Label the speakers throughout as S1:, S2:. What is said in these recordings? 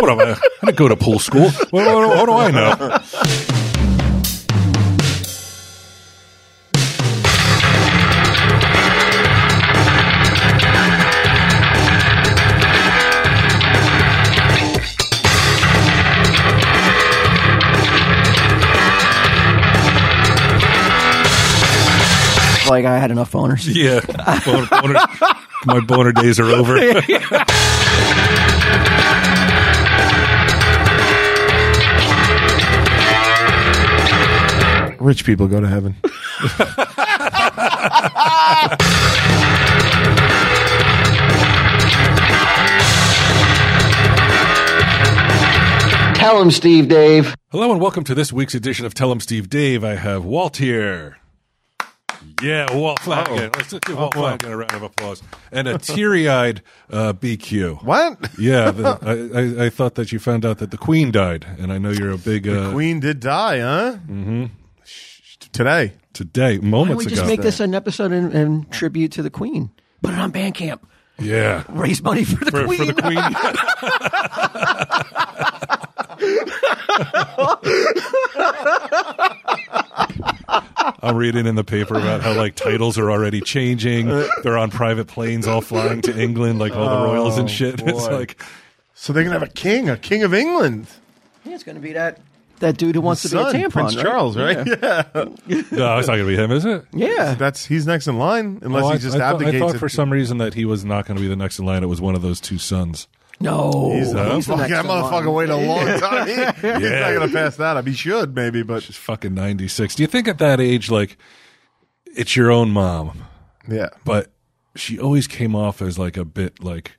S1: what am I? I didn't go to pool school. What, what- what do I know?
S2: Like I had enough boners.
S1: Yeah, Boner- boner- my boner days are over.
S3: Rich people go to heaven.
S4: Tell him, Steve Dave.
S1: Hello and welcome to this week's edition of Tell 'em Steve Dave. I have Walt here. Yeah, Walt Flanagan. Let's just give Walt Flanagan a round of applause and a teary-eyed uh, BQ.
S3: What?
S1: Yeah, the, I, I, I thought that you found out that the Queen died, and I know you're a big uh,
S3: Queen did die, huh? Mm-hmm. Today.
S1: today
S2: Why don't
S1: moments
S2: we
S1: ago.
S2: just make this an episode in, in tribute to the Queen? Put it on Bandcamp.
S1: yeah,
S2: Raise money for the
S1: for,
S2: Queen.
S1: for the Queen. I'm reading in the paper about how like titles are already changing. They're on private planes, all flying to England, like all the royals and shit. It's
S3: Oh, boy.
S1: like
S3: So they're gonna have a king, a king of England.
S2: Yeah, it's going to be that that dude who wants to
S3: Son,
S2: be a tampon.
S3: Prince
S2: right?
S3: Charles, right? Yeah.
S1: no, it's not gonna be him, is it?
S2: Yeah.
S3: That's he's next in line, unless
S1: Oh, I-
S3: he just
S1: I, thought-
S3: abdicates.
S1: I thought
S3: it.
S1: for some reason that he was not going to be the next in line. It was one of those two sons.
S2: No.
S3: He's not-
S2: the
S3: Fuck,
S2: next
S3: that
S2: in line.
S3: motherfucker waited a long time. He- He's not gonna pass that up. He should maybe, but
S1: Just fucking ninety six. Do you think at that age, like, it's your own mom,
S3: yeah.
S1: but she always came off as like a bit like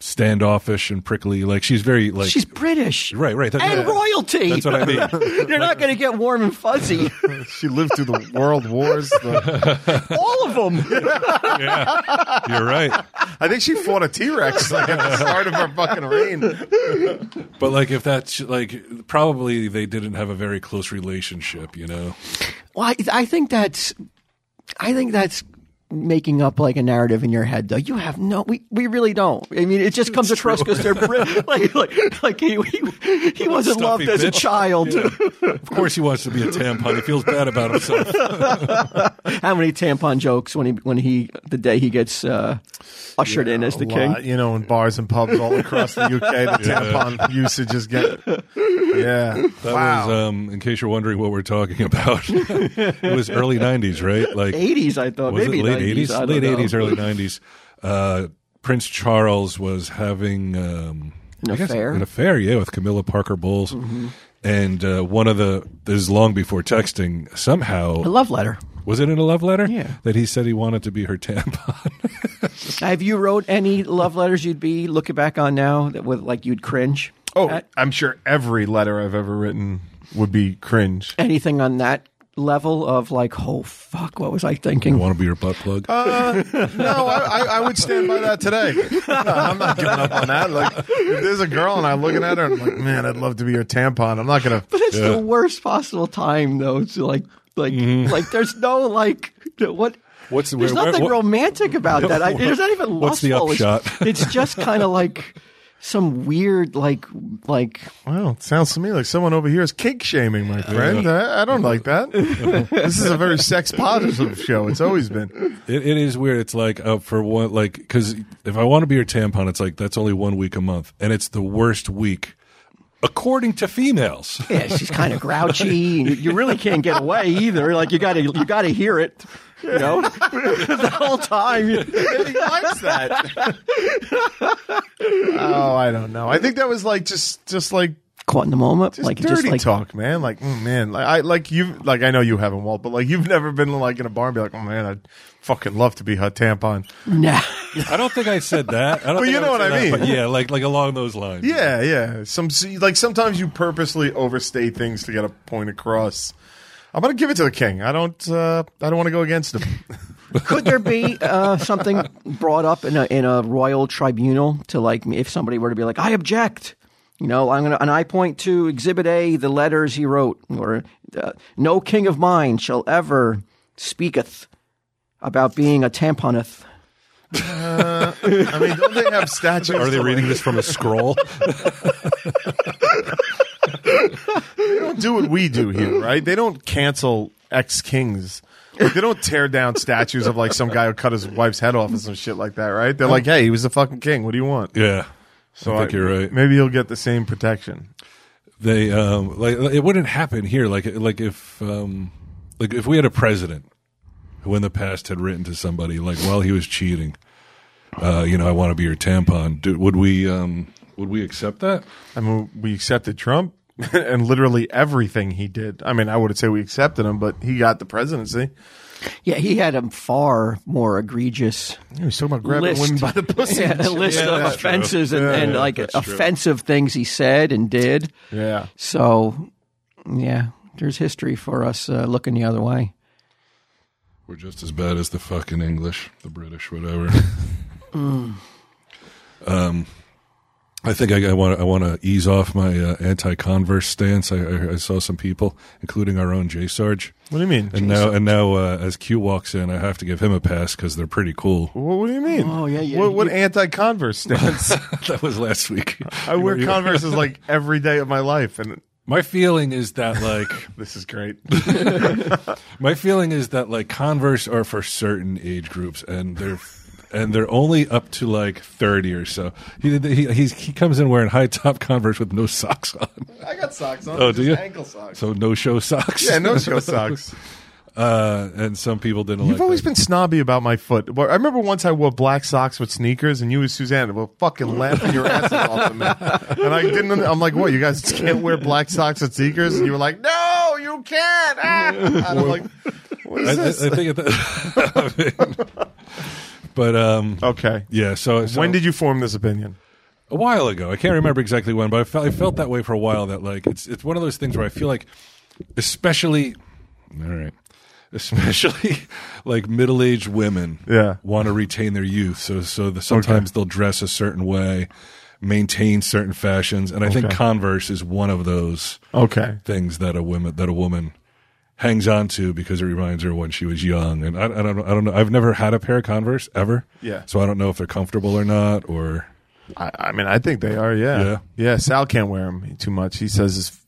S1: standoffish and prickly. Like she's very like
S2: She's British.
S1: right, right, that-
S2: And
S1: yeah.
S2: royalty.
S1: That's what I mean.
S2: You're not going to get warm and fuzzy.
S3: She lived through the world wars. the-
S2: All of them.
S1: You're right.
S3: I think she fought a T Rex like, at the start of her fucking reign.
S1: But like, if that's like, probably they didn't have a very close relationship. You know,
S2: Well, I, I think that's, I think that's making up like a narrative in your head. Though you have no, we, we really don't. I mean, it just comes across because they're Brit- like like like he he, he wasn't
S1: Stuffy
S2: loved as a
S1: bitch.
S2: child.
S1: of course he wants to be a tampon. He feels bad about himself.
S2: How many tampon jokes when he when he the day he gets uh, ushered in as the
S3: a
S2: king?
S3: lot, you know, in bars and pubs all across the UK, the tampon usage is getting. Yeah.
S1: That
S3: wow.
S1: was, um, in case you're wondering what we're talking about, it was early '90s, right? Like
S2: Eighties, I thought.
S1: was
S2: Uh, maybe
S1: it late
S2: 90s, I don't
S1: late
S2: know.
S1: 80s, early 90s. Uh, Prince Charles was having um,
S2: An
S1: I guess
S2: affair? Mm-hmm.
S1: An affair, yeah, with Camilla Parker Bowles. And uh, one of the this is long before texting.
S2: A
S1: Somehow
S2: love letter.
S1: was it in a love letter?
S2: Yeah.
S1: that he said he wanted to be her tampon.
S2: Have you wrote any love letters you'd be looking back on now that with like you'd cringe?
S3: oh,
S2: at?
S3: I'm sure every letter I've ever written would be cringe.
S2: anything on that level of like, oh fuck, what was I thinking?
S1: I want to be your butt plug.
S2: Uh,
S3: No, I, I, I would stand by that today. No, I'm not giving up on that. Like, if there's a girl and I'm looking at her and I'm like, man, I'd love to be your tampon. I'm not gonna.
S2: But it's the worst possible time though. To like, like, like, there's no like, what.
S1: Mm-hmm. What's the-
S2: there's
S1: where-
S2: nothing
S1: what-
S2: romantic about that. I, there's not even
S1: What's the
S2: lustful.
S1: upshot?
S2: It's, it's just kind of like some weird, like, like
S3: Wow, it sounds to me like someone over here is cake shaming, my friend. I, I don't like that. This is a very sex positive show. It's always been.
S1: It, it is weird. It's like uh, for one, like because if I want to be your tampon, it's like that's only one week a month, and it's the worst week according to females.
S2: yeah, she's kind of grouchy. and you, you really can't get away either. Like, you gotta, you gotta hear it. You know, the whole time.
S3: He likes that. oh, I don't know. I think that was like just just like
S2: Caught in the moment,
S3: just
S2: like you
S3: dirty
S2: just like
S3: talk, man. Like, mm, man, like I like you like I know you haven't, Walt, but like you've never been like in a bar and be like, oh man, I'd fucking love to be her tampon.
S2: nah.
S1: I don't think I said that. I don't
S3: But
S1: think
S3: you know
S1: would
S3: what
S1: say
S3: I
S1: that,
S3: mean.
S1: but yeah, like like along those lines.
S3: Yeah, yeah. Some see, like sometimes you purposely overstate things to get a point across. I'm gonna give it to the king. I don't. Uh, I don't want to go against him.
S2: Could there be uh, something brought up in a in a royal tribunal to like if somebody were to be like, I object. You know, I'm gonna and I point to Exhibit A, the letters he wrote, or uh, no king of mine shall ever speaketh about being a tamponeth.
S3: Uh, I mean, don't they have statues?
S1: Are they
S3: to,
S1: reading
S3: like-
S1: this from a scroll?
S3: They don't do what we do here, right? They don't cancel ex kings. Like, they don't tear down statues of like some guy who cut his wife's head off and some shit like that, right? They're like, hey, he was a fucking king. What do you want?
S1: yeah. So I think
S3: I-
S1: you're right.
S3: Maybe he'll get the same protection.
S1: they um like it wouldn't happen here like like if um like if we had a president who in the past had written to somebody like while he was cheating uh you know i want to be your tampon do, would we um would we accept that
S3: I mean, we accepted Trump and literally everything he did. I mean, I would say we accepted him, but he got the presidency.
S2: Yeah, he had a far more egregious
S3: He was talking about grabbing
S2: List.
S3: women by the pussy.
S2: yeah,
S3: and
S2: a
S3: shit.
S2: list
S1: Yeah,
S2: of
S1: that's true.
S2: offenses and,
S1: Yeah,
S2: and
S1: yeah,
S2: like
S1: that's true.
S2: offensive things he said and did.
S3: yeah.
S2: So, yeah, there's history for us uh, looking the other way.
S1: we're just as bad as the fucking english the british whatever Mm. um I think I want to. I want to ease off my uh, anti-converse stance. I, I, I saw some people, including our own J Sarge,
S3: What do you mean?
S1: and now and now uh, as Q walks in, I have to give him a pass because they're pretty cool.
S3: What, what do you mean?
S2: Oh, yeah, yeah.
S3: What, what anti-converse stance?
S1: that was last week.
S3: I wear Converse's like every day of my life, and
S1: My feeling is that like
S3: this is great.
S1: my feeling is that like Converse are for certain age groups, and they're and they're only up to like thirty or so. He he he's, he comes in wearing high top Converse with no socks on.
S3: I got socks on.
S1: Oh, do you?
S3: Ankle socks.
S1: So no show socks.
S3: yeah, no show socks.
S1: Uh, and some people didn't.
S3: You've
S1: like
S3: always
S1: that.
S3: been snobby about my foot. Well, I remember once I wore black socks with sneakers, and you and Suzanne were fucking laughing your asses off at me. And I didn't. I'm like, what? You guys can't wear black socks with sneakers? And you were like, no, you can't. Ah! And I'm like, what
S1: I,
S3: is
S1: I-
S3: this?
S1: I think at the, I mean, but um,
S3: okay.
S1: yeah. So, so
S3: When did you form this opinion?
S1: a while ago. I can't remember exactly when, but I felt, I felt that way for a while. That like it's it's one of those things where I feel like, especially, all right, especially like middle aged women,
S3: Yeah.
S1: want to retain their youth. So so the, sometimes they'll dress a certain way, maintain certain fashions, and I think
S3: Okay.
S1: Converse is one of those
S3: Okay.
S1: things that a woman that a woman hangs on to because it reminds her when she was young. And I, I don't know, I don't know. I've never had a pair of Converse ever.
S3: Yeah.
S1: So I don't know if they're comfortable or not or.
S3: I, I mean, I think they are. Yeah.
S1: Yeah.
S3: yeah, Sal can't wear them too much. He says his,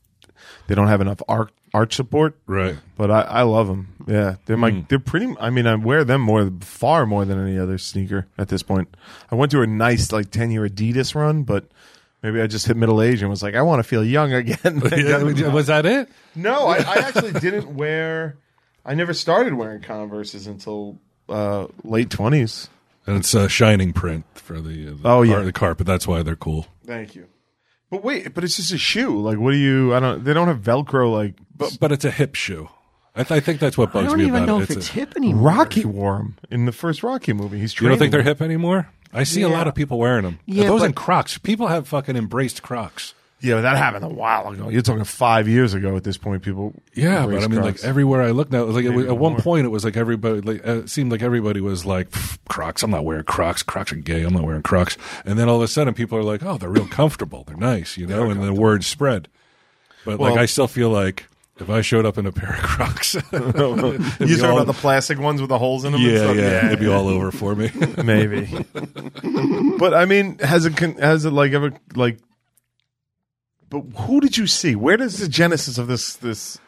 S3: they don't have enough arch arch support.
S1: Right.
S3: But I, I love them. Yeah, they're
S1: Hmm.
S3: my they're pretty. I mean, I wear them more far more than any other sneaker at this point. I went through a nice like ten year Adidas run, but maybe I just hit middle age and was like, I want to feel young again.
S1: Yeah, was that it?
S3: no, I, I actually didn't wear. I never started wearing Converse's until uh, late twenties.
S1: And it's a shining print for the, uh, the
S3: Oh, yeah.
S1: car- the carpet. That's why they're cool.
S3: Thank you. But wait, but it's just a shoe. Like, what do you? I don't. They don't have Velcro. Like
S1: But but it's a hip shoe. I, th- I think that's what
S2: I
S1: bugs
S2: don't
S1: me
S2: even
S1: about
S2: know
S1: it.
S2: if it's
S1: a-
S2: hip anymore.
S3: Rocky wore 'em in the first Rocky movie. He's
S1: you
S3: training.
S1: don't think they're hip anymore? I see a lot
S3: Yeah.
S1: of people wearing them.
S2: Yeah,
S1: Those
S2: but-
S1: and Crocs. People have fucking embraced Crocs.
S3: yeah, but that happened a while ago. You're talking five years ago at this point. People.
S1: Yeah,
S3: embrace
S1: but I mean,
S3: Crocs.
S1: like everywhere I look now, it was like it was, at
S3: even
S1: one
S3: more.
S1: point it was like everybody, like uh, it seemed like everybody was like "Pff, Crocs. I'm not wearing Crocs. Crocs are gay. I'm not wearing Crocs. And then all of a sudden, people are like, oh, they're real comfortable. They're nice, you know. And the word spread. But like,
S3: Well-
S1: I still feel like if I showed up in a pair of Crocs, it'd be
S3: you talking
S1: all-
S3: about the plastic ones with the holes in them? and
S1: yeah,
S3: stuff?
S1: yeah, it'd be all over for me.
S3: maybe. but I mean, has it con- has it like ever like? But who did you see? Where does the genesis of this this?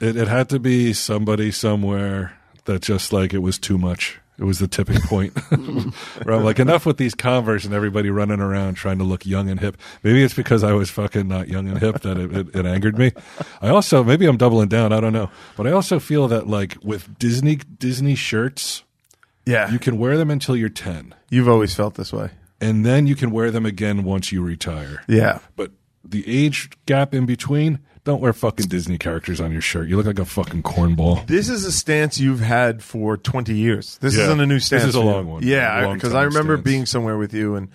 S1: it, it had to be somebody somewhere that just like it was too much. It was the tipping point where I'm like, enough with these Converse and everybody running around trying to look young and hip. Maybe it's because I was fucking not young and hip that it, it, it angered me. I also maybe I'm doubling down. I don't know, but I also feel that like with Disney Disney shirts,
S3: Yeah,
S1: you can wear them until you're ten,
S3: you've always felt this way.
S1: and then you can wear them again once you retire.
S3: Yeah,
S1: But the age gap in between, don't wear fucking Disney characters on your shirt. You look like a fucking cornball.
S3: This is a stance you've had for 20 years. This
S1: Yeah.
S3: isn't a new
S1: This
S3: stance.
S1: is a
S3: for you.
S1: long one. A
S3: Yeah,
S1: long
S3: because
S1: time
S3: I remember
S1: stance.
S3: being somewhere with you and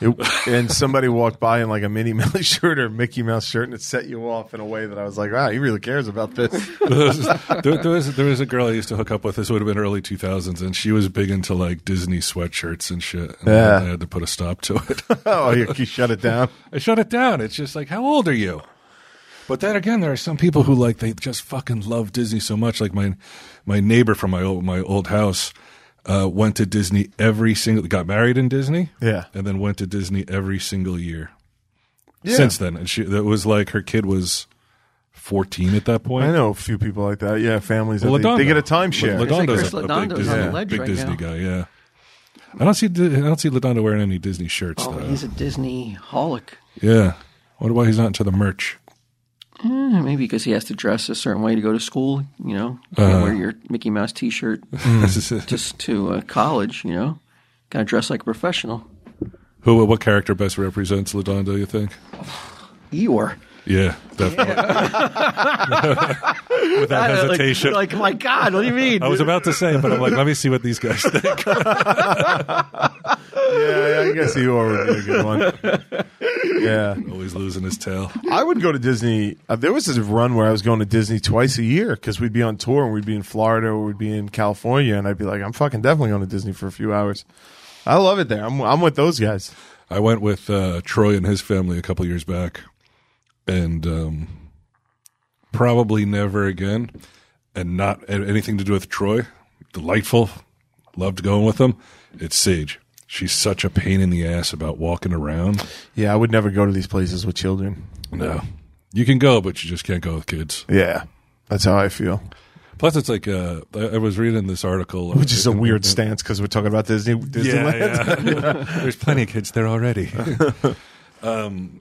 S3: it, and somebody walked by in like a Minnie Mouse shirt or Mickey Mouse shirt and it set you off in a way that I was like, wow, he really cares about this.
S1: there, was, there, there was there was a girl I used to hook up with. This would have been early 2000s, and she was big into like Disney sweatshirts and shit. And
S3: Yeah.
S1: I had to put a stop to it.
S3: oh, you, you shut it down.
S1: I shut it down. It's just like, how old are you? But then again, there are some people who like they just fucking love Disney so much. Like my my neighbor from my old my old house, uh, went to Disney every single. Got married in Disney.
S3: Yeah.
S1: and then went to Disney every single year
S3: Yeah.
S1: since then. And she that was like her kid was fourteen at that point.
S3: I know a few people like that. Yeah, families. that
S1: Well,
S3: they, they
S1: Ladondo.
S3: get a timeshare.
S1: La- Ladondo's
S2: It's like Chris
S1: a- a big
S2: Ladondo's on
S1: Disney-
S2: the ledge
S1: big
S2: right
S1: Disney
S2: now.
S1: guy. Yeah, I don't see I don't see Ladondo wearing any Disney shirts
S2: Oh,
S1: though.
S2: he's a Disney holic.
S1: yeah, wonder why he's not into the merch.
S2: Eh, Maybe because he has to dress a certain way to go to school. You know, you can't wear your Mickey Mouse T-shirt
S1: This is-
S2: just to uh, college. You know, got to dress like a professional.
S1: Who? What character best represents Ladondo? You think?
S2: Eeyore.
S1: Yeah, definitely. Without hesitation.
S2: Like, like, my God, what do you mean?
S1: I was
S2: dude?
S1: about to say, but I'm like, let me see what these guys think.
S3: yeah, yeah, I guess you are would be a good one. Yeah.
S1: Always losing his tail.
S3: I would go to Disney. Uh, there was this run where I was going to Disney twice a year because we'd be on tour and we'd be in Florida or we'd be in California, and I'd be like, I'm fucking definitely going to Disney for a few hours. I love it there. I'm I'm with those guys.
S1: I went with uh, Troy and his family a couple years back, and um, probably never again. And not a- anything to do with Troy. Delightful, loved going with him. It's Sage. She's such a pain in the ass about walking around.
S3: Yeah, I would never go to these places with children.
S1: No, you can go, but you just can't go with kids.
S3: Yeah, that's how I feel.
S1: Plus, it's like uh, I I was reading this article,
S3: Which is a weird stance because we're talking about Disney Disneyland.
S1: Yeah, yeah. There's plenty of kids there already. um,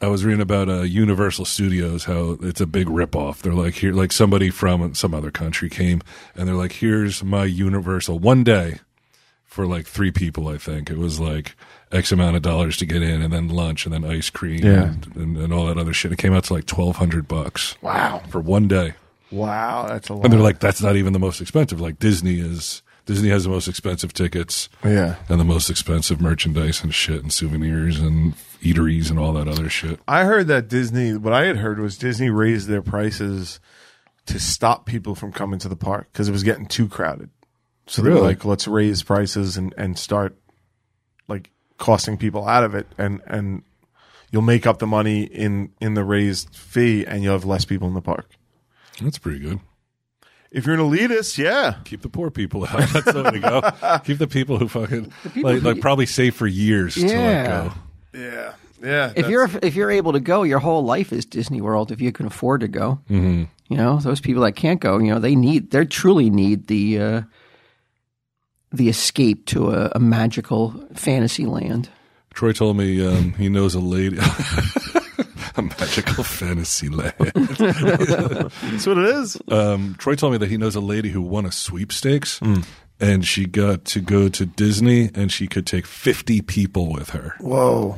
S1: I was reading about uh, Universal Studios, how it's a big ripoff. They're like here, like somebody from some other country came, and they're like, "Here's my Universal one day for like three people." I think it was like X amount of dollars to get in, and then lunch, and then ice cream,
S3: Yeah.
S1: and, and, and all that other shit. It came out to like twelve hundred bucks
S3: Wow,
S1: for one day.
S3: wow, that's a lot.
S1: And they're like, that's not even the most expensive. Like Disney is Disney has the most expensive tickets
S3: yeah.
S1: and the most expensive merchandise and shit and souvenirs and eateries and all that other shit.
S3: I heard that Disney. What I had heard was Disney raised their prices to stop people from coming to the park because it was getting too crowded. So they're
S1: Really?
S3: like, let's raise prices and and start like costing people out of it, and and you'll make up the money in in the raised fee, and you'll have less people in the park.
S1: That's pretty good.
S3: If you're an elitist, yeah,
S1: Keep the poor people out. That's the way to go. Keep the people who fucking like, like probably save for years to let
S2: Yeah.
S1: go.
S3: yeah, yeah.
S2: if you're if you're able to go, your whole life is Disney World if you can afford to go. Mm-hmm. You know, those people that can't go, you know, they need they truly need the uh, the escape to a, a magical fantasy land.
S1: Troy told me um, he knows a lady. A magical fantasy land.
S3: that's what it is.
S1: Um, Troy told me that he knows a lady who won a sweepstakes, and she got to go to Disney, and she could take fifty people with her.
S3: Whoa,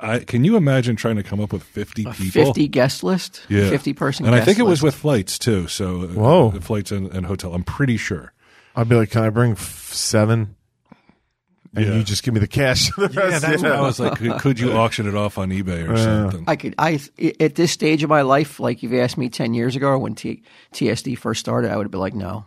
S1: I can you imagine trying to come up with fifty people?
S2: Fifty guest list,
S1: Yeah.
S2: fifty person.
S1: And I
S2: guest
S1: think it was
S2: list.
S1: with flights too. So uh,
S3: Whoa.
S1: the flights and, and hotel. I'm pretty sure.
S3: I'd be like, can I bring f- seven? And
S1: Yeah.
S3: you just give me the cash. The rest,
S1: I was like, could, could you auction it off on eBay or something?
S2: I could I at this stage of my life, like if you asked me ten years ago when T, TSD first started, I would have been like, no.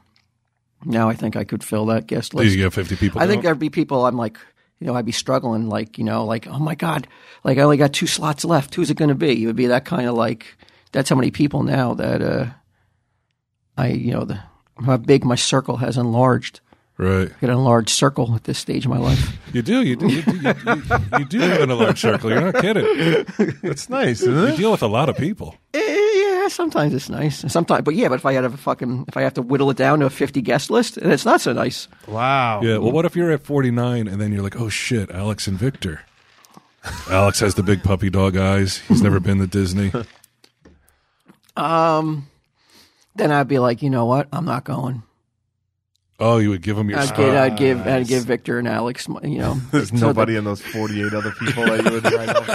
S2: Now I think I could fill that guest list.
S1: you get 50 people.
S2: I think
S1: down?
S2: there'd be people I'm like, you know, I'd be struggling, like, you know, like, oh my God, like I only got two slots left. Who's it going to be? It would be that kind of like, that's how many people now that uh, I, you know, the, how big my circle has enlarged.
S1: right.
S2: I got an enlarged circle at this stage of my life.
S1: You do. You do. You do, you, you, you do live in a large circle. You're not kidding.
S3: That's nice, isn't
S1: You deal with a lot of people.
S2: Eh, yeah, sometimes it's nice. Sometimes, but yeah, but if I had a fucking, if I have to whittle it down to a 50 guest list, then it's not so nice.
S3: Wow.
S1: Yeah. Well, what if you're at 49 and then you're like, oh shit, Alex and Victor. Alex has the big puppy dog eyes. He's never been to Disney.
S2: Um, Then I'd be like, you know what? I'm not going.
S1: Oh, you would give him your
S2: I'd,
S1: spot.
S2: get, I'd give, I'd give Victor and Alex, you know,
S3: There's
S2: so that-
S3: nobody in those 48 other people that you would write off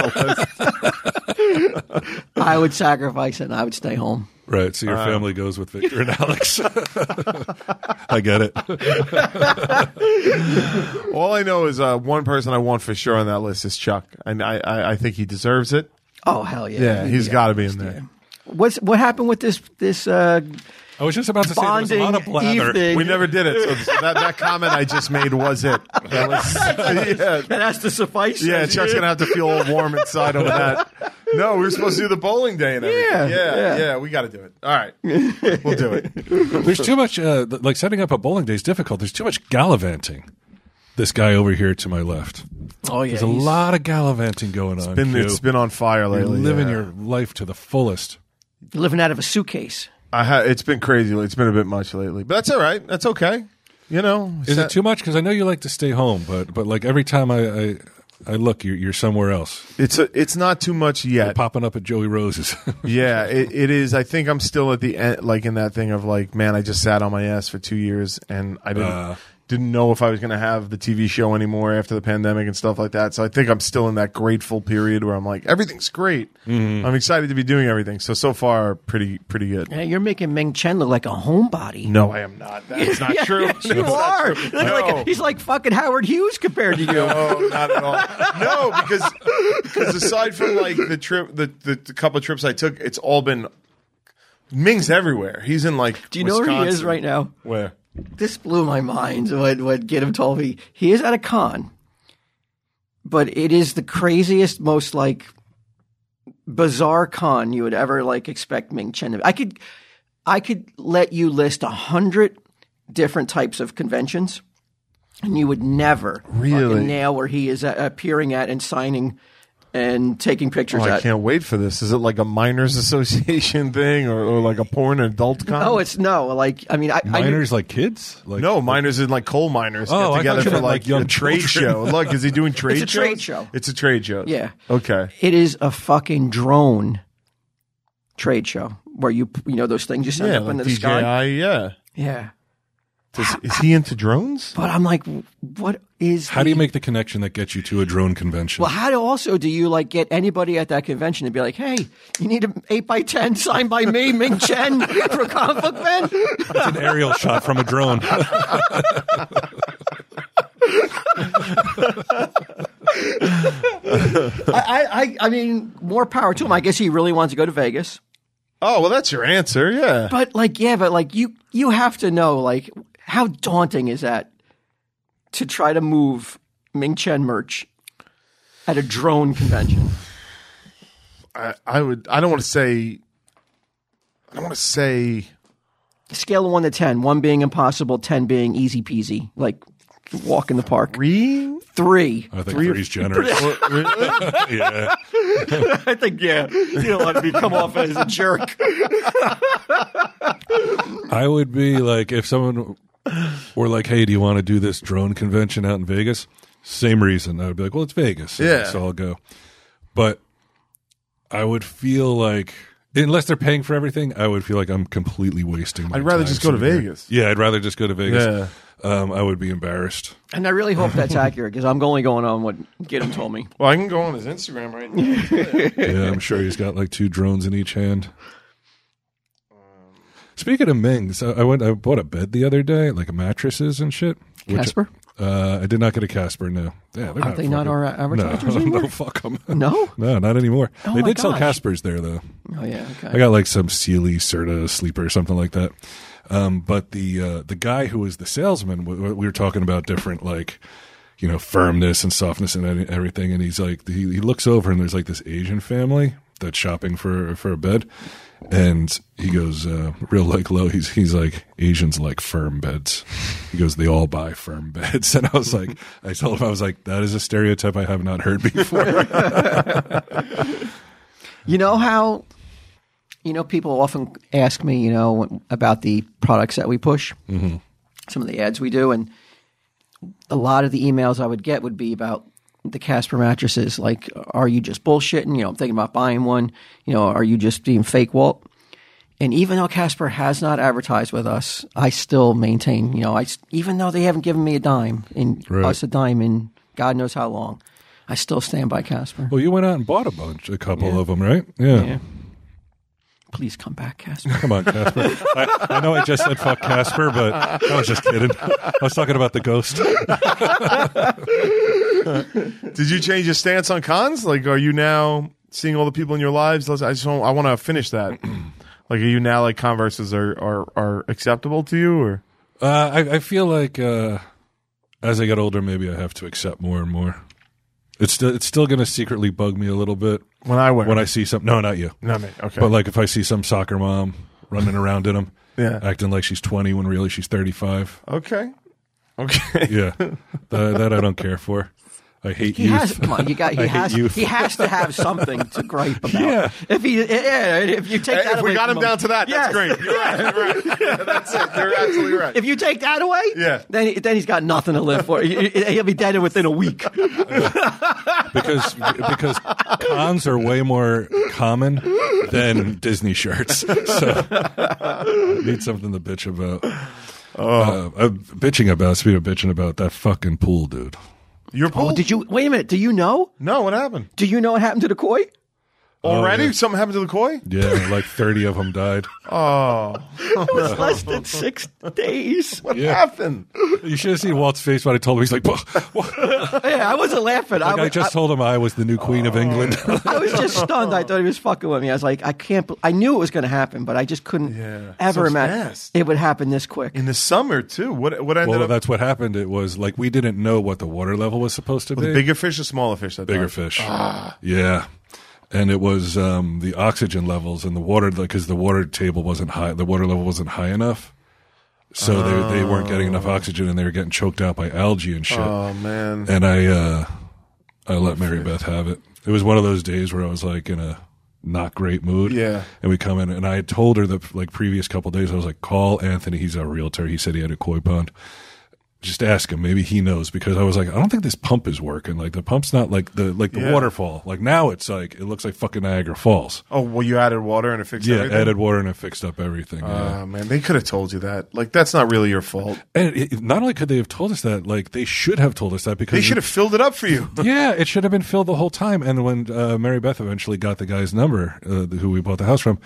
S3: the list.
S2: I would sacrifice it and I would stay home.
S1: Right. So your family goes with Victor and Alex. I get it.
S3: All I know is uh, one person I want for sure on that list is Chuck, and I I, I think he deserves it.
S2: Oh hell yeah!
S3: Yeah,
S2: He'd
S3: he's
S2: be
S3: got to
S2: out.
S3: be in there.
S2: What's what happened with this this uh,
S1: I was just about to say there was a lot of
S2: Bonding
S1: blather.
S2: evening.
S3: We never did it. So that, that comment I just made was it. That was, yeah.
S2: That has to suffice.
S3: Yeah,
S2: as
S3: Chuck's
S2: you-
S3: gonna have to feel all warm inside over that. No, we were supposed to do the bowling day and everything.
S2: Yeah,
S3: yeah,
S2: yeah.
S3: yeah, we got to do it. All right, we'll do it.
S1: There's too much, uh, th- like setting up a bowling day is difficult. There's too much gallivanting. This guy over here to my left.
S2: Oh yeah,
S1: There's a
S2: he's-
S1: lot of gallivanting going on.
S3: Been
S1: Q.
S3: it's been on fire
S1: You're
S3: lately.
S1: living
S3: yeah.
S1: your life to the fullest.
S2: living out of a suitcase.
S3: I ha- it's been crazy. It's been a bit much lately, but that's all right. That's okay. You know,
S1: Is
S3: sa-
S1: it too much? Because I know you like to stay home, but but like every time I I, I look, you're, you're somewhere else.
S3: It's a, it's not too much
S1: You're
S3: yet.
S1: popping up at Joey Rose's.
S3: Yeah, it, it is. I think I'm still at the end, like in that thing of like, man, I just sat on my ass for two years and I didn't
S1: Uh.
S3: didn't know if I was going to have the TV show anymore after the pandemic and stuff like that. So I think I'm still in that grateful period where I'm like, everything's great.
S1: Mm-hmm.
S3: I'm excited to be doing everything. So so far, pretty pretty good.
S2: Yeah, you're making Ming Chen look like a homebody.
S3: No, I am not. That's not
S2: Yeah,
S3: true.
S2: yes, you are. You look like
S3: No.
S2: a- he's like fucking Howard Hughes compared to you.
S3: No, not at all. No, because because aside from like the trip, the, the the couple of trips I took, it's all been Ming's everywhere. He's in like.
S2: Do you know where he is right now?
S3: Where?
S2: This blew my mind when, when Gidim told me he is at a con, but it is the craziest, most like bizarre con you would ever like expect Ming Chen to be. I could, I could let you list a hundred different types of conventions, and you would never fucking
S3: Really?
S2: nail where he is at, appearing at and signing and taking pictures
S3: Oh, I
S2: at.
S3: can't wait for this. Is it like a minors association thing or, or like a porn and adult con?
S2: Oh, it's no. Like I mean, I, I knew-
S1: Miners like kids? Like
S3: no, minors in like coal miners
S1: Oh, I
S3: get
S1: thought
S3: together
S1: you
S3: for
S1: meant,
S3: like,
S1: like, young
S3: a trade show.
S1: children.
S3: Look, is he doing trade?
S2: It's a trade
S3: shows?
S2: show.
S3: It's a trade show.
S2: Yeah.
S3: Okay.
S2: It is a fucking drone trade show where you you know those things you send
S3: Yeah.
S2: up
S3: Like
S2: into the
S3: DJI.
S2: sky.
S3: Yeah.
S2: Yeah,
S3: Does, is he into drones?
S2: but I'm like, what is?
S1: How do you make the connection that gets you to a drone convention?
S2: well, how do also do you like get anybody at that convention to be like, hey, you need an eight by ten signed by me, Ming Chen for comic book men?
S1: It's an aerial shot from a drone.
S2: I, I I- I mean, more power to him. I guess he really wants to go to Vegas.
S3: Oh well, that's your answer. Yeah.
S2: But like, yeah, but like you you have to know like how daunting is that to try to move Ming Chen merch at a drone convention.
S3: I, I would. I don't want to say. I don't want to say.
S2: Scale of one to ten, one being impossible, ten being easy peasy, like walk in the park.
S3: Re-
S2: Three.
S1: I think three's generous. yeah.
S2: I think yeah, you don't want to be come off as a jerk.
S1: I would be like, if someone were like, hey, do you want to do this drone convention out in Vegas? Same reason. I would be like, well, it's Vegas. so-
S3: Yeah.
S1: So I'll go. But I would feel like, unless they're paying for everything, I would feel like I'm completely wasting my
S3: I'd rather
S1: time
S3: just go to
S1: sitting there.
S3: Vegas.
S1: Yeah, I'd rather just go to Vegas. Um, I would be embarrassed.
S2: And I really hope that's accurate because I'm only going on what Gidim told me.
S3: Well, I can go on his Instagram right now.
S1: Yeah, I'm sure he's got like two drones in each hand. Speaking of Mings, I I went. I bought a bed the other day, like mattresses and shit. which-
S2: Casper?
S1: Uh, I did not get a Casper. No, yeah, they're
S2: Aren't they not
S1: fucking-
S2: our advertisers
S1: no,
S2: anymore?
S1: No, fuck 'em.
S2: No?
S1: no, not anymore.
S2: Oh
S1: they
S2: my
S1: did sell
S2: gosh.
S1: Caspers there though.
S2: Oh yeah,
S1: I
S2: okay.
S1: got like some Sealy Serta sleeper or something like that. Um, but the uh, the guy who was the salesman, we, we were talking about different like you know firmness and softness and any- everything, and he's like he, he looks over and there's like this Asian family that's shopping for for a bed, and he goes uh, real like low. He's he's like Asians like firm beds. He goes they all buy firm beds, and I was like I told him I was like that is a stereotype I have not heard before.
S2: You know how you know people often ask me, you know, about the products that we push, mm-hmm. some of the ads we do, and a lot of the emails I would get would be about the Casper mattresses. Like, are you just bullshitting? You know, I'm thinking about buying one. You know, are you just being fake, Walt? And even though Casper has not advertised with us, I still maintain, you know, I s- even though they haven't given me a dime in
S1: Right.
S2: us a dime in God knows how long, I still stand by Casper.
S1: well, you went out and bought a bunch, a couple of 'em, of them, right?
S2: Yeah. Please come back, Casper.
S1: Come on, Casper. I, I know I just said fuck Casper, but I was just kidding. I was talking about the ghost.
S3: Did you change your stance on cons? Like, are you now seeing all the people in your lives? Let's, I just want, I want to finish that. Like, are you now like Converse's are are, are acceptable to you or?
S1: Uh, I, I feel like uh, as I get older, maybe I have to accept more and more. It's still it's still going to secretly bug me a little bit
S3: When I wear
S1: when
S3: it.
S1: I see some. No, not you.
S3: no, man, okay,
S1: But like if I see some soccer mom running around in them,
S3: yeah,
S1: acting like she's twenty when really she's thirty five.
S3: okay, okay.
S1: Yeah, that, that I don't care for. I hate
S2: He
S1: youth.
S2: has come on. You got.
S1: I
S2: He
S1: hate
S2: has.
S1: youth.
S2: He has to have something to gripe about.
S1: Yeah.
S2: If he. Yeah. If you take that
S3: If we
S2: away
S3: got
S2: from
S3: him down to that,
S2: Yes.
S3: that's great. You're right. You're right. Yeah, that's it. You're absolutely right.
S2: If you take that away,
S3: Yeah.
S2: then he- then he's got nothing to live for. He- he- He'll be dead within a week.
S1: because because cons are way more common than Disney shirts. So I need something to bitch about. Oh, uh, I'm bitching about. Speaking of bitching about that fucking pool, dude.
S3: Your pool?
S2: Oh, did you wait a minute? Do you know?
S3: no, what happened?
S2: Do you know what happened to the koi?
S3: Already?
S1: Oh, yeah.
S3: Something happened to the koi?
S1: Yeah, like thirty of them died.
S3: Oh.
S2: It was less than six days.
S3: What
S1: Yeah.
S3: happened?
S1: You should have seen Walt's face when I told him. He's like, "Whoa."
S2: Yeah, I wasn't laughing.
S1: like I
S2: was-
S1: just told him I was the new queen of England.
S3: Oh.
S2: I was just stunned. I thought he was fucking with me. I was like, I can't. bel- I knew it was going to happen, but I just couldn't
S3: Yeah.
S2: ever
S3: So
S2: imagine
S3: fast.
S2: it would happen this quick.
S3: In the summer too. What what ended
S1: well,
S3: up
S1: that's what happened. It was like we didn't know what the water level was supposed to be.
S3: bigger fish or smaller fish that
S1: bigger
S3: time?
S1: fish. Yeah. And it was um, the oxygen levels and the water, because the water table wasn't high, the water level wasn't high enough. So they, they weren't getting enough oxygen and they were getting choked out by algae and shit.
S3: Oh man.
S1: and I, uh, I let Mary Beth have it. It was one of those days where I was like in a not great mood.
S3: Yeah.
S1: And we come in and I had told her the like previous couple days, I was like, call Anthony. He's our realtor. He said he had a koi pond just ask him. Maybe he knows because I was like, I don't think this pump is working. Like the pump's not like the like the
S3: Yeah.
S1: waterfall. Like now it's like it looks like fucking Niagara Falls.
S3: Oh well you added water and it fixed
S1: Yeah,
S3: everything.
S1: added water and it fixed up everything. yeah.
S3: Oh man, they could have told you that. Like that's not really your fault.
S1: And it, it- not only could they have told us that, like they should have told us that because
S3: They should have filled it up for you.
S1: yeah, it should have been filled the whole time. And when uh, Mary Beth eventually got the guy's number, uh, who we bought the house from,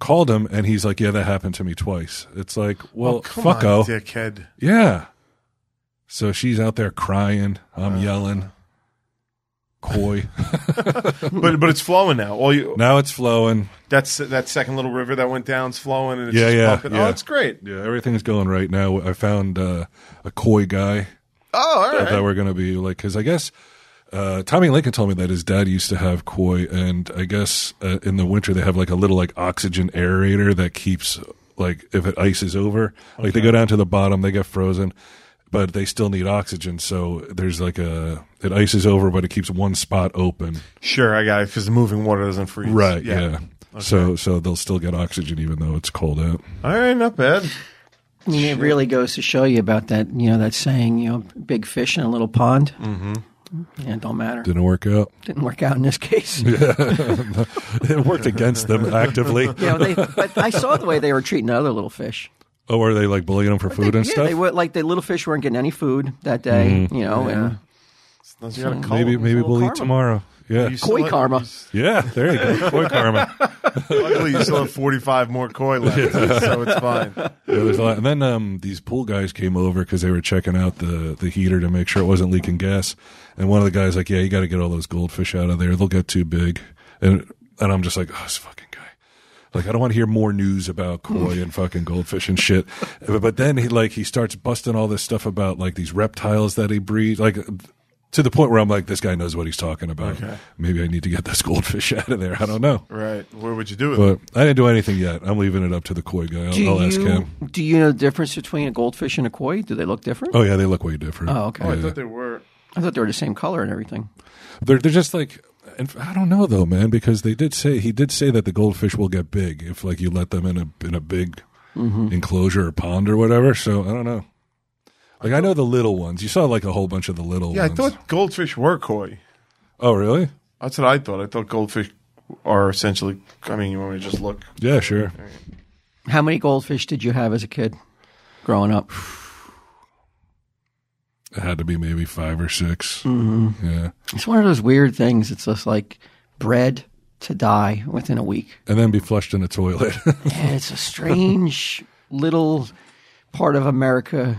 S1: called him and he's like, "Yeah, that happened to me twice." It's like, well,
S3: Oh,
S1: oh.
S3: Come
S1: fucko,
S3: on, dickhead.
S1: Yeah. So she's out there crying. I'm
S3: Uh,
S1: yelling. Coy.
S3: But but it's flowing now. All you
S1: now it's flowing.
S3: that's that second little river that went down is flowing and it's
S1: Yeah,
S3: just
S1: yeah,
S3: pumping.
S1: yeah.
S3: Oh, it's great.
S1: Yeah, everything's going right now. I found uh, a coy guy
S3: Oh, all right.
S1: that we're going to be like, because I guess uh, Tommy Lincoln told me that his dad used to have koi, and I guess uh, in the winter they have like a little like oxygen aerator that keeps like if it ices over, like they go down to the bottom, they get frozen, but they still need oxygen. So there's like a it ices over, but it keeps one spot open.
S3: Sure, I got it because the moving water doesn't freeze.
S1: Right. Yeah. So so they'll still get oxygen even though it's cold out.
S3: All right, not bad.
S2: I mean, it really goes to show you about that. You know that saying. You know, big fish in a little pond. Mm-hmm. Yeah, it don't matter.
S1: Didn't work out.
S2: Didn't work out in this case.
S1: It worked against them actively.
S2: You know, they, but I saw the way they were treating other little fish.
S1: Oh, were they like bullying them for food and
S2: yeah,
S1: stuff? Mm-hmm.
S2: they were like the little fish weren't getting any food that day. You know, and
S3: Unless you gotta call
S1: maybe
S3: them.
S1: maybe
S2: little
S1: we'll eat
S2: karma.
S1: tomorrow. Yeah.
S3: You still
S2: koi
S3: have-
S2: karma.
S1: yeah, there you go. Koi karma.
S3: Luckily, you still have 45 more koi left, so it's fine.
S1: Yeah, there's a lot. And then um, these pool guys came over because they were checking out the, the heater to make sure it wasn't leaking gas. And one of the guys like, "Yeah, you got to get all those goldfish out of there. They'll get too big." And and I'm just like, "Oh, this fucking guy." Like, I don't want to hear more news about koi and fucking goldfish and shit. But, but then he like he starts busting all this stuff about like these reptiles that he breeds, like. To the point where I'm like, this guy knows what he's talking about. Maybe I need to get this goldfish out of there. I don't know.
S3: Right. Where would you do it?
S1: But I didn't do anything yet. I'm leaving it up to the koi guy. I'll,
S2: do
S1: I'll ask
S2: you
S1: him.
S2: do you know the difference between a goldfish and a koi? Do they look different?
S1: Oh yeah, they look way different.
S2: Oh, okay.
S1: Yeah.
S2: Oh,
S3: I thought they were.
S2: I thought they were the same color and everything.
S1: they're they're just like, and I don't know though, man, because they did say he did say that the goldfish will get big if like you let them in a in a big
S3: Mm-hmm.
S1: enclosure or pond or whatever. So I don't know. Like I, know the little ones. You saw like a whole bunch of the little.
S3: Yeah, I
S1: ones.
S3: thought goldfish were koi.
S1: Oh really?
S3: That's what I thought. I thought goldfish are essentially. I mean, you want me to just look?
S1: Yeah, sure.
S2: How many goldfish did you have as a kid growing up?
S1: It had to be maybe five or 6
S3: Mm.
S1: Yeah,
S2: It's one of those weird things. It's just like bred to die within a week.
S1: and then be flushed in a toilet.
S2: And it's a strange little part of America,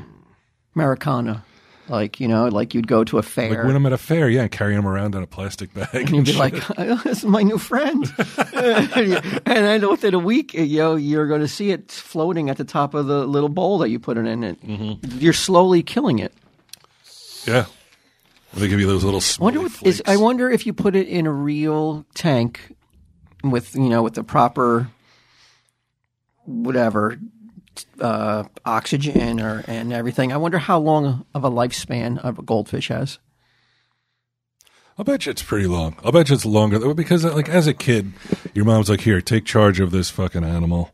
S2: Americana. Like you know, like you'd go to a fair.
S1: Like when I'm at a fair, yeah, carrying them around in a plastic bag.
S2: and you'd be like, "Oh, "This is my new friend," and then within a week, you know, you're going to see it floating at the top of the little bowl that you put it in. It you're slowly killing it.
S1: yeah. They give you those little
S2: I wonder what is, I wonder if you put it in a real tank with you know with the proper whatever uh, oxygen or and everything. I wonder how long of a lifespan of a goldfish has.
S1: I'll bet you it's pretty long. I'll bet you it's longer th- because, like, as a kid, your mom's like, "Here, take charge of this fucking animal,"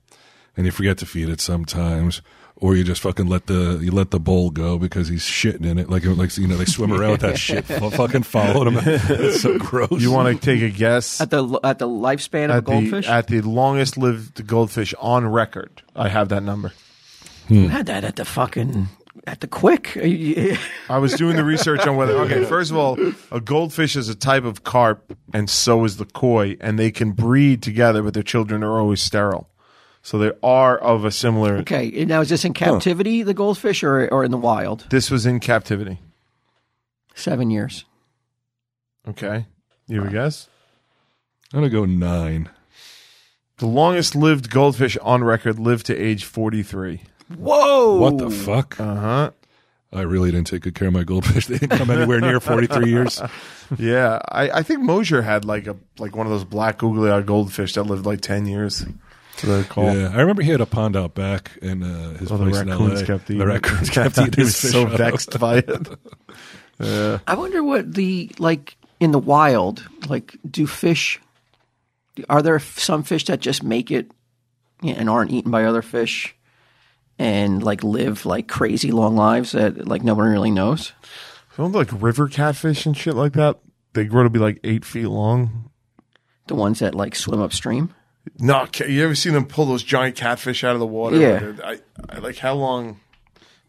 S1: and you forget to feed it sometimes, or you just fucking let the you let the bowl go because he's shitting in it. Like, it- like you know, they swim around with that shit, fu- fucking following him. It's so gross.
S3: You want to take a guess
S2: At the at the lifespan of a
S3: at the,
S2: goldfish,
S3: at the longest lived goldfish on record? I have that number.
S2: you had that at the fucking at the quick.
S3: I was doing the research on whether. Okay, first of all, a goldfish is a type of carp, and so is the koi, and they can breed together, but their children are always sterile. So they are of a similar.
S2: Okay, now is this in captivity, the goldfish, or or in the wild?
S3: This was in captivity.
S2: Seven years.
S3: Okay, you have a guess?
S1: I'm gonna go nine.
S3: The longest lived goldfish on record lived to age forty-three.
S2: Whoa!
S1: What the fuck?
S3: Uh huh.
S1: I really didn't take good care of my goldfish. They didn't come anywhere near 43 years.
S3: Yeah, I, I think Mosier had like a like one of those black googly-eyed goldfish that lived like ten years. To the call.
S1: Yeah, I remember he had a pond out back in uh, his
S3: Oh, the
S1: place in
S3: raccoons
S1: LA.
S3: kept eating.
S1: the
S3: it.
S1: raccoons kept eating
S3: he
S1: his
S3: was
S1: fish
S3: so
S1: up.
S3: vexed by it.
S2: I wonder what the like in the wild like do fish are there f- some fish that just make it yeah, and aren't eaten by other fish and like live like crazy long lives that like no one really knows.
S3: Don't like river catfish and shit like that. They grow to be like eight feet long.
S2: The ones that like swim upstream.
S3: No, ca- you ever seen them pull those giant catfish out of the water?
S2: Yeah.
S3: They're- I, I like how long?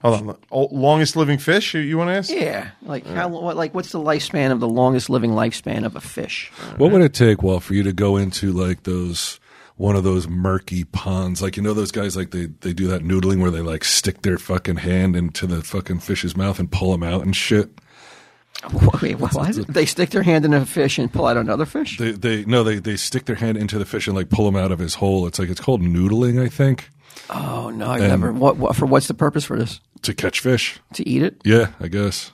S3: Hold on, lo- oh, longest living fish? You, you want to ask?
S2: Yeah, like how what, like what's the lifespan of the longest living lifespan of a fish?
S1: What would it take, well, for you to go into like those one of those murky ponds? Like you know those guys like they they do that noodling where they like stick their fucking hand into the fucking fish's mouth and pull him out and shit.
S2: Wait, what? They stick their hand in a fish and pull out another fish.
S1: They they no they they stick their hand into the fish and like pull him out of his hole. It's like it's called noodling, I think,
S2: Oh no, I remember. What, what for? What's the purpose for this?
S1: to catch fish.
S2: To eat it?
S1: Yeah, I guess.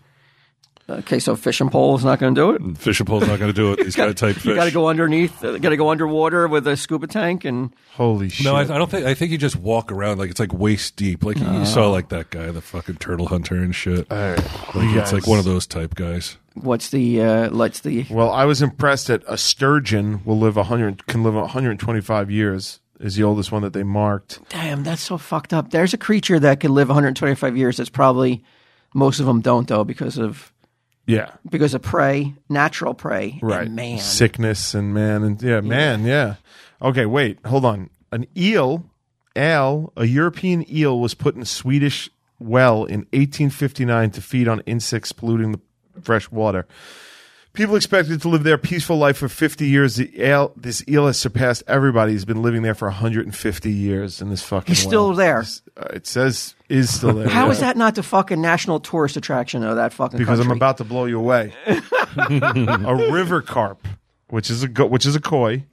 S2: Okay, so fish and pole is not going to do it.
S1: Fish and pole's not going to do it. He's got to type fish.
S2: You got to go underneath. got to go underwater with a scuba tank, and
S3: Holy shit!
S1: No, I, I don't think. I think you just walk around like it's like waist deep. Like you- you
S2: Oh.
S1: saw like that guy, the fucking turtle hunter and shit.
S2: Uh,
S1: Like, it's like one of those type guys.
S2: what's the uh, what's the
S3: Well, I was impressed that a sturgeon will live 100 can live 125 years is the oldest one that they marked.
S2: damn? That's so fucked up. There's a creature that could live 125 years. That's probably most of them don't though because of
S3: Yeah,
S2: because of prey, natural prey. and
S3: right.
S2: man.
S3: sickness and man and yeah, man, yeah. Okay, wait, hold on. An eel, al, a European eel was put in a Swedish well in 1859 to feed on insects polluting the fresh water. People expected to live their peaceful life for 50 years. The eel, this eel has surpassed everybody. He's been living there for 150 years in this fucking.
S2: He's
S3: well.
S2: still there.
S3: Uh, it says is still there.
S2: How
S3: yeah.
S2: is that not the fucking national tourist attraction of that fucking?
S3: Because I'm
S2: country?
S3: about to blow you away. a river carp, which is a go- which is a koi.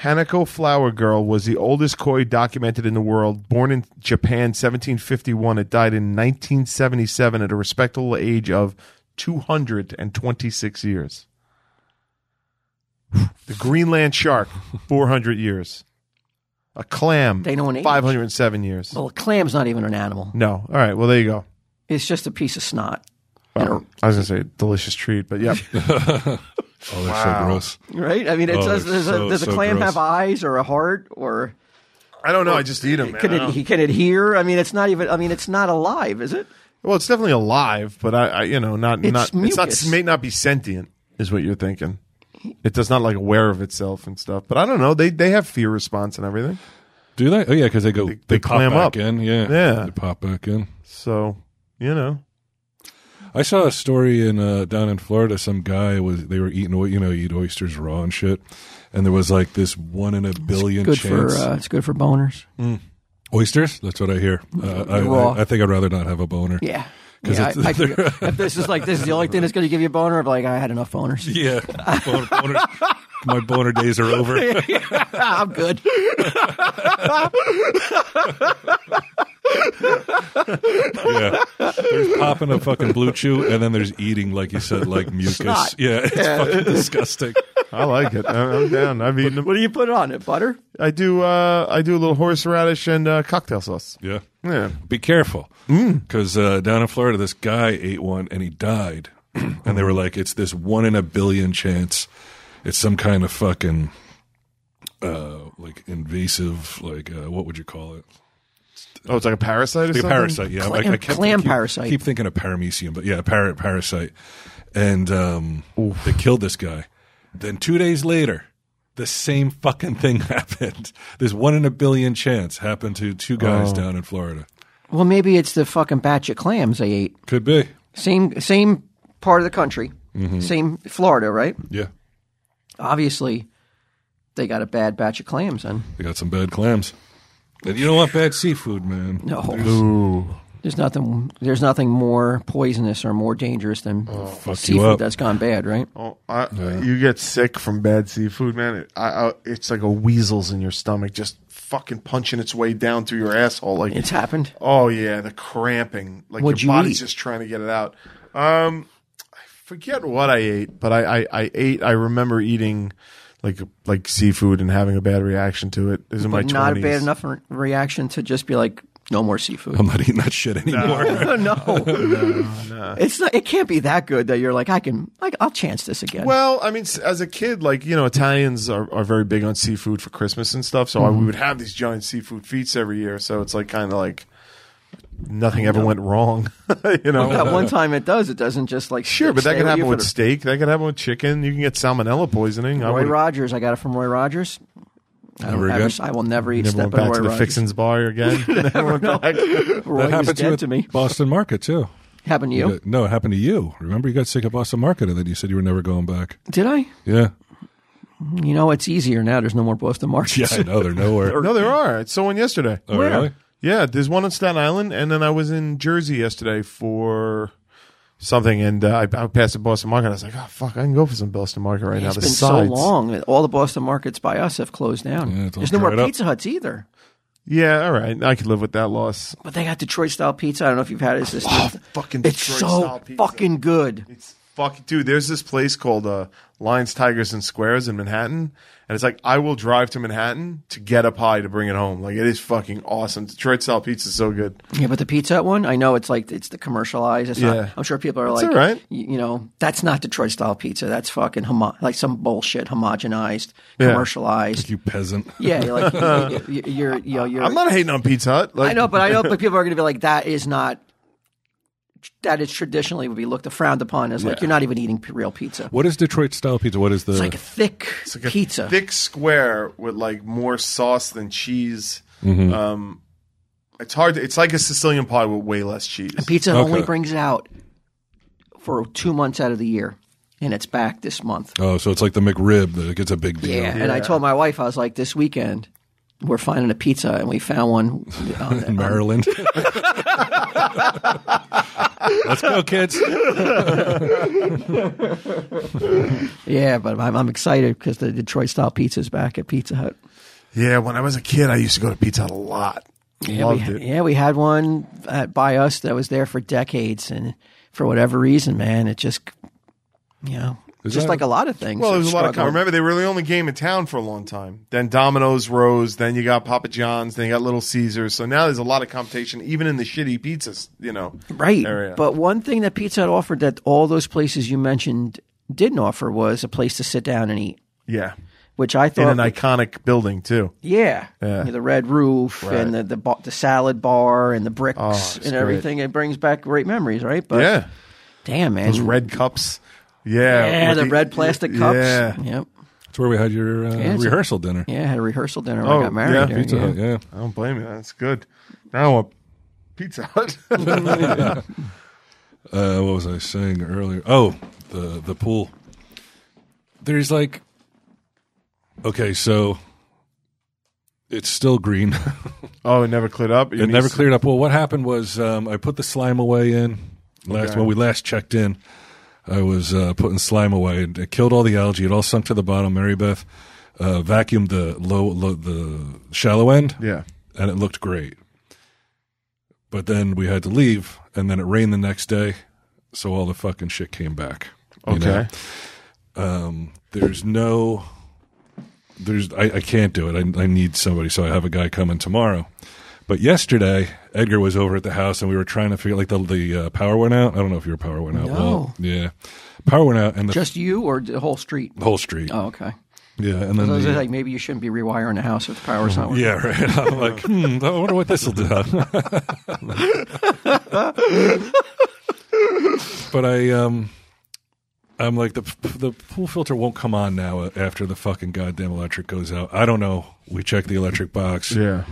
S3: Hanako Flower Girl was the oldest koi documented in the world. Born in Japan 1751, it died in 1977 at a respectable age of 226 years. The Greenland shark, 400 years. A clam,
S2: They don't age. Oh.
S3: 507 years.
S2: Well, a clam's not even an animal.
S3: No. All right. Well, there you go.
S2: It's just a piece of snot.
S3: Well, I was going to say delicious treat, but yeah.
S1: Oh, they're so gross.
S2: Right? I mean, it
S1: Oh,
S2: does.
S1: they're
S2: Does,
S1: so-
S2: a, does
S1: so
S2: a clam
S1: gross.
S2: have eyes or a heart or?
S3: I don't know. I just eat them.
S2: Can it, he can it hear? I mean, it's not even. I mean, it's not alive, is it?
S3: Well, it's definitely alive, but I, I you know, not
S2: It's
S3: not it's
S2: mucus.
S3: not may not be sentient, is what you're thinking. It does not like aware of itself and stuff. But I don't know. They they have fear response and everything.
S1: Do they? Oh yeah, because they go. They, pop
S3: clam
S1: back
S3: up.
S1: in. Yeah,
S3: Yeah.
S1: They pop back in.
S3: So you know,
S1: I saw a story in uh, down in Florida. Some guy was they were eating oy- you know you eat oysters raw and shit, and there was like this one in a billion
S2: Good
S1: chance
S2: for uh, it's good for boners.
S1: oysters. That's what I hear. Uh, I,
S2: Raw.
S1: I, I think I'd rather not have a boner.
S2: Yeah,
S1: because
S2: Yeah, I- I
S1: they're,
S2: figure if this is like this is the only thing that's going to give you a boner, I'm like I had enough boners.
S1: yeah, boner, boner- my boner days are over.
S2: I'm good.
S1: Yeah, there's popping a fucking blue chew, and then there's eating, like you said, like mucus.
S2: Snot.
S1: Yeah, it's fucking disgusting.
S3: I like it. I'm I'm down. I've eaten
S2: What
S3: them.
S2: do you put on it? Butter?
S3: I do. Uh, I do a little horseradish and uh, cocktail sauce.
S1: Yeah.
S3: Yeah.
S1: Be careful,
S2: Mm.
S1: because uh, down in Florida, this guy ate one and he died, and they were like, "It's this one in a billion chance. It's some kind of fucking uh, like invasive, like uh, what would you call it?
S3: Oh, it's like a parasite or
S1: Be a
S3: something.
S1: parasite. Yeah,
S2: Clam- clam
S1: keep,
S2: parasite.
S1: Keep thinking of paramecium, but yeah, a parrot parasite, and um, they killed this guy. Then two days later, the same fucking thing happened. This one in a billion chance happened to two guys down in Florida.
S2: Well, maybe it's the fucking batch of clams they ate.
S1: Could be.
S2: Same same part of the country.
S1: Mm-hmm.
S2: Same Florida, right?
S1: Yeah,
S2: Obviously, they got a bad batch of clams. Then
S1: they got some bad clams. And you don't want bad seafood, man.
S2: no,
S3: Ooh.
S2: there's nothing. There's nothing more poisonous or more dangerous than
S1: Oh, you
S2: seafood
S1: up.
S2: that's gone bad, right?
S3: Oh, I, you get sick from bad seafood, man. It, I, I, it's like a weasel's in your stomach, just fucking punching its way down through your asshole. Like,
S2: It's happened.
S3: oh yeah, the cramping. Like
S2: What'd
S3: your
S2: you
S3: body's
S2: eat?
S3: just trying to get it out. Um, I forget what I ate, but I, I, I ate. I remember eating like like seafood and having a bad reaction to it. It was in my
S2: But not a
S3: 20s.
S2: bad enough re- reaction to just be like, no more seafood.
S1: I'm not eating that shit anymore.
S2: no, it's not, it can't be that good that you're like I can like I'll chance this again.
S3: Well, I mean, s- as a kid, like you know, Italians are, are very big on seafood for Christmas and stuff. So I,
S2: Mm-hmm.
S3: we would have these giant seafood feasts every year. So it's like kind of like nothing ever went wrong, you know.
S2: that one time it does. It doesn't just like
S3: uh, Sure, but that
S2: stay
S3: can happen
S2: you
S3: with
S2: for the-
S3: steak. That can happen with chicken. You can get salmonella poisoning. I
S2: Roy
S3: would
S2: Rogers. I got it from Roy Rogers. I,
S1: Never
S2: don't ever,
S1: again?
S2: I will never eat
S3: never
S2: step
S3: went
S2: in
S3: back
S2: Roy
S3: to the
S2: Rogers.
S3: fixins bar again. never went back.
S2: Roy
S1: that
S2: was
S1: happened
S2: dead
S1: you
S2: to
S1: at
S2: me.
S1: Boston Market too.
S2: Happened to you?
S1: But- No, it happened to you. Remember, you got sick at Boston Market, and then you said you were never going back.
S2: Did I?
S1: Yeah,
S2: You know, it's easier now. There's no more Boston
S1: yeah,
S2: markets.
S1: I know they're nowhere.
S3: No, there are. It's someone yesterday.
S1: Oh,
S2: Where?
S1: really?
S3: Yeah, there's one on Staten Island, and then I was in Jersey yesterday for something, and uh, I, I passed the Boston Market. I was like, oh fuck, I can go for some Boston Market right now.
S2: It's
S3: the
S2: been so
S3: sides.
S2: long. that All the Boston markets by us have closed down.
S1: Yeah, it's all
S2: There's no more
S1: dried up.
S2: Pizza Huts either.
S3: Yeah, all right, I could live with that loss.
S2: But they got Detroit style pizza. I don't know if you've had it. It's, just,
S3: fucking
S2: it's
S3: Detroit-style
S2: so
S3: pizza.
S2: fucking good.
S3: It's fuck, dude. There's this place called uh, Lions, Tigers, and Squares in Manhattan, and it's like I will drive to Manhattan to get a pie to bring it home. Like it is fucking awesome. Detroit style pizza is so good.
S2: Yeah, but the Pizza Hut one, I know it's like it's the commercialized. It's
S3: Yeah.
S2: not, I'm sure people are
S3: It's
S2: like,
S3: all right.
S2: y- you know, that's not Detroit style pizza. That's fucking homo- like some bullshit homogenized,
S3: Yeah.
S2: commercialized.
S1: You peasant.
S2: Yeah, you're like you- you- you're, you know, you're.
S3: I'm not hating on Pizza Hut. Like,
S2: I know, but I know, but people are going to be like, that is not. That is traditionally would be looked frowned upon as like you're not even eating p- real pizza.
S1: What is Detroit style pizza? What is the?
S2: It's like a thick
S3: It's like a
S2: pizza.
S3: thick square with like more sauce than cheese. Um, it's hard. To, it's like a Sicilian pie with way less cheese.
S2: Pizza Hut only
S1: Okay.
S2: brings out for two months out of the year, and it's back this month.
S1: oh, so it's like the McRib that gets a big deal.
S2: Yeah. And I told my wife, I was like, this weekend, we're finding a pizza, and we found one. On,
S1: in Maryland. Let's go, kids.
S2: yeah, but I'm, I'm excited because the Detroit style pizza's back at Pizza Hut.
S3: Yeah, when I was a kid, I used to go to Pizza Hut a lot.
S2: Yeah, we
S3: Loved
S2: had,
S3: it.
S2: yeah, we had one at, by us that was there for decades, and for whatever reason, man, it just, you know, just
S1: that-
S2: like a lot of things.
S3: Well,
S2: it
S3: there was a lot of.
S2: struggled.
S3: Remember, they were the only game in town for a long time. Then Domino's rose. Then you got Papa John's. Then you got Little Caesars. So now there's a lot of competition, even in the shitty pizzas. You know,
S2: right?
S3: area.
S2: But one thing that Pizza Hut offered that all those places you mentioned didn't offer was a place to sit down and eat,
S3: yeah,
S2: which I
S3: in
S2: thought
S3: an iconic building too.
S2: Yeah.
S3: Yeah.
S2: the red roof
S3: Right.
S2: and the the, ba- the salad bar and the bricks
S3: it's
S2: and
S3: great.
S2: everything. It brings back great memories, right? But
S3: yeah,
S2: damn man,
S3: those red cups. Yeah,
S2: yeah,
S3: with
S2: the, red plastic cups.
S3: Yeah.
S2: Yep.
S1: That's where we had your uh,
S2: it's a-
S1: rehearsal dinner.
S2: Yeah, I had a rehearsal dinner when
S3: Oh,
S2: I got married.
S3: yeah,
S2: there,
S1: Pizza
S2: yeah.
S1: Hut, yeah.
S3: I don't blame you. That's good. Now I want Pizza Hut.
S1: Uh, what was I saying earlier? Oh, the the pool. There's like, okay, so it's still green.
S3: oh, it never cleared up.
S1: it never cleared up. Well, what happened was um, I put the slime away in. Last when we last checked in, I was uh, putting slime away and it killed all the algae. It all sunk to the bottom. Mary Beth uh, vacuumed the low, low, the shallow end,
S3: Yeah.
S1: and it looked great. But then we had to leave, and then it rained the next day, so all the fucking shit came back. you know?
S3: Okay.
S1: um, there's no there's I, I can't do it I, I need somebody so i have a guy coming tomorrow but yesterday edgar was over at the house and we were trying to figure like the, the uh, power went out i don't know if your power went out
S2: No.
S1: well yeah power went out and the
S2: Just you or the whole street?
S1: whole street
S2: Oh, okay.
S1: yeah and then
S2: So I was
S1: the-
S2: like, maybe you shouldn't be rewiring the house if the power's not working.
S1: yeah right i'm like hmm, i wonder what this will do but i um i'm like the the pool filter won't come on now after the fucking goddamn electric goes out i don't know we checked the electric box
S3: Yeah.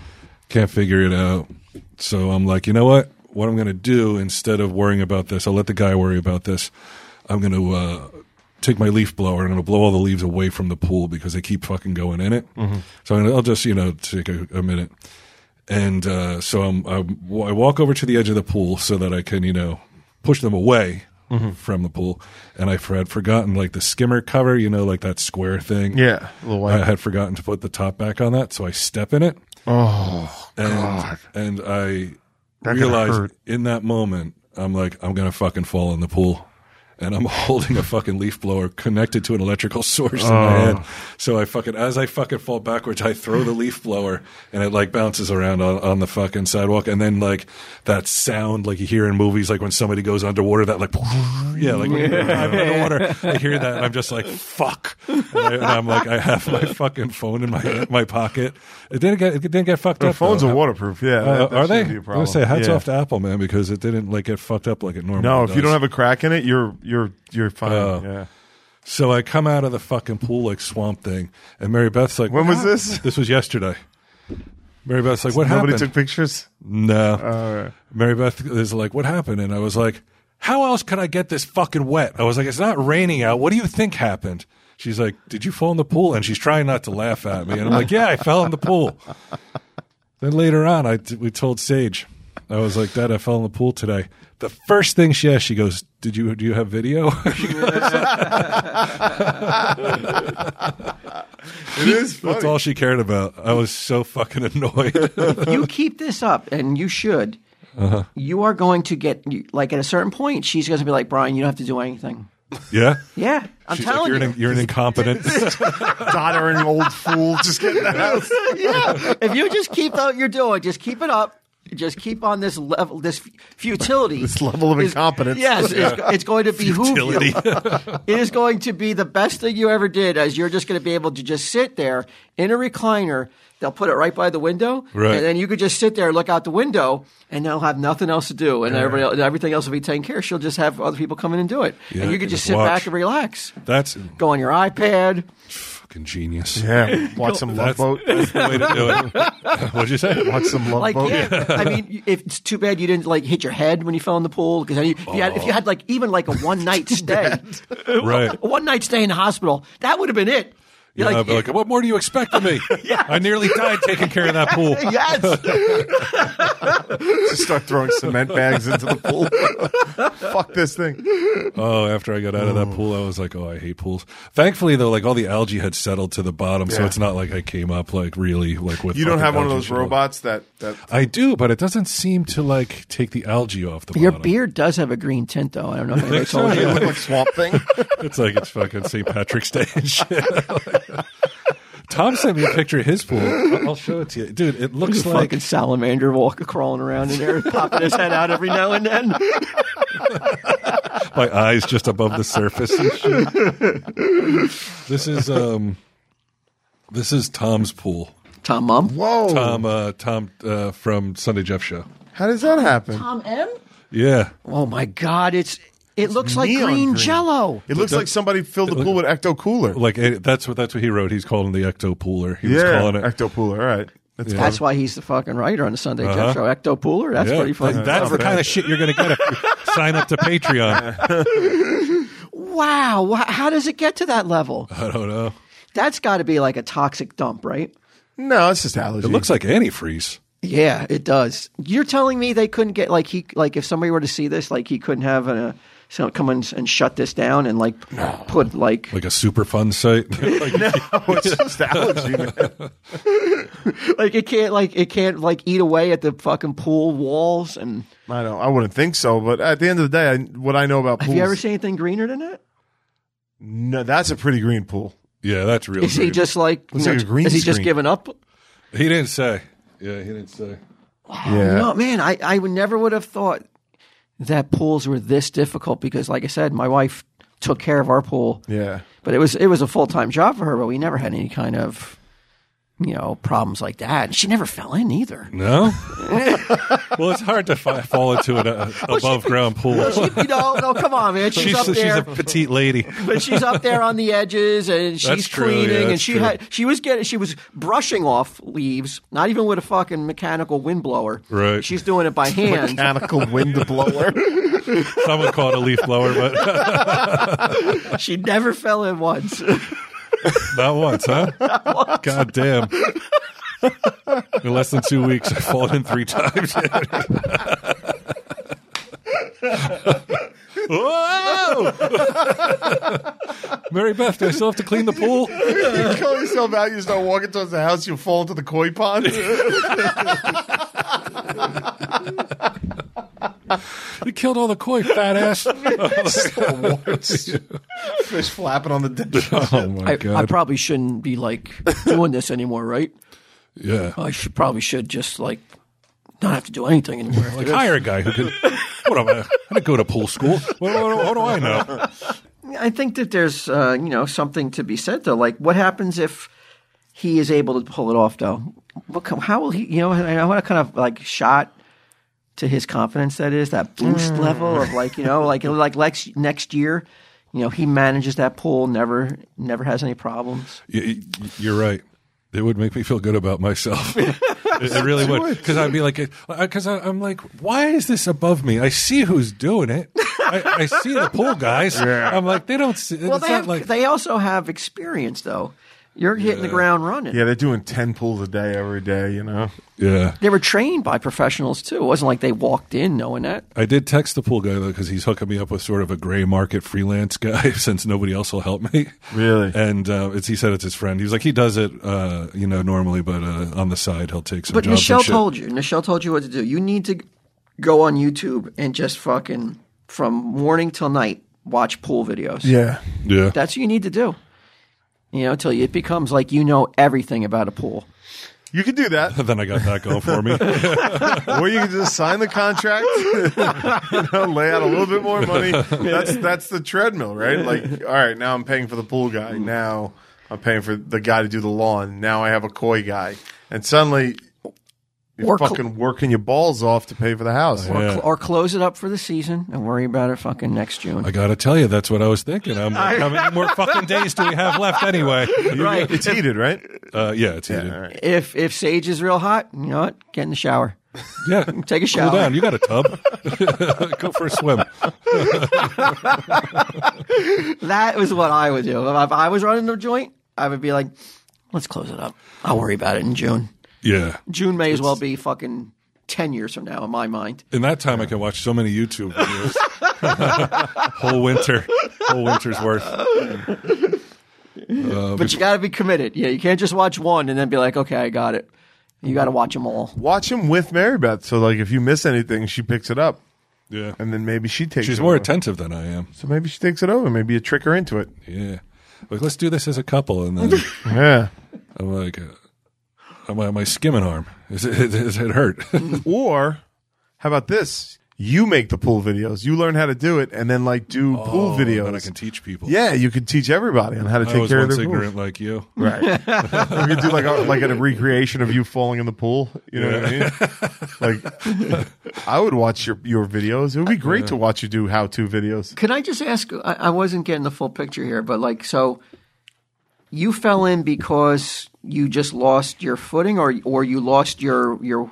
S1: can't figure it out. So I'm like, you know what? What I'm going to do instead of worrying about this, I'll let the guy worry about this. I'm going to uh, take my leaf blower and I'm going to blow all the leaves away from the pool because they keep fucking going in it. So I'm gonna, I'll just, you know, take a, a minute. And uh, so I'm, I'm, I walk over to the edge of the pool so that I can, you know, push them away from the pool. And I had forgotten like the skimmer cover, you know, like that square thing.
S3: Yeah. A little
S1: I
S3: white.
S1: had forgotten to put the top back on that, so I step in it.
S3: Oh,
S1: And,
S3: God.
S1: and I
S3: That could
S1: realized
S3: hurt.
S1: in that moment, I'm like, I'm gonna fucking fall in the pool. And I'm holding a fucking leaf blower connected to an electrical source in my hand. So I fucking, as I fucking fall backwards, I throw the leaf blower and it like bounces around on, on the fucking sidewalk. And then like that sound like you hear in movies, like when somebody goes underwater, that like, yeah, like when you're diving underwater, I hear that and I'm just like, fuck. And, I, and I'm like, I have my fucking phone in my, my pocket. It didn't get, it didn't get fucked
S3: Their
S1: up.
S3: phones
S1: though.
S3: are waterproof. Yeah.
S1: Uh,
S3: that- that
S1: are they?
S3: shouldn't be a
S1: I'm
S3: problem.
S1: gonna say hats
S3: Yeah.
S1: off to Apple, man, because it didn't like get fucked up like it normally.
S3: No, if you
S1: does.
S3: don't have a crack in it, you're you're you're fine.
S1: Oh.
S3: yeah.
S1: So I come out of the fucking pool like swamp thing, and Mary Beth's like,
S3: When
S1: "What
S3: was this?
S1: happened?" This was yesterday. Mary Beth's like, "What
S3: Nobody
S1: happened?"
S3: took pictures.
S1: no.
S3: Uh,
S1: Mary Beth is like, "What happened?" And I was like, "How else could I get this fucking wet?" I was like, "It's not raining out. What do you think happened?" She's like, "Did you fall in the pool?" And she's trying not to laugh at me, and I'm like, "Yeah, I fell in the pool." then later on, I we told Sage, I was like, "Dad, I fell in the pool today." The first thing she asked, she goes, "Did you do you have video?"
S3: it is
S1: That's
S3: funny.
S1: all she cared about. I was so fucking annoyed.
S2: If you keep this up, and you should,
S3: Uh-huh.
S2: you are going to get, you- like, at a certain point, she's going to be like, Brian, you don't have to do anything.
S1: yeah,
S2: Yeah, I'm
S1: she's like,
S2: telling
S1: "You're
S2: you.
S1: an, you're an incompetent."
S3: Doddering old fool. Just getting out.
S2: yeah, if you just keep what you're doing, just keep it up. Just keep on this level, this futility, this
S3: level of incompetence.
S2: Yes, it's, it's going to be
S1: Futility.
S2: It is going to be the best thing you ever did, as you're just going to be able to just sit there in a recliner. They'll put it right by the window,
S1: Right.
S2: and then you could just sit there, look out the window, and they'll have nothing else to do, and everybody, else, everything else will be taken care. of. She'll just have other people come in and do it,
S1: Yeah,
S2: and you
S1: you can
S2: could just
S1: just
S2: sit
S1: watch.
S2: back and relax.
S1: That's
S2: Go on your iPad.
S1: fucking genius.
S3: Yeah. Watch some love
S1: That's,
S3: boat.
S1: that's the way to do it. What'd you say?
S3: Watch some love
S2: Like,
S3: boat.
S2: yeah. I mean, if it's too bad you didn't like hit your head when you fell in the pool because if, you had- if you had like even like a one night stay,
S1: Right.
S2: a one night stay in the hospital, that would have been it.
S1: You know, I'd be like, what more do you expect of me? I nearly died taking care of that pool.
S2: yes,
S3: Just start throwing cement bags into the pool. Fuck this thing.
S1: Oh, after I got out of
S3: Mm.
S1: that pool, I was like, oh, I hate pools. Thankfully, though, like all the algae had settled to the bottom, so
S3: Yeah.
S1: it's not like I came up like really like with.
S3: You don't
S1: fucking
S3: have one of
S1: algae
S3: those
S1: showing up.
S3: robots that that
S1: I do, but it doesn't seem to like take the algae off the
S2: your
S1: bottom.
S2: beard does have a green tint though. I don't know if anybody
S1: Think so?
S2: told
S3: They
S2: you.
S3: look like Swamp Thing.
S1: It's like it's fucking St. Patrick's Day and shit. Tom sent me a picture of his pool. I'll show it to you, dude. It looks
S2: Just a
S1: like
S2: fucking salamander walk crawling around in there, popping his head out every now and then.
S1: my eyes just above the surface and shit. This is um this is Tom's pool.
S2: Tom, mom,
S3: Whoa!
S1: Tom uh Tom uh from Sunday Jeff show.
S3: How does that happen?
S2: Tom M.
S1: Yeah.
S2: Oh my God, it's it looks like
S3: neon
S2: green,
S3: green.
S2: Jello.
S3: It looks like somebody filled the pool with ecto cooler.
S1: Like it, that's what that's what he wrote. He's calling the ecto pooler. He was
S3: yeah,
S1: calling it
S3: ecto cooler. All right, that's fine.
S2: That's why he's the fucking writer on the Sunday Jeff
S1: Uh-huh.
S2: Show. Ecto Pooler. That's
S1: Yeah,
S2: pretty fucking.
S1: that- that's
S2: clever.
S1: the kind of shit you're going to get if you sign up to Patreon.
S2: Wow. wha- How does it get to that level?
S1: I don't know.
S2: That's got to be like a toxic dump, right?
S3: No, it's just allergy.
S1: It looks like antifreeze.
S2: Yeah, it does. You're telling me they couldn't get like he like if somebody were to see this, like he couldn't have a so come and, and shut this down and like put like
S1: Like a super fun site. Like,
S3: it's just allergy, man.
S2: like it can't like it can't like eat away at the fucking pool walls and
S3: I don't. I wouldn't think so, but at the end of the day, I, what I know about pools,
S2: have you ever seen anything greener than that?
S3: no, that's a pretty green pool.
S1: yeah, that's real.
S2: Is he
S1: great.
S2: just like,
S3: Looks
S2: you
S3: like a green
S2: is he just
S3: screen.
S2: giving up?
S1: He didn't say. Yeah, he didn't say.
S3: Yeah.
S2: No, man, I, I would never would have thought that pools were this difficult because like I said, my wife took care of our pool.
S3: Yeah.
S2: But it was it was a full time job for her, but we never had any kind of you know, problems like that. She never fell in either.
S1: No. well, it's hard to fi- fall into an uh, above ground pool.
S2: you know, no, come on, man. She's,
S1: She's,
S2: up
S1: she's
S2: there,
S1: a petite lady.
S2: but she's up there on the edges, and she's
S1: That's true, yeah,
S2: cleaning, and
S1: that's
S2: she
S1: true.
S2: had she was getting she was brushing off leaves, not even with a fucking mechanical windblower.
S1: Right.
S2: she's doing it by hand.
S3: Mechanical wind blower.
S1: Someone called a leaf blower, but
S2: she never fell in once.
S1: not once, huh? God damn. In less than two weeks, I've fallen in three times. Whoa! Mary Beth, do I still have to clean the pool?
S3: you call yourself out, you start walking towards the house, you fall into the koi pond.
S1: You killed all the koi, fat ass.
S3: Fish flapping on the ditch.
S1: Oh my
S2: I,
S1: god!
S2: I probably shouldn't be like doing this anymore, right?
S1: yeah,
S2: I should probably should just like not have to do anything anymore. after
S1: like
S2: this.
S1: hire a guy who can. What am I? I didn't go to pool school. What, what- what do I know?
S2: I think that there's uh, you know something to be said though. Like, what happens if he is able to pull it off though? What, co- how will he? You know, I want to kind of like shot to his confidence. That is that boost level of like you know like like Lex next year. You know, he manages that pool. Never never has any problems.
S1: You, you're right. It would make me feel good about myself. It, it really would, because I'd be like, because I'm like, why is this above me? I see who's doing it. I, I see the pool guys. I'm like, they don't see.
S2: Well,
S1: it's
S2: they
S1: not
S2: have,
S1: like
S2: they also have experience though. You're hitting the ground running.
S3: Yeah, they're doing 10 pools a day every day, you know?
S1: yeah.
S2: They were trained by professionals too. It wasn't like they walked in knowing that.
S1: I did text the pool guy though because he's hooking me up with sort of a gray market freelance guy since nobody else will help me.
S3: Really?
S1: And uh, it's, he said it's his friend. He was like, he does it, uh, you know, normally, but uh, on the side he'll take some.
S2: But
S1: jobs
S2: Michelle
S1: and shit.
S2: told you. Michelle told you what to do. You need to go on YouTube and just fucking from morning till night watch pool videos.
S3: Yeah.
S1: yeah,
S2: That's what you need to do. You know, till it becomes like you know everything about a pool.
S3: You could do that.
S1: then I got that going for me.
S3: or you can just sign the contract, you know, lay out a little bit more money. That's that's the treadmill, right? Like, all right, now I'm paying for the pool guy. Now I'm paying for the guy to do the lawn. Now I have a koi guy, and suddenly you're
S2: Or cl-
S3: fucking working your balls off to pay for the house.
S1: Yeah.
S2: Or close it up for the season and worry about it fucking next June.
S1: I gotta tell you, that's what I was thinking. I'm like, how many more fucking days do we have left anyway?
S2: right.
S3: It's heated, right?
S1: Uh, yeah, it's yeah,
S3: all right.
S2: If if sage is real hot, you know what? Get in the shower.
S1: yeah.
S2: Take a
S1: Cool
S2: shower.
S1: down. You got a tub. Go for a swim.
S2: That was what I would do. If I was running the joint, I would be like, let's close it up. I'll worry about it in June.
S1: Yeah.
S2: June may as well be fucking 10 years from now in my mind.
S1: In that time, I can watch so many YouTube videos. whole winter, whole winter's worth.
S2: But you got to be committed. Yeah, you can't just watch one and then be like, okay, I got it. You got to watch them all.
S3: Watch him with Mary Beth. So, like, if you miss anything, she picks it up,
S1: Yeah.
S3: and then maybe she takes.
S1: She's
S3: it
S1: more
S3: over.
S1: attentive than I am.
S3: So maybe she takes it over. Maybe you trick her into it.
S1: Yeah. Like, let's do this as a couple. And then
S3: Yeah.
S1: I'm like, uh, my, my skimming arm, is it, is it hurt?
S3: Or how about this? You make the pool videos. You learn how to do it, and then like do pool videos.
S1: But Oh, I can teach people.
S3: yeah, you can teach everybody on how to
S1: I
S3: take
S1: was
S3: care of
S1: once
S3: their
S1: ignorant
S3: pool.
S1: like you.
S3: Right. you could do like a, like a recreation of you falling in the pool. You know what I mean? Like, I would watch your your videos. It would be great to watch you do how to videos.
S2: Can I just ask? I, I wasn't getting the full picture here, but like, so you fell in because you just lost your footing or or you lost your your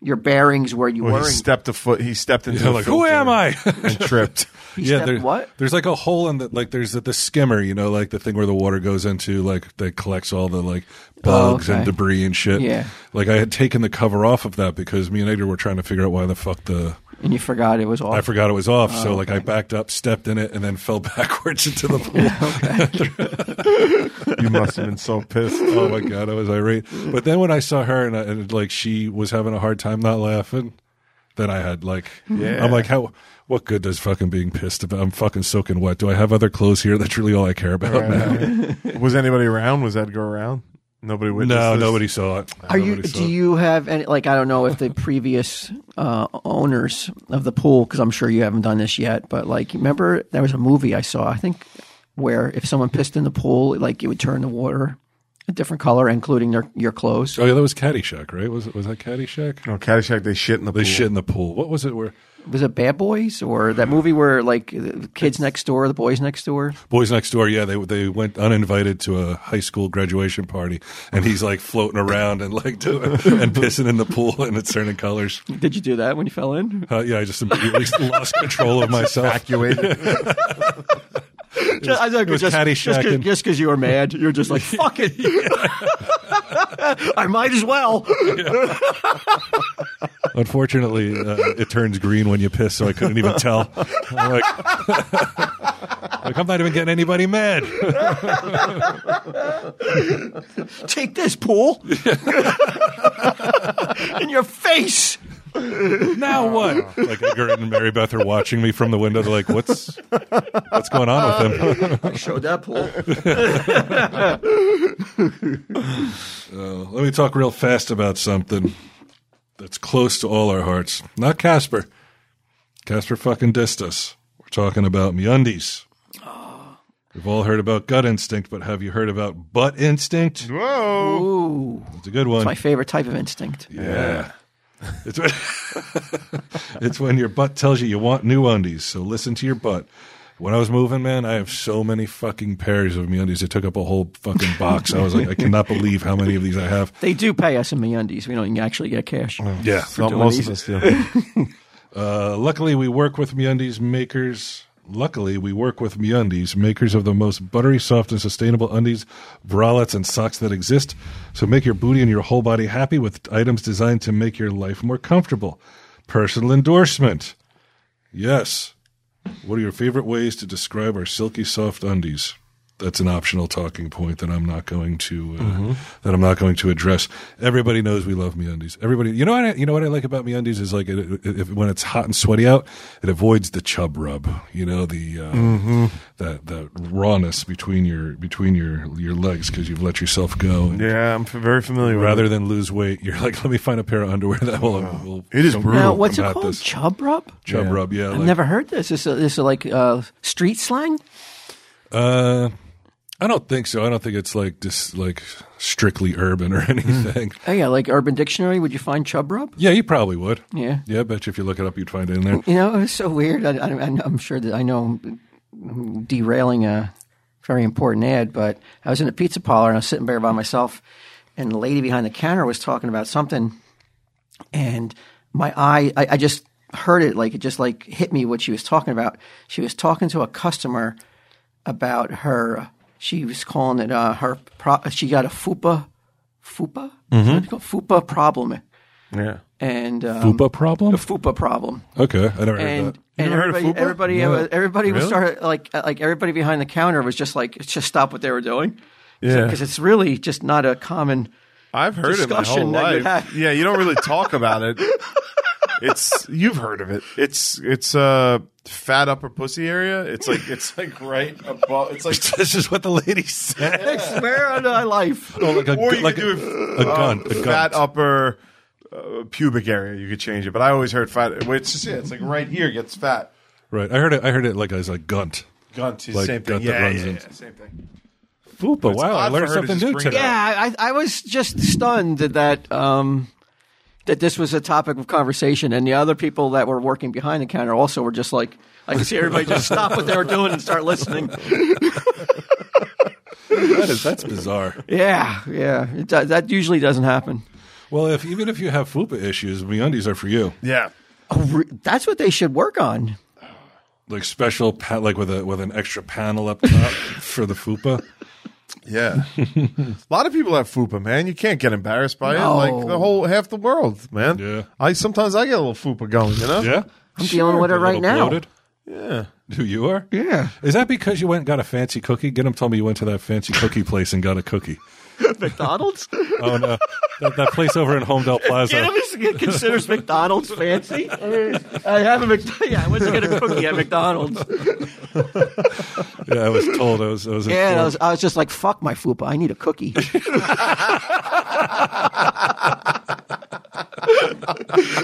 S2: your bearings where you
S3: Well,
S2: were.
S3: he
S2: in-
S3: stepped a foot. He stepped into
S1: They're
S3: a
S1: like, who
S3: filter
S1: am I?
S3: And tripped.
S2: He stepped
S1: there-
S2: what?
S1: There's like a hole in the like. There's the, the skimmer, you know, like the thing where the water goes into, like that collects all the like bugs and
S2: Oh, okay.
S1: debris and shit.
S2: Yeah.
S1: Like I had taken the cover off of that because me and Edgar were trying to figure out why the fuck the
S2: and you forgot it was
S1: I
S2: off.
S1: forgot it was off.
S2: Oh,
S1: so like I backed up, stepped in it, and then fell backwards into the pool.
S3: You must have been so pissed.
S1: oh my god, I was irate. But then when I saw her and, I, and like she was having a hard time not laughing, then I had like,
S2: Mm-hmm.
S3: Yeah.
S1: I'm like, how? What good does fucking being pissed about? I'm fucking soaking wet. Do I have other clothes here? That's really all I care about now.
S3: was anybody around? Was Edgar around? Nobody witnessed.
S1: No,
S3: this?
S1: nobody saw it.
S2: Are you?
S1: Nobody saw
S2: Do
S1: it.
S2: you have any? Like, I don't know if the previous uh, owners of the pool, because I'm sure you haven't done this yet. But like, remember there was a movie I saw. I think where if someone pissed in the pool, like it would turn the water a different color, including their your clothes.
S1: Oh yeah, that was Caddyshack, right? Was it? Was that Caddyshack?
S3: No, Caddyshack. They shit in the
S1: They
S3: pool.
S1: shit in the pool. What was it? Where
S2: Was it Bad Boys or that movie where like the kids next door, the boys next door?
S1: Boys Next Door? Yeah, they they went uninvited to a high school graduation party, and he's like floating around and like doing and pissing in the pool, and it's turning colors.
S2: Did you do that when you fell in?
S1: Uh, yeah, I just immediately lost control of myself.
S3: Evacuated.
S2: Just, I think
S1: it was
S2: just- just 'cause-
S1: caddyshack and-
S2: just because you were mad, you're just like fuck it. I might as well.
S1: Unfortunately, uh, it turns green when you piss, so I couldn't even tell. I'm like, like, I'm not even getting anybody mad.
S2: Take this pool in your face. Oh,
S1: Now what? Like Edgar and Mary Beth are watching me from the window. They're like, "What's what's going on with him?"
S2: I showed that pool.
S1: Let me talk real fast about something that's close to all our hearts. Not Casper. Casper fucking dissed us. We're talking about MeUndies. We've all heard about gut instinct, but have you heard about butt instinct?
S3: Whoa.
S2: Ooh,
S1: It's a good one.
S2: my favorite type of instinct.
S1: Yeah. It's when, it's when your butt tells you you want new undies, so listen to your butt. When I was moving, man, I have so many fucking pairs of MeUndies. It took up a whole fucking box. I was like, I cannot believe how many of these I have.
S2: They do pay us in MeUndies. We don't actually get cash.
S1: Yeah.
S3: Not
S2: doing
S3: most of
S2: these.
S3: us do.
S1: Uh, luckily, we work with MeUndies makers. Luckily, we work with MeUndies, makers of the most buttery, soft, and sustainable undies, bralettes, and socks that exist. So make your booty and your whole body happy with items designed to make your life more comfortable. Personal endorsement. Yes. What are your favorite ways to describe our silky, soft undies? That's an optional talking point that I'm not going to uh,
S3: Mm-hmm.
S1: that I'm not going to address. Everybody knows we love MeUndies. Everybody, you know what I, you know what I like about MeUndies is like it, it, if, when it's hot and sweaty out, it avoids the chub rub. You know the uh,
S3: Mm-hmm.
S1: that that rawness between your between your your legs because you've let yourself go. And
S3: Yeah, I'm f- very familiar with
S1: Rather than lose weight, you're like, let me find a pair of underwear that will. will
S3: Oh. It is
S1: will
S3: brutal.
S2: Now, what's it
S1: combat
S2: called?
S1: this.
S2: Chub rub?
S1: Chub
S3: Yeah.
S1: rub, yeah.
S2: I've
S1: like-
S2: never heard this. Is this is like uh, street slang?
S1: Uh, I don't think so. I don't think it's like just like strictly urban or anything.
S2: Oh yeah, like Urban Dictionary. Would you find chub rub?
S1: yeah, you probably would.
S2: Yeah.
S1: Yeah, I bet you if you look it up, you'd find it in there.
S2: You know, it was so weird. I, I, I'm sure that I know I'm derailing a very important ad, but I was in a pizza parlor and I was sitting there by myself, and the lady behind the counter was talking about something, and my eye, I, I just heard it like it just like hit me what she was talking about. She was talking to a customer about her. She was calling it uh, her. Pro, she got a fupa, fupa, mm-hmm. fupa problem,
S3: it. Yeah.
S2: and um,
S1: Fupa problem?
S2: fupa problem
S1: Okay, I never heard
S2: and
S1: that.
S2: and
S3: never heard of
S2: everybody
S3: fupa?
S2: everybody was, everybody was started like uh, like everybody behind the counter was just like just stop what they were doing
S3: Yeah.
S2: because it's really just not a common
S3: I've heard it my whole
S2: discussion that you
S3: life.
S2: have.
S3: Yeah, you don't really talk about it. It's you've heard of it. It's it's uh fat upper pussy area. It's like it's like right above. It's like
S1: This is what the lady said.
S2: I swear on my life
S1: Oh, like a,
S3: or you
S1: like
S3: could
S1: a, uh,
S3: do uh,
S1: a gun. A gun.
S3: fat upper uh, pubic area. You could change it, but I always heard fat. well, It's just yeah, it's like right here gets fat.
S1: Right. I heard it. I heard it like as like gunt.
S3: Gunt,
S1: Like
S3: same thing.
S1: gut that
S3: Yeah,
S1: runs
S3: yeah,
S1: in.
S3: yeah, same thing.
S1: Fupa. Wow, I
S3: odd
S1: learned
S3: for her to
S1: something
S3: just
S1: new
S3: bring
S1: today.
S3: it up.
S2: yeah I, I was just stunned that that um, that this was a topic of conversation and the other people that were working behind the counter also were just like I could see everybody just stop what they were doing and start listening.
S1: That is, that's bizarre.
S2: Yeah, yeah. It, do- that usually doesn't happen.
S1: Well, if even if you have fupa issues, MeUndies are for you.
S3: Yeah.
S2: Oh, re- that's what they should work on.
S1: Like special, pa- like with a with an extra panel up top for the fupa.
S3: Yeah. a lot of people have FUPA, man. You can't get embarrassed by
S2: No.
S3: it. Like the whole half the world, man.
S1: Yeah.
S3: I sometimes I get a little FUPA going, you know?
S1: Yeah,
S2: I'm dealing with it
S1: A
S2: right
S1: little
S2: now.
S1: bloated?
S3: Yeah.
S1: Who you are?
S2: Yeah.
S1: Is that because you went and got a fancy cookie? Get him told me you went to that fancy cookie place and got a cookie.
S2: McDonald's?
S1: Oh no, that, that place over in Homedale Plaza.
S2: Cannabis considers McDonald's fancy. I mean, I have a McDonald's. Yeah, I went to get a cookie at McDonald's.
S1: Yeah, I was told. I was. I was.
S2: Yeah, and I
S1: informed.
S2: was, I was just like, fuck my fupa. I need a cookie.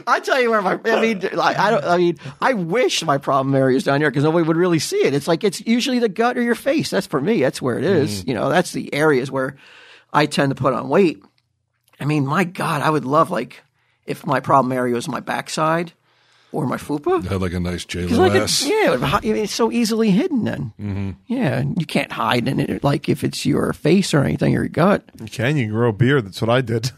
S2: I tell you where my, I mean, like, I don't, I mean, I wish my problem area is down here because nobody would really see it. It's like, it's usually the gut or your face. That's for me. That's where it is. You know, that's the areas where I tend to put on weight. I mean, my God, I would love like if my problem area was my backside or my fupa.
S1: had like a nice J
S2: It's
S1: Lo
S2: like a-
S1: ass.
S2: yeah, it would hi- I mean, it's so easily hidden. Then,
S1: Mm-hmm.
S2: yeah, and you can't hide in it. Like if it's your face or anything or your gut.
S1: Oh,
S3: You can, you can grow a beard. That's what I did.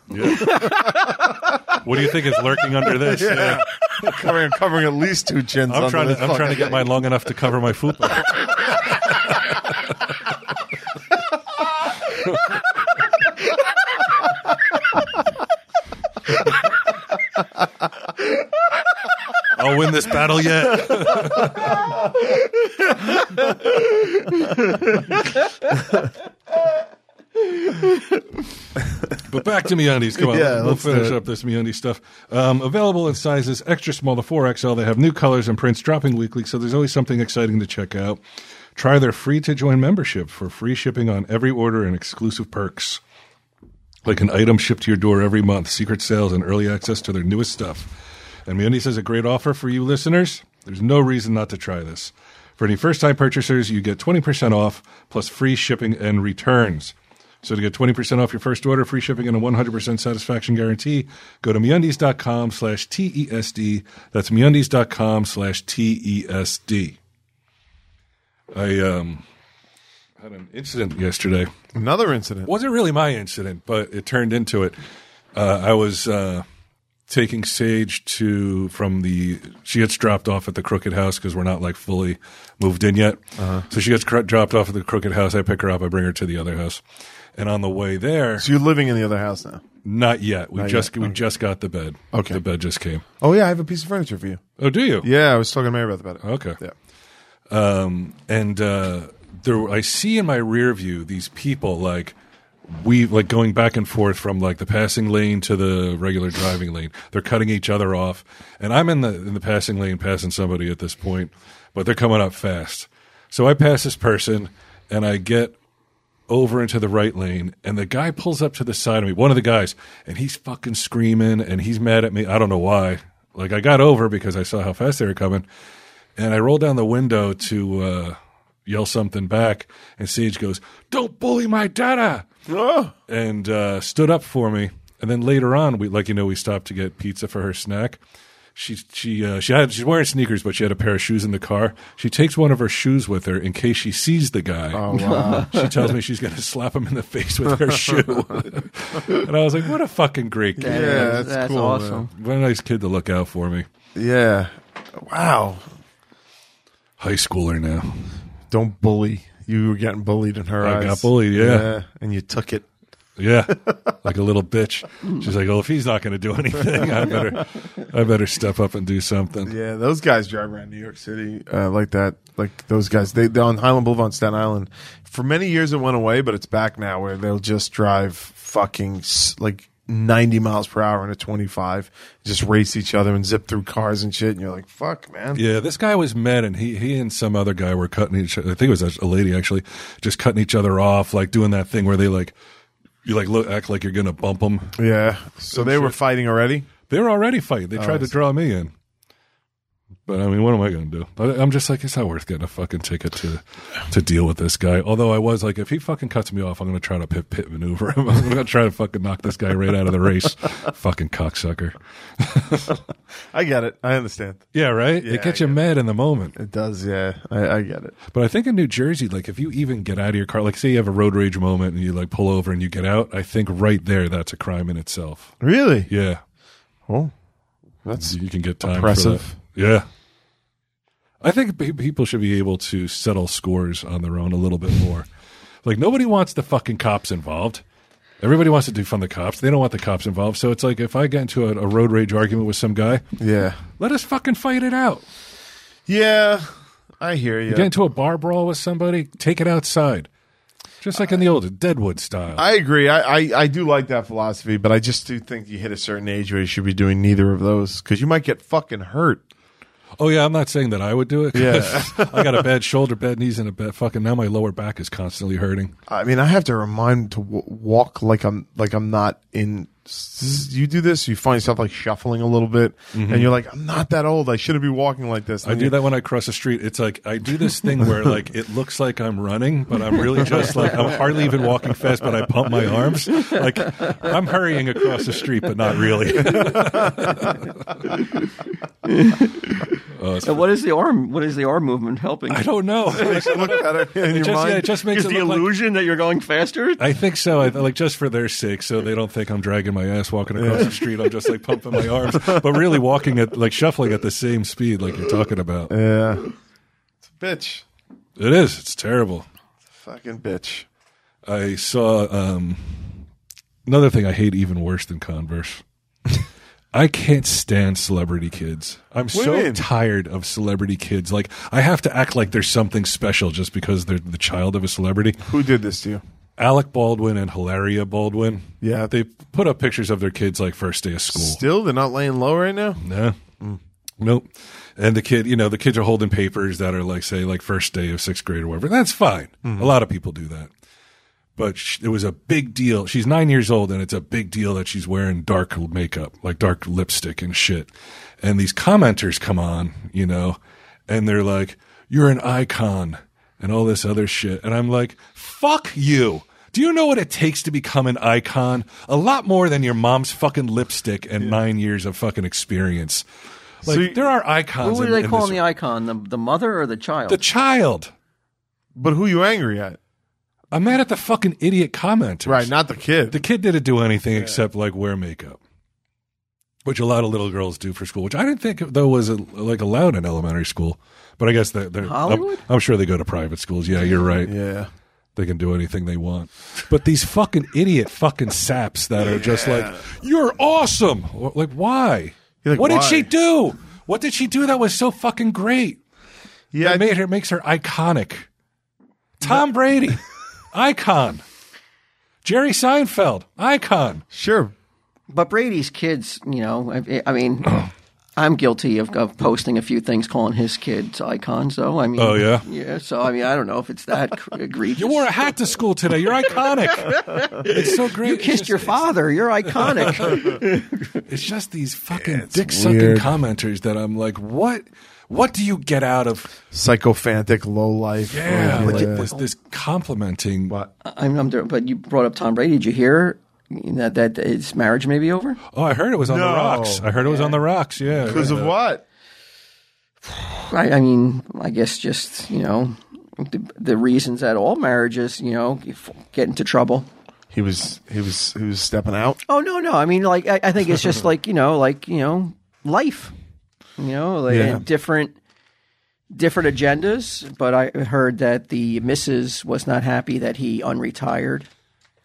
S1: What do you think is lurking under this? Yeah.
S3: covering, I'm covering at least two chins.
S1: I'm
S3: under
S1: trying
S3: this
S1: to. I'm trying to
S3: fucking
S1: get mine long enough to cover my fupa. I'll win this battle yet. but back to MeUndies. Come on,
S3: Yeah,
S1: we'll
S3: let's do
S1: finish
S3: it.
S1: up this MeUndies stuff. Um, available in sizes extra small to 4XL. They have new colors and prints dropping weekly, so there's always something exciting to check out. Try their free to join membership for free shipping on every order and exclusive perks like an item shipped to your door every month, secret sales, and early access to their newest stuff. And Meundies has a great offer for you listeners. There's no reason not to try this. For any first time purchasers, you get 20% off plus free shipping and returns. So to get 20% off your first order, free shipping, and a 100% satisfaction guarantee, go to meundies.com slash TESD. That's meundies.com slash TESD. I um, had an incident yesterday
S3: Another incident.
S1: wasn't really my incident, but it turned into it. Uh, I was uh, taking Sage to from the she gets dropped off at the Crooked House because we're not like fully moved in yet.
S3: Uh-huh.
S1: So she gets cr- dropped off at the Crooked House. I pick her up. I bring her to the other house. And on the way there,
S3: So you're living in the other house now.
S1: not yet. We just
S3: yet.
S1: we just got the bed.
S3: Okay.
S1: the bed just came.
S3: Oh yeah, I have a piece of furniture for you.
S1: Oh, do you?
S3: Yeah, I was talking to Mary about that.
S1: Okay.
S3: Yeah.
S1: um, and uh, there I see in my rear view these people like we like going back and forth from like the passing lane to the regular driving lane. They're cutting each other off, and I'm in the in the passing lane passing somebody at this point, but they're coming up fast. So I pass this person, and I get over into the right lane, and the guy pulls up to the side of me, one of the guys, and he's fucking screaming and he's mad at me. I don't know why. Like, I got over because I saw how fast they were coming, and I rolled down the window to uh, yell something back, and Sage goes, Don't bully my dada!
S3: Oh,
S1: and uh, stood up for me. And then later on, we like you know we stopped to get pizza for her snack. She she uh, she had she's wearing sneakers, but she had a pair of shoes in the car. She takes one of her shoes with her in case she sees the guy. she tells me she's going to slap him in the face with her shoe. and I was like, what a fucking great kid!
S3: Yeah, that's cool,
S2: awesome.
S1: What a nice kid to look out for me.
S3: yeah. Wow.
S1: High schooler now.
S3: Don't bully. You were getting bullied in her
S1: I
S3: eyes.
S1: got bullied, yeah.
S3: And you took it.
S1: Yeah, like a little bitch. She's like, "Oh, if he's not going to do anything, I better, I better step up and do something."
S3: Yeah, those guys drive around New York City uh, like that. Like those guys, they they're on Highland Boulevard, on Staten Island. For many years, it went away, but it's back now, where they'll just drive fucking s- like ninety miles per hour in a twenty five, just race each other and zip through cars and shit. And you're like, fuck, man.
S1: Yeah, this guy was mad, and he he and some other guy were cutting each. I think it was a lady actually, just cutting each other off, like doing that thing where they like, you like look act like you're gonna bump them.
S3: Yeah. So they were fighting already. Oh,
S1: They were already fighting. They tried to draw me in. But I mean, what am I going to do? But I'm just like, it's not worth getting a fucking ticket to to deal with this guy. Although I was like, if he fucking cuts me off, I'm going to try to pit pit maneuver him. I'm going to try to fucking knock this guy right out of the race. fucking cocksucker.
S3: I get it. I understand.
S1: Yeah, right.
S3: Yeah,
S1: it gets
S3: I
S1: you
S3: get
S1: mad in the moment.
S3: It does. Yeah, I, I get it.
S1: But I think in New Jersey, like if you even get out of your car, like say you have a road rage moment and you like pull over and you get out, I think right there that's a crime in itself.
S3: Really?
S1: Yeah,
S3: Oh, that's
S1: you can get time
S3: oppressive.
S1: for that. Yeah. I think pe- people should be able to settle scores on their own a little bit more. like nobody wants the fucking cops involved. Everybody wants to defund the cops. They don't want the cops involved. So it's like if I get into a, a road rage argument with some guy,
S3: yeah.
S1: let us fucking fight it out.
S3: Yeah, I hear you.
S1: Get into a bar brawl with somebody, take it outside. Just like in the old Deadwood style.
S3: I agree. I, I, I do like that philosophy, but I just do think you hit a certain age where you should be doing neither of those because you might get fucking hurt.
S1: oh yeah, I'm not saying that I would do it. 'cause
S3: Yeah.
S1: I got a bad shoulder, bad knees, and a bad fucking. Now my lower back is constantly hurting.
S3: I mean, I have to remind to w- walk like I'm like I'm not in. s- You do this, you find yourself like shuffling a little bit, and you're like, I'm not that old. I shouldn't be walking like this.
S1: Mm-hmm. I do that when I cross the street. It's like I do this thing where like it looks like I'm running, but I'm really just like I'm hardly even walking fast, but I pump my arms. Like I'm hurrying across the street, but not really.
S2: And what is the arm? What is the arm movement helping?
S1: I don't know.
S3: Makes it look better in your
S1: just-
S3: mind.
S1: yeah, it just makes
S2: Is
S1: it
S2: the
S1: look like-
S2: illusion that you're going faster?
S1: I think so. I, like just for their sake, so they don't think I'm dragging my ass walking across the street. I'm just like pumping my arms, but really walking at like shuffling at the same speed, like you're talking about.
S3: yeah, it's a bitch,
S1: It is. It's terrible.
S3: fucking bitch.
S1: I saw um, another thing I hate even worse than Converse. I can't stand celebrity kids. I'm so
S3: Women.
S1: tired of celebrity kids. Like I have to act like there's something special just because they're the child of a celebrity.
S3: Who did this to you?
S1: Alec Baldwin and Hilaria Baldwin.
S3: Yeah.
S1: they put up pictures of their kids like first day of school.
S3: Still, they're not laying low right now.
S1: No. Nope. And the kid, you know, the kids are holding papers that are like, say, like first day of sixth grade or whatever. That's fine. A lot of people do that. But sh it was a big deal. She's nine years old and it's a big deal that she's wearing dark makeup, like dark lipstick and shit. And these commenters come on, you know, and they're like, you're an icon and all this other shit. And I'm like, fuck you. Do you know what it takes to become an icon? A lot more than your mom's fucking lipstick and nine years of fucking experience. Like
S3: So you-
S1: there are icons.
S2: Who are
S1: in-
S2: they
S1: in
S2: calling
S1: this-
S2: the icon? The, the mother or the child?
S1: The child.
S3: But who you angry at?
S1: I'm mad at the fucking idiot commenters.
S3: Right, not the kid.
S1: The kid didn't do anything except like wear makeup, which a lot of little girls do for school. Which I didn't think though was uh, like allowed in elementary school, but I guess they're, they're
S2: Hollywood?
S1: I'm, I'm sure they go to private schools. Yeah, you're right.
S3: yeah.
S1: They can do anything they want. But these fucking idiot fucking saps that are just like, "You're awesome." Wh- Like why?
S3: You're like,
S1: what
S3: why?
S1: did she do? What did she do that was so fucking great?
S3: Yeah, I
S1: It made her makes her iconic. Tom Brady, icon. Jerry Seinfeld, icon.
S3: Sure.
S2: but Brady's kids, you know, I, I mean, I'm guilty of, of posting a few things calling his kids icons, though. I mean,
S1: Oh, yeah?
S2: yeah. So I mean, I don't know if it's that cr- egregious.
S1: You wore a hat to school today. You're iconic. It's so great.
S2: You kissed
S1: it's just,
S2: your father. You're iconic.
S1: It's just these fucking
S3: it's
S1: dick sucking
S3: weird.
S1: commenters that I'm like, what? What do you get out of
S3: Psychophantic, low life.
S1: yeah,
S3: Oh,
S1: like, this, this complimenting?
S3: What?
S2: I'm, I'm, but you brought up Tom Brady. Did you hear that that his marriage may be over?
S1: Oh, I heard it was on the
S3: No.
S1: rocks. I heard it was on the rocks. Yeah,
S3: Because of what?
S2: I, I mean, I guess just you know the, the reasons that all marriages you know get into trouble.
S3: He was he was he was stepping out.
S2: Oh no, no. I mean, like I, I think it's just like you know, like you know, life. You know, like
S3: Yeah.
S2: and different different agendas. But I heard that the missus was not happy that he unretired.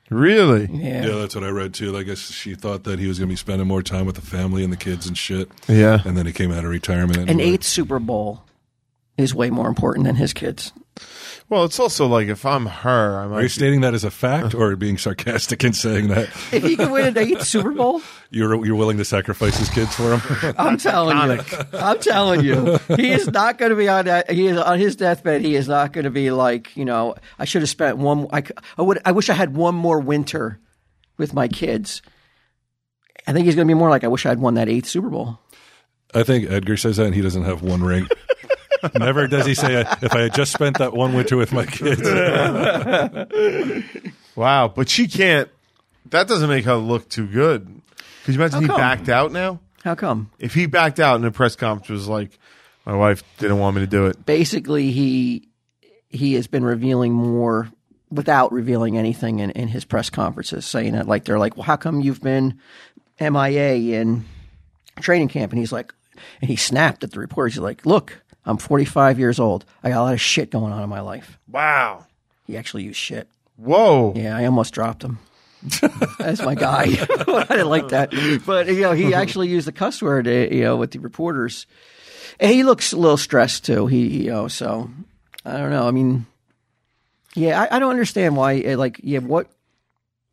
S3: Really?
S2: Yeah.
S1: Yeah, that's what I read too. I guess she thought that he was going to be spending more time with the family and the kids and shit.
S3: Yeah.
S1: And then he came out of retirement.
S2: An
S1: anyway.
S2: eighth Super Bowl is way more important than his kids.
S3: Well, it's also like if I'm her, I
S1: Are you
S3: might.
S1: stating that as a fact or being sarcastic and saying that
S2: If he can win an eighth Super Bowl,
S1: you're you're willing to sacrifice his kids for him?
S2: I'm telling you, I'm telling you, he is not going to be on that. He is on his deathbed. He is not going to be like you know. I should have spent one. I, c- I would. I wish I had one more winter with my kids. I think he's going to be more like I wish I had won that eighth Super Bowl.
S1: I think Edgar says that, and he doesn't have one ring. Never does he say, "If I had just spent that one winter with my kids."
S3: Wow, but she can't. That doesn't make her look too good. Because you imagine he
S2: come?
S3: backed out now.
S2: How come?
S3: If he backed out in the press conference was like, my wife didn't want me to do it.
S2: Basically, he he has been revealing more without revealing anything in, in his press conferences, saying that like they're like, well, how come you've been MIA in training camp? And he's like, and he snapped at the reporters. He's like, look, I'm 45 years old. I got a lot of shit going on in my life.
S3: Wow.
S2: He actually used shit.
S3: Whoa.
S2: Yeah, I almost dropped him. That's my guy. I didn't like that, but you know, he actually used the cuss word, eh, you know, with the reporters, and he looks a little stressed too. He, you know, so I don't know. I mean, yeah, I, I don't understand why. eh, Like, yeah, what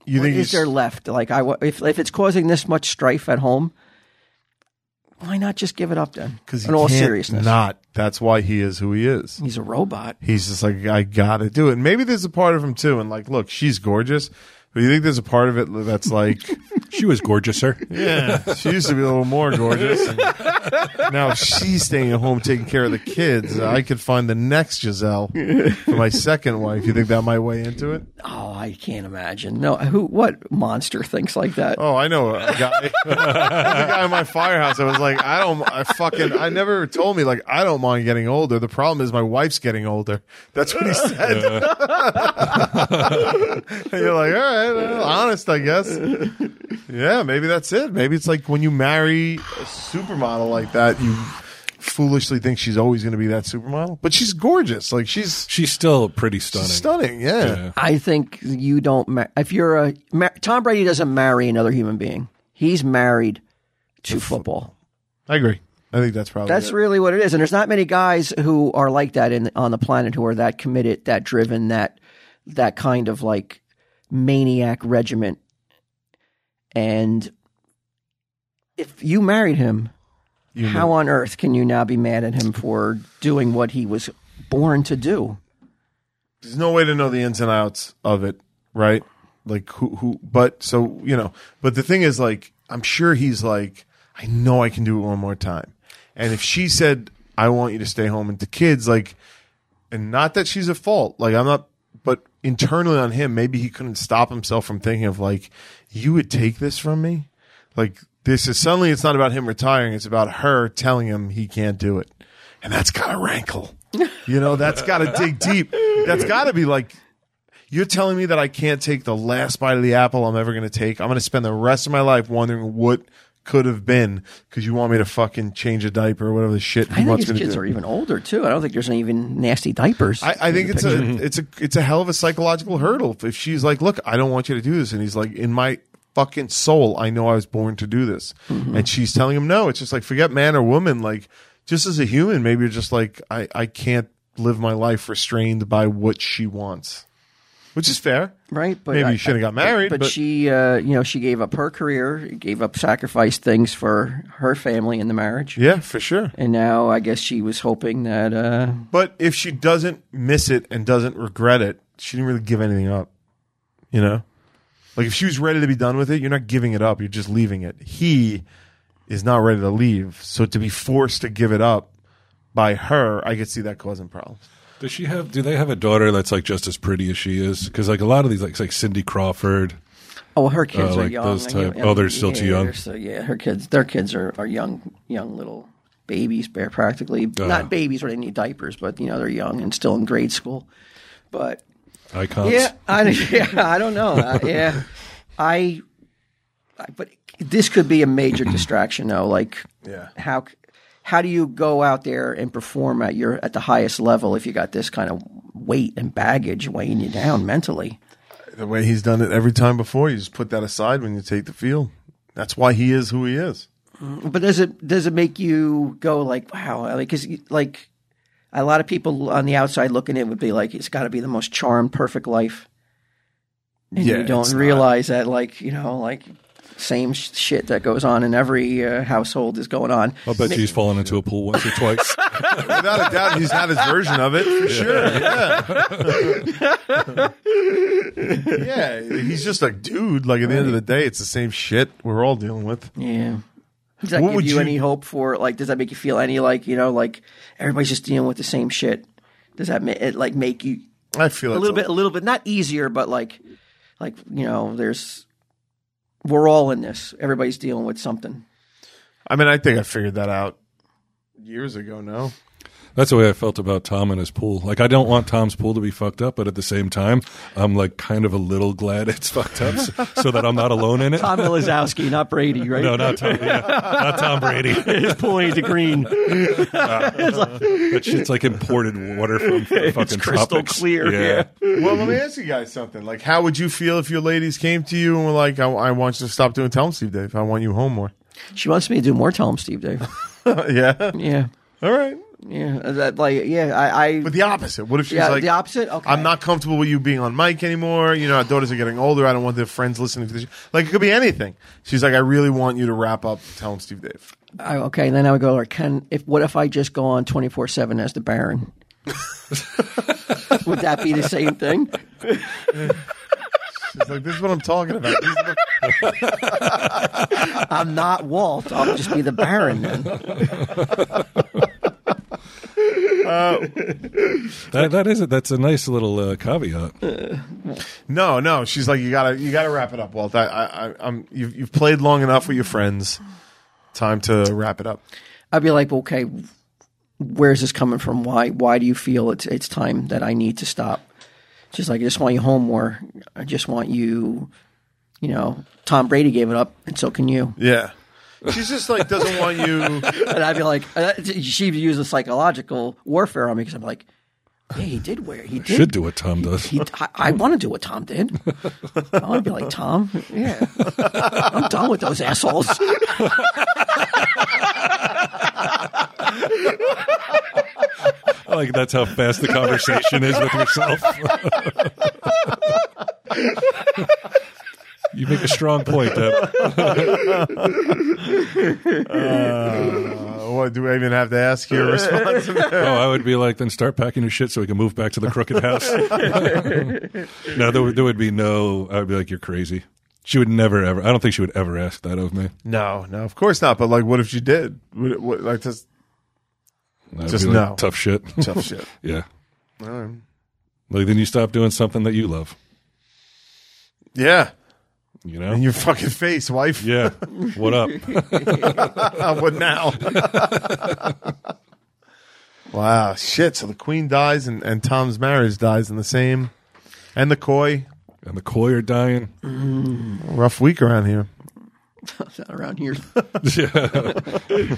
S3: You
S2: what
S3: think
S2: is
S3: he's,
S2: there left? Like, I wa- if if it's causing this much strife at home, why not just give it up then?
S3: because he
S2: in all
S3: can't
S2: seriousness,
S3: not. That's why he is who he is.
S2: he's a robot.
S3: He's just like, I gotta do it. And maybe there's a part of him too. And like, look, she's gorgeous. But you think there's a part of it that's like,
S1: She was gorgeous, sir.
S3: yeah, she used to be a little more gorgeous. And now if she's staying at home taking care of the kids. I could find the next Giselle for my second wife. You think that might weigh into it?
S2: Oh, I can't imagine. No, who? What monster thinks like that?
S3: Oh, I know a guy. There's a guy in my firehouse. I was like, I don't, I fucking, I never told me like I don't mind getting older. The problem is my wife's getting older. That's what he said. And you're like, all right, well, honest, I guess. Yeah, maybe that's it. Maybe it's like when you marry a supermodel like that, you foolishly think she's always going to be that supermodel, but she's gorgeous. Like she's
S1: She's still pretty stunning.
S3: stunning. Yeah.
S1: Yeah.
S2: I think you don't. Ma- if you're a ma- Tom Brady doesn't marry another human being. He's married to football.
S3: I agree. I think that's probably
S2: That's
S3: it.
S2: really what it is. And there's not many guys who are like that in on the planet who are that committed, that driven, that that kind of like maniac regiment. And if you married him, how on earth can you now be mad at him for doing what he was born to do?
S3: there's no way to know the ins and outs of it, right? Like who who but so you know, but the thing is like I'm sure he's like I know I can do it one more time. And if she said I want you to stay home and the kids like and not that she's at fault, like I'm not but internally on him maybe he couldn't stop himself from thinking of like you would take this from me? Like this is suddenly it's not about him retiring, it's about her telling him he can't do it. And that's got to rankle. You know, that's got to dig deep. That's got to be like, you're telling me that I can't take the last bite of the apple I'm ever going to take. I'm going to spend the rest of my life wondering what could have been because you want me to fucking change a diaper or whatever the shit
S2: I
S3: he
S2: think
S3: wants
S2: his
S3: me to
S2: kids
S3: do.
S2: are even older too. I don't think there's any even nasty diapers.
S3: I, I think it's a it's a it's a hell of a psychological hurdle. If she's like, "Look, I don't want you to do this," and he's like, "In my fucking soul, I know I was born to do this," and she's telling him, "No." It's just like, forget man or woman. Like, just as a human, maybe you're just like, I I can't live my life restrained by what she wants, which is fair.
S2: right? But
S3: Maybe
S2: I-
S3: you shouldn't have got married,
S2: But,
S3: but-
S2: she, uh, you know, she gave up her career, gave up, sacrificed things for her family and the marriage,
S3: Yeah, for sure.
S2: and now I guess she was hoping that. Uh,
S3: But if she doesn't miss it and doesn't regret it, she didn't really give anything up. You know? Like if she was ready to be done with it, you're not giving it up, you're just leaving it. He is not ready to leave. So to be forced to give it up by her, I could see that causing problems.
S1: Does she have? Do they have a daughter that's like just as pretty as she is? Because like a lot of these, like like Cindy Crawford.
S2: oh, her kids
S1: Oh,
S2: are
S1: like
S2: young.
S1: those
S2: I
S1: type-
S2: mean,
S1: oh, they're still too
S2: yeah,
S1: young.
S2: they're So yeah, her kids, their kids are, are young, young little babies, bare practically
S1: Uh.
S2: not babies where they need diapers, but you know they're young and still in grade school. But
S1: Icons.
S2: Yeah, I, yeah, I don't know. Uh, yeah, I, I. But this could be a major distraction, though. Like,
S3: Yeah.
S2: how c- how do you go out there and perform at your at the highest level if you got this kind of weight and baggage weighing you down mentally?
S3: The way he's done it every time before, you just put that aside when you take the field. That's why he is who he is.
S2: But does it does it make you go like, wow? Because like a lot of people on the outside looking in would be like, it's got to be the most charmed, perfect life. And
S3: Yeah,
S2: you don't
S3: it's not.
S2: realize that, like you know, like same sh- shit that goes on in every uh, household is going on.
S3: Oh,
S1: I'll bet she's fallen into a pool once or twice.
S3: Without a doubt, he's had his version of it for sure. Yeah. yeah, he's just a dude. Like at the end of the day, it's the same shit we're all dealing with.
S2: Yeah, Does that
S3: What
S2: give
S3: would
S2: you,
S3: you-
S2: any hope for like? Does that make you feel any like you know like everybody's just dealing with the same shit? Does that ma- it like make you
S3: I feel
S2: a little bit a little bit not easier, but like like you know there's we're all in this. Everybody's dealing with something.
S3: I mean, I think I figured that out years ago. Now
S1: That's the way I felt about Tom and his pool. Like, I don't want Tom's pool to be fucked up, but at the same time, I'm like kind of a little glad it's fucked up so, so that I'm not alone in it.
S2: Tom Milazowski, not Brady, right?
S1: No, not Tom. yeah, not Tom Brady.
S2: His pool ain't the green.
S1: That shit's like imported water from fucking
S2: crystal
S1: tropics.
S2: clear, yeah.
S3: well, let me ask you guys something. Like, how would you feel if your ladies came to you and were like, "I, I want you to stop doing Tell 'em Steve Dave. I want you home more."
S2: She wants me to do more Tell 'em Steve Dave.
S3: yeah.
S2: Yeah.
S3: All right.
S2: Yeah. That like yeah, I, I
S3: But the opposite. What if she's
S2: yeah,
S3: like,
S2: the opposite? Okay.
S3: "I'm not comfortable with you being on mic anymore. You know, our daughters are getting older. I don't want their friends listening to this." Like, it could be anything. She's like, "I really want you to wrap up Tell 'em Steve Dave."
S2: I, okay, then I would go like, can if what if I just go on twenty four seven as the Baron? would that be the same thing?
S3: She's like, "This is what I'm talking about." These are the-
S2: I'm not Walt. I'll just be the Baron then.
S1: That, that is it. That's a nice little uh, caveat.
S3: No, no. She's like, you gotta, you gotta wrap it up, Walt. I, I, I I'm, you've, you've played long enough with your friends. Time to wrap it up.
S2: I'd be like, okay, where's this coming from? Why why do you feel it's it's time that I need to stop? She's like, I just want you home more. I just want you. You know, Tom Brady gave it up, and so can you.
S3: Yeah. She's just like doesn't want you.
S2: And I'd be like, uh, she uses psychological warfare on me because I'm like, yeah, he did wear, he did
S1: Should do what Tom does.
S2: He, I, I want to do what Tom did. I want to be like Tom. Yeah, I'm done with those assholes.
S1: I like that's how fast the conversation is with yourself. you make a strong point, Deb.
S3: Uh, what do I even have to ask your response?
S1: Oh, I would be like, then start packing your shit so we can move back to the crooked house. no, there, would- there would be no. I would be like, you're crazy. She would never ever. I don't think she would ever ask that of me.
S3: No, no, of course not. But like, what if she did? What, what, like, just
S1: I would
S3: Just
S1: be like,
S3: no.
S1: tough shit.
S3: tough shit.
S1: yeah,
S3: All right.
S1: like then you stop doing something that you love.
S3: Yeah,
S1: You know.
S3: in your fucking face, wife.
S1: yeah. What up?
S3: what now? wow, shit. So the queen dies, and, and Tom's marriage dies in the same, and the coy.
S1: and the koi are dying.
S3: Rough week around here.
S2: Not around here.
S1: yeah.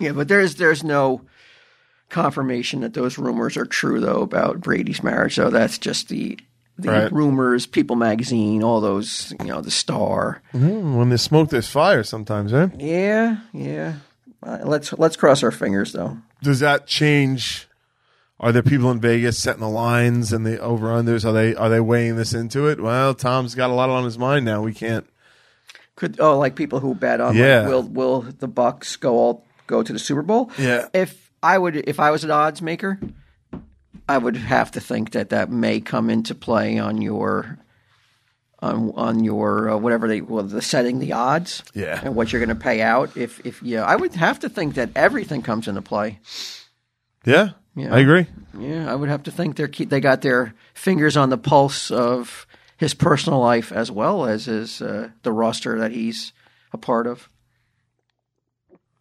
S2: Yeah, but there's there's no confirmation that those rumors are true though about Brady's marriage. So that's just the the
S3: Right.
S2: rumors, People Magazine, all those, you know, the Star.
S3: Mm, When there's smoke, there's fire. Sometimes, eh?
S2: Yeah, yeah. Uh, let's let's cross our fingers though.
S3: Does that change? Are there people in Vegas setting the lines and the over unders? Are they are they weighing this into it? Well, Tom's got a lot on his mind now. We can't.
S2: Could oh like people who bet on
S3: Yeah.
S2: like, will will the Bucks go all go to the Super Bowl?
S3: Yeah.
S2: If I would if I was an odds maker, I would have to think that that may come into play on your on on your uh, whatever they well the setting the odds.
S3: Yeah.
S2: And what you're going to pay out if if yeah I would have to think that everything comes into play.
S3: Yeah,
S2: Yeah.
S3: I agree.
S2: Yeah, I would have to think they're keep, they got their fingers on the pulse of his personal life as well as his uh, the roster that he's a part of.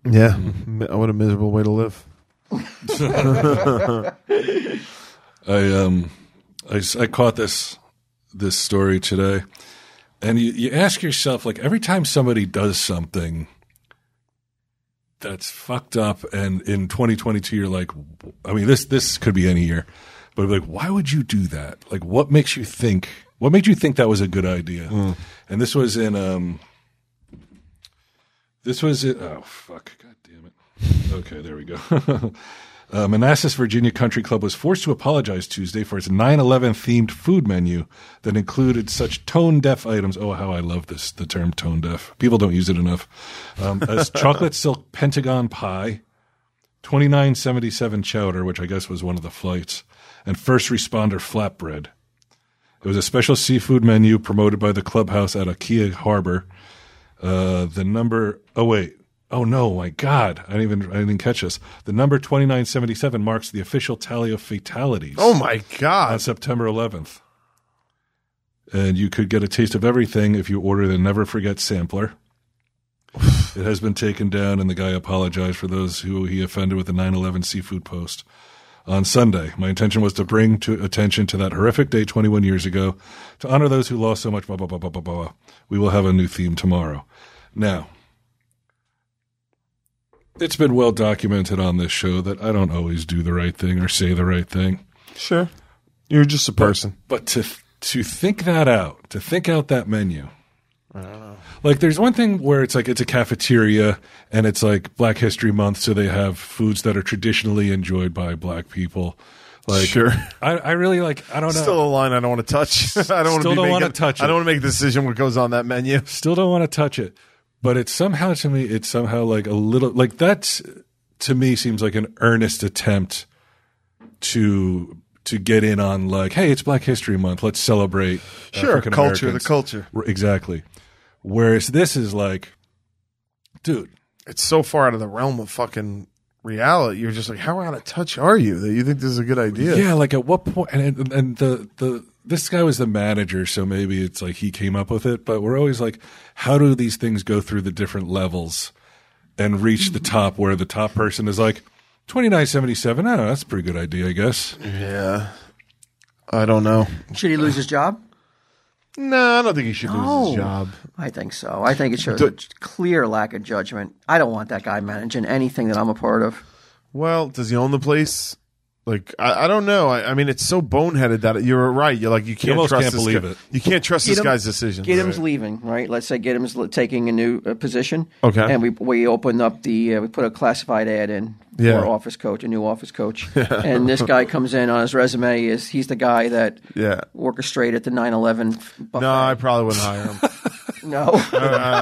S3: Yeah, what a miserable way to live.
S1: I um, I, s- I caught this this story today, and you, you ask yourself like every time somebody does something that's fucked up, and in 2022 you're like, w- I mean this this could be any year, but like why would you do that? Like what makes you think? What made you think that was a good idea? And this was in um, this was in oh fuck, god damn it. Okay, there we go. Uh, Manassas, Virginia Country Club was forced to apologize Tuesday for its 9 11 themed food menu that included such tone deaf items. Oh, how I love this, the term tone deaf. People don't use it enough. Um, as chocolate silk pentagon pie, 2977 chowder, which I guess was one of the flights, and first responder flatbread. It was a special seafood menu promoted by the clubhouse at Akia Harbor Uh, the number. Oh wait. Oh no, my God! I didn't even I didn't catch this. The number twenty nine seventy seven marks the official tally of fatalities
S3: Oh my God!
S1: on September 11th, and you could get a taste of everything if you order the Never Forget sampler. it has been taken down, and the guy apologized for those who he offended with the 9/11 seafood post on Sunday. My intention was to bring to attention to that horrific day 21 years ago, to honor those who lost so much. Blah blah blah blah blah blah. blah. We will have a new theme tomorrow. Now. It's been well documented on this show that I don't always do the right thing or say the right thing.
S3: Sure, you're just a person.
S1: But to to think that out, to think out that menu. Like there's one thing where it's like it's a cafeteria and it's like Black History Month, so they have foods that are traditionally enjoyed by Black people. Like
S3: Sure.
S1: I, I really like I don't know.
S3: Still a line I don't want to touch. I don't want to
S1: Still don't
S3: be making-
S1: wanna touch
S3: I
S1: it.
S3: don't want to make a decision what goes on that menu.
S1: still don't want to touch it. But it's somehow to me, it's somehow like a little like that's to me seems like an earnest attempt to to get in on like, hey, it's Black History Month, let's celebrate
S3: Sure, culture, the
S1: African-Americans.
S3: culture.
S1: R- Exactly. Whereas this is like, dude,
S3: It's so far out of the realm of fucking reality. You're just like, how out of touch are you that you think this is a good idea?
S1: yeah, like at what point? And, and, and the the this guy was the manager, so maybe it's like he came up with it. But we're always like, how do these things go through the different levels and reach the top where the top person is like twenty nine seventy seven? I don't know. That's a pretty good idea, I guess.
S3: Yeah. I don't know.
S2: Should he lose his job?
S3: No, I don't think he should lose
S2: No.
S3: his job.
S2: I think so. I think it shows a clear lack of judgment. I don't want that guy managing anything that I'm a part of.
S3: Well, does he own the place? Like I, I don't know. I, I mean, it's so boneheaded that you're right. You're like you can't
S1: almost
S3: trust
S1: can't
S3: this
S1: believe
S3: guy-
S1: it.
S3: You can't trust this
S2: Get him-
S3: guy's decision.
S2: Giddim's leaving, right? Let's say Giddim's li- taking a new uh, position.
S3: Okay.
S2: And we we opened up the uh, we put a classified ad in for
S3: Yeah.
S2: office coach, a new office coach, and this guy comes in on his resume is he's the guy that
S3: Yeah.
S2: orchestrated the 9/11. buffet.
S3: No, I probably wouldn't hire him.
S2: no.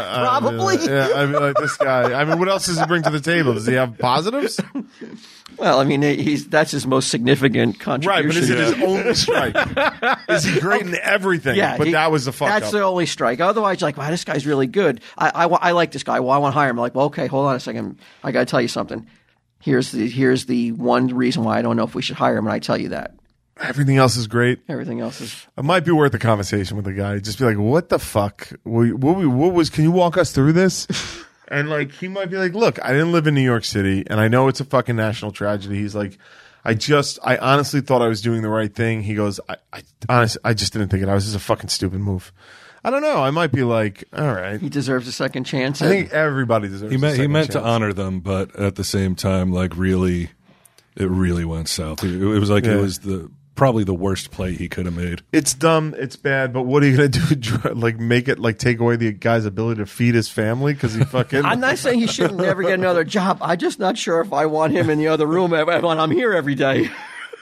S3: Probably. yeah, I mean, like this guy. I mean, what else does he bring to the table? Does he have positives?
S2: well, I mean, he's that's his most significant contribution.
S3: Right, but is it his only strike? Is he great in everything?
S2: Yeah,
S3: but
S2: he-
S3: that was the fuck
S2: That's
S3: up.
S2: the only strike. Otherwise, like, wow, this guy's really good. I, I, wa- I like this guy. Well, I want to hire him. Like, well, okay, hold on a second. I got to tell you something. Here's the here's the one reason why I don't know if we should hire him, and I tell you that.
S3: Everything else is great.
S2: Everything else is
S3: It might be worth a conversation with the guy. Just be like, "What the fuck? What, what, we- what was? Can you walk us through this?" And like, he might be like, "Look, I didn't live in New York City, and I know it's a fucking national tragedy." He's like, "I just, I honestly thought I was doing the right thing." He goes, "I, I honestly, I just didn't think it. I was just a fucking stupid move." I don't know. I might be like, "All right."
S2: he deserves a second chance.
S3: I think everybody deserves.
S1: He
S3: a
S1: meant he
S3: second
S1: meant to
S3: chance.
S1: honor them, but at the same time, like really, it really went south. It, it was like
S3: Yeah.
S1: it was the probably the worst play he could have made.
S3: it's dumb, it's bad, but what are you gonna do? Dr- Like make it like take away the guy's ability to feed his family because he fucking.
S2: I'm not saying he should never get another job. I'm just not sure if I want him in the other room ev- when I'm here every day.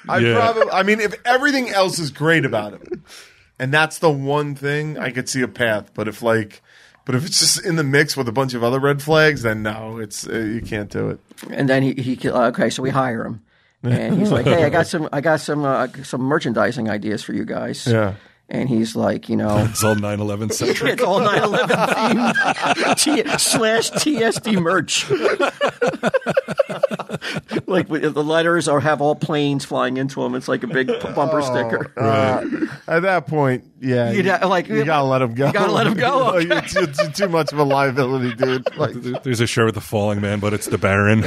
S3: I
S1: Yeah.
S3: probably. I mean, if everything else is great about him, and that's the one thing I could see a path. But if like, but if it's just in the mix with a bunch of other red flags, then no, it's uh, you can't do it.
S2: And then he, he uh, okay, so we hire him, and he's like, "Hey, I got some, I got some, uh, some merchandising ideas for you guys."
S3: Yeah.
S2: And he's like, you know,
S1: It's all 9/11 centric.
S2: it's all 9/11 themed T- slash TSD merch. like with- the letters are have all planes flying into them. It's like a big bumper sticker.
S3: Uh, At that point, yeah,
S2: Uh, You'd ha- like-
S3: you gotta let him go.
S2: You gotta let him go,
S3: Like, it's, it's- it's too much of a liability, dude. Like,
S1: There's a show with the falling man, but it's the Baron.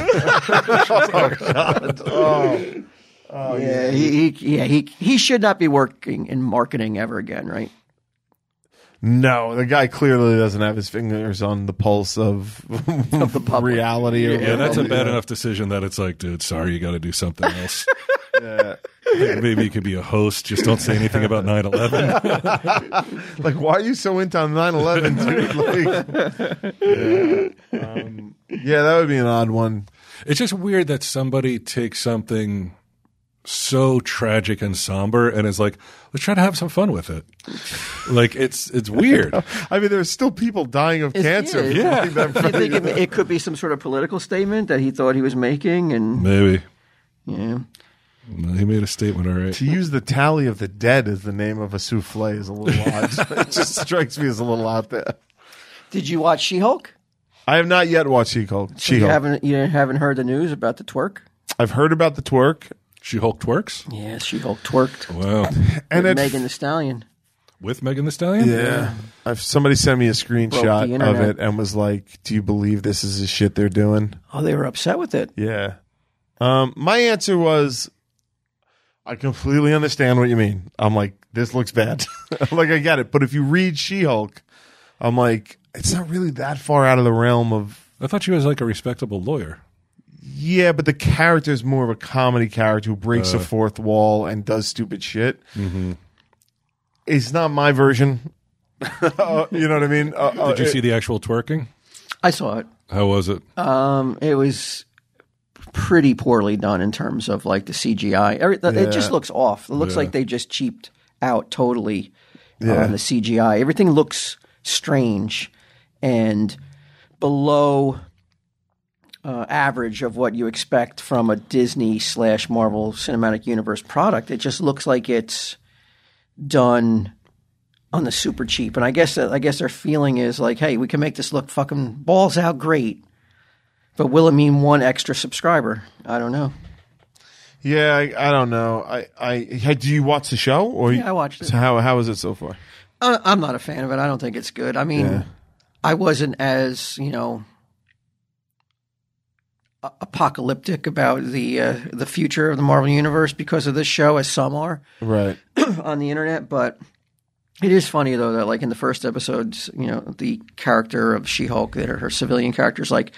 S2: yeah, he, he, yeah, he he should not be working in marketing ever again, right?
S3: No, the guy clearly doesn't have his fingers on the pulse of,
S2: the public.
S3: reality. or
S1: Yeah, that's a
S3: whatever.
S1: bad enough decision that it's like, dude, sorry, you got to do something else.
S3: Yeah.
S1: Maybe you could be a host. Just don't say anything about 9 11.
S3: Like, why are you so into 9 11, dude? Like, yeah. Um, yeah, that would be an odd one.
S1: It's just weird that somebody takes something so tragic and somber and is like, let's try to have some fun with it. Like, it's it's weird.
S3: I mean, there's still people dying of cancer.
S2: yeah.
S1: Yeah.
S3: Like that-
S2: I think it, it could be some sort of political statement that he thought he was making, and
S1: Maybe.
S2: yeah.
S1: He made a statement, all right.
S3: To use the tally of the dead as the name of a souffle is a little odd. it just strikes me as a little out there.
S2: Did you watch She Hulk?
S3: I have not yet watched She-Hulk.
S2: You
S3: She-Hulk.
S2: haven't you haven't heard the news about the twerk?
S3: I've heard about the twerk,
S1: She Hulk twerks.
S2: Yes, She Hulk twerked.
S1: Wow.
S3: and it,
S2: Megan the Stallion.
S1: With Megan the Stallion.
S3: yeah. I've, somebody sent me a screenshot of
S2: internet.
S3: it and was like, "Do you believe this is the shit they're doing?"
S2: Oh, they were upset with it.
S3: Yeah. Um, my answer was, I completely understand what you mean. I'm like, this looks bad. like, I get it. But if you read She Hulk, I'm like, it's not really that far out of the realm of.
S1: I thought she was like a respectable lawyer.
S3: Yeah, but the character is more of a comedy character who breaks
S1: Uh.
S3: the fourth wall and does stupid shit. Mm-hmm. It's not my version. Uh, you know what I mean? Uh, uh,
S1: Did you see the actual twerking?
S2: I saw it.
S1: How was it?
S2: Um, it was pretty poorly done in terms of like the CGI. Every, the- It just looks off. It looks
S1: Yeah.
S2: like they just cheaped out totally
S3: Yeah.
S2: on the CGI. Everything looks strange and below uh, average of what you expect from a Disney slash Marvel Cinematic Universe product. It just looks like it's done on the super cheap. And I guess that, I guess their feeling is like, hey, we can make this look fucking balls out great. But will it mean one extra subscriber? I don't know.
S3: Yeah, I, I don't know. I, I, I do you watch the show or
S2: Yeah, I watched it.
S3: So how how is it so far?
S2: I- I'm not a fan of it. I don't think it's good. I mean, I wasn't as you know a- apocalyptic about the uh, the future of the Marvel universe because of this show as some are
S3: Right.
S2: on the internet. But it is funny though that like in the first episodes, you know, the character of She Hulk, that her civilian character is like,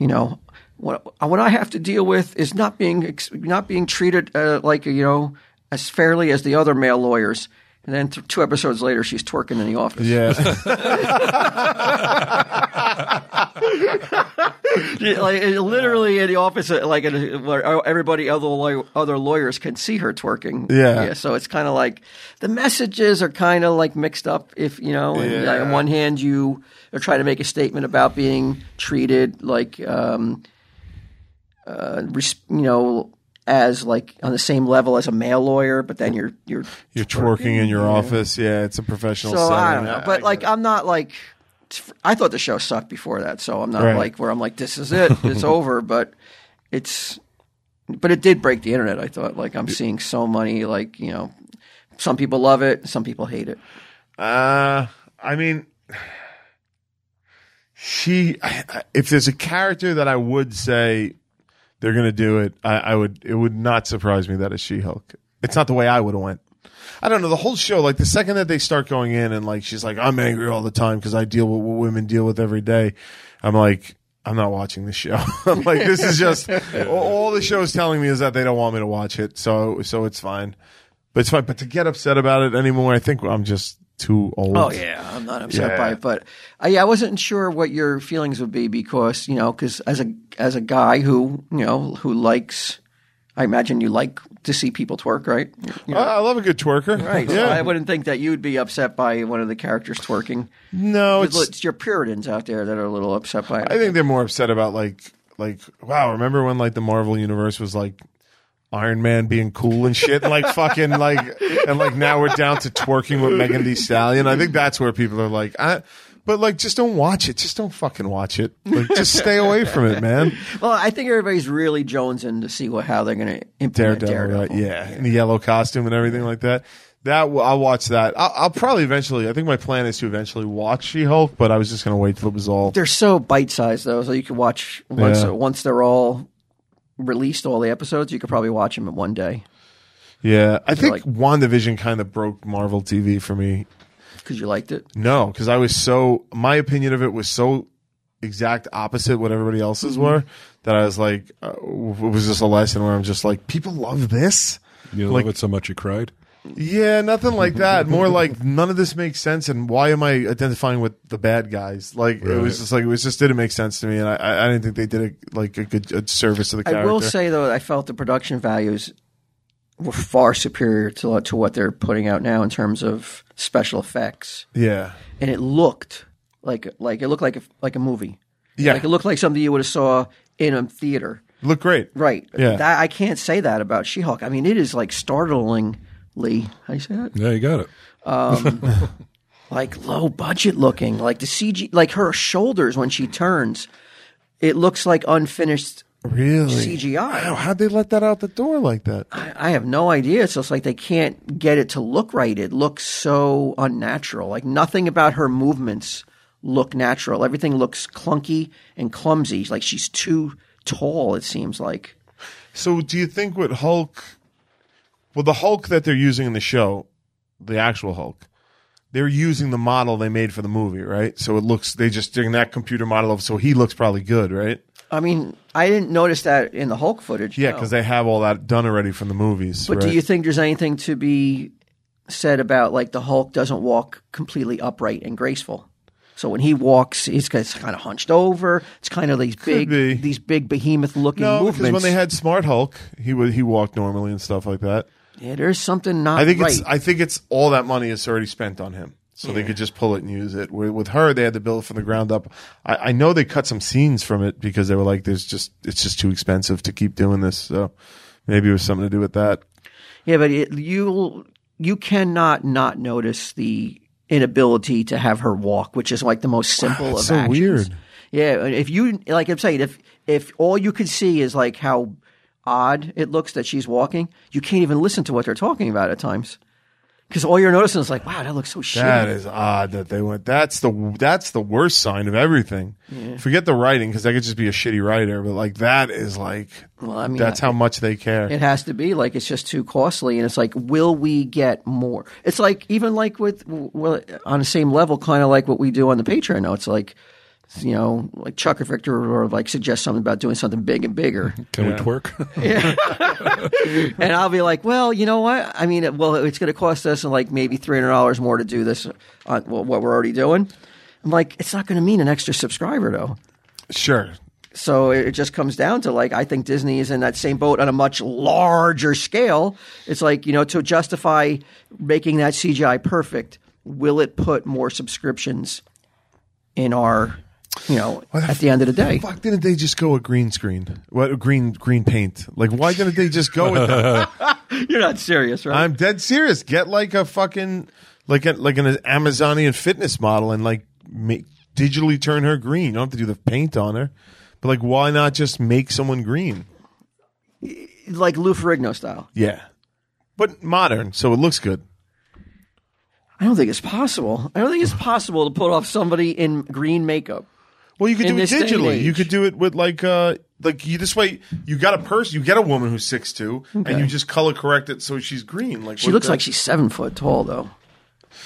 S2: you know. What, what I have to deal with is not being ex- not being treated uh, like you know as fairly as the other male lawyers. And then th- two episodes later, she's twerking in the office.
S3: Yeah.
S2: Yeah, like it- literally in the office, uh, like in- where everybody other law- other lawyers can see her twerking.
S3: Yeah.
S2: so it's kind of like the messages are kind of like mixed up. If you know, and, like, on one hand, you are trying to make a statement about being treated like, um, uh, res- you know, as like on the same level as a male lawyer, but then you're you're
S3: You're twerking in your office. Yeah, it's a professional
S2: so
S3: setting.
S2: I don't know, but like I'm not like I thought the show sucked before that, so I'm not
S3: Right.
S2: like where I'm like this is it, it's over. But it's but it did break the internet. I thought like I'm seeing so many like you know some people love it, some people hate it.
S3: Uh, I mean, she. I- I- If there's a character that I would say they're gonna do it, I, I would. It would not surprise me that it's She-Hulk. It's not the way I would have went. I don't know the whole show. Like the second that they start going in and like she's like, I'm angry all the time because I deal with what women deal with every day. I'm like, I'm not watching this show. I'm like, this is just all- all the show is telling me is that they don't want me to watch it. So so it's fine. But it's fine. But to get upset about it anymore, I think I'm just too old.
S2: Oh yeah, I'm not upset
S3: Yeah.
S2: by it, but I, yeah, I wasn't sure what your feelings would be because you know, because as a as a guy who you know who likes, I imagine you like to see people twerk, right? You know,
S3: I, I love a good twerker.
S2: right. So I
S3: Yeah.
S2: wouldn't think that you'd be upset by one of the characters twerking.
S3: no,
S2: It's,
S3: Oh, it's.
S2: your Puritans out there that are a little upset by it.
S3: I think they're more upset about like like wow. Remember when like the Marvel universe was like. Iron Man being cool and shit, and like fucking like, and like now we're down to twerking with Megan Thee Stallion. I think that's where people are like, I, but like, just don't watch it. Just don't fucking watch it. Like, just stay away from it, man.
S2: well, I think everybody's really jonesing to see what how they're going to implement
S3: Daredevil,
S2: Daredevil.
S3: right? Yeah, in the yellow costume and everything like that. That w- I'll watch that. I'll, I'll probably eventually. I think my plan is to eventually watch She Hulk, but I was just gonna wait till it was all.
S2: They're so bite sized though, so you can watch once
S3: Yeah.
S2: once they're all released, all the episodes. You could probably watch them in one day
S3: Yeah, I think
S2: like-
S3: WandaVision kind of broke Marvel TV for me.
S2: because you liked it.
S3: No, because I was so my opinion of it was so exact opposite what everybody else's
S2: Mm-hmm.
S3: were that I was like, uh, w- it was just a lesson where I'm just like, people love this.
S1: You
S3: Like-
S1: love it so much you cried.
S3: Yeah, nothing like that. More like none of this makes sense, and why am I identifying with the bad guys? Like it
S1: Right.
S3: was just like it was just didn't make sense to me, and I- I, I didn't think they did a, like a good a service to the character.
S2: I will say though, I felt the production values were far superior to to what they're putting out now in terms of special effects,
S3: yeah,
S2: and it looked like like it looked like a, like a movie.
S3: yeah,
S2: Like it looked like something you would have saw in a theater.
S3: look great.
S2: Right.
S3: Yeah.
S2: That, I can't say that about She Hulk. I mean, it is like startlingly. How do you say that?
S1: Yeah, you got it.
S2: like low budget looking. Like the CG, like her shoulders when she turns, it looks like unfinished
S3: Really?
S2: CGI.
S3: Wow, how'd they let that out the door like that?
S2: I, I have no idea. It's just like they can't get it to look right. It looks so unnatural. Like nothing about her movements look natural. Everything looks clunky and clumsy. Like she's too tall. It seems like.
S3: So, do you think with Hulk, well, the Hulk that they're using in the show, the actual Hulk, they're using the model they made for the movie, right? So it looks they just doing that computer model of, so he looks probably good, right?
S2: I mean, I didn't notice that in the Hulk footage.
S3: Yeah,
S2: no.
S3: because they have all that done already from the movies.
S2: But
S3: right?
S2: do you think there's anything to be said about like the Hulk doesn't walk completely upright and graceful? So when he walks, he's it's kind of hunched over. It's kind of these big,
S3: be.
S2: these big behemoth looking
S3: no? Because
S2: movements.
S3: when they had Smart Hulk, he would he walked normally and stuff like that.
S2: yeah, there's something not
S3: I think
S2: right.
S3: it's I think it's all that money is already spent on him, so they could just pull it and use it. With, with her, they had to build it from the ground up. I, I know they cut some scenes from it because they were like, "There's just it's just too expensive to keep doing this." So maybe it was something to do with that.
S2: yeah, but it, you you cannot not notice the inability to have her walk, which is like the most simple of
S3: so
S2: actions.
S3: weird.
S2: Yeah, and if you like, I'm saying if if all you could see is like how odd it looks that she's walking, you can't even listen to what they're talking about at times because all you're noticing is like, wow, that looks so shitty.
S3: That is odd that they went. That's the that's the worst sign of everything. Forget the writing because that could just be a shitty writer, but like that is like
S2: well, I mean,
S3: that's how much they care.
S2: it has to be like it's just too costly, and it's like, will we get more? It's like even like with well on the same level, kind of like what we do on the Patreon. Now it's like. You know, like Chuck or Victor, or like suggest something about doing something big and bigger.
S1: Can we twerk?
S2: and I'll be like, well, you know what? I mean, it- well, it's going to cost us uh, like maybe three hundred dollars more to do this on well, what we're already doing. I'm like, it's not going to mean an extra subscriber though.
S3: sure,
S2: So it it just comes down to like, I think Disney is in that same boat on a much larger scale. It's like you know, to justify making that CGI perfect, will it put more subscriptions in our, you know, at the end of the day?
S3: Fuck! Didn't they just go with green screen? What green green paint? Like, why didn't they just go with that?
S2: You're not serious, right?
S3: I'm dead serious. Get like a fucking like a, like an Amazonian fitness model and like make, digitally turn her green. You don't have to do the paint on her, but like why not just make someone green?
S2: like Lou Ferrigno style.
S3: Yeah, but modern, so it looks good.
S2: I don't think it's possible. I don't think it's possible to put off somebody in green makeup.
S3: Well, you could
S2: In
S3: do it
S2: this day and
S3: digitally. You
S2: age.
S3: could do it with like uh like you this way. You got a person. You get a woman who's six two, and you just color correct it so she's green. Like
S2: She looks like she's seven foot tall, though,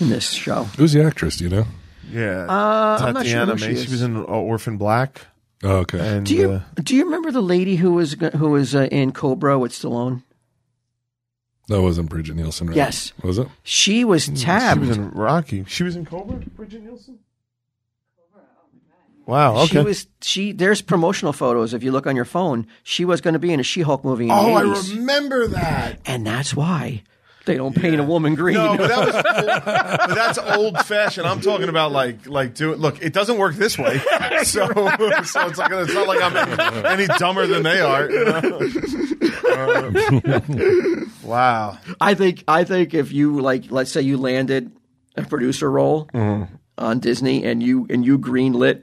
S2: in this show.
S1: Who's the actress? Do you know?
S3: yeah.
S2: Uh, I'm not sure
S3: Tatiana
S2: who she
S3: Mace.
S2: is.
S3: She was in uh, Orphan Black.
S1: Oh, okay.
S3: And
S2: Do you
S3: uh,
S2: do you remember the lady who was go- who was uh, in Cobra with Stallone?
S1: that wasn't Bridget Nielsen, right?
S2: Yes.
S1: Was it?
S2: She was
S3: Hmm, She was
S2: tabbed.
S3: in Rocky. She was in Cobra. Bridget Nielsen. oh Wow. Okay.
S2: She was she. There's promotional photos if you look on your phone. She was going to be in a She-Hulk movie. In
S3: oh,
S2: the
S3: I
S2: 80s,
S3: remember that.
S2: and that's why they don't paint a woman green.
S3: No, but that was but that's old fashioned. I'm talking about like like do look. It doesn't work this way. So so it's like it's not like I'm any, any dumber than they are. you know? Uh, wow.
S2: I think I think if you like, let's say you landed a producer role
S3: Mm-hmm.
S2: on Disney, and you and you greenlit,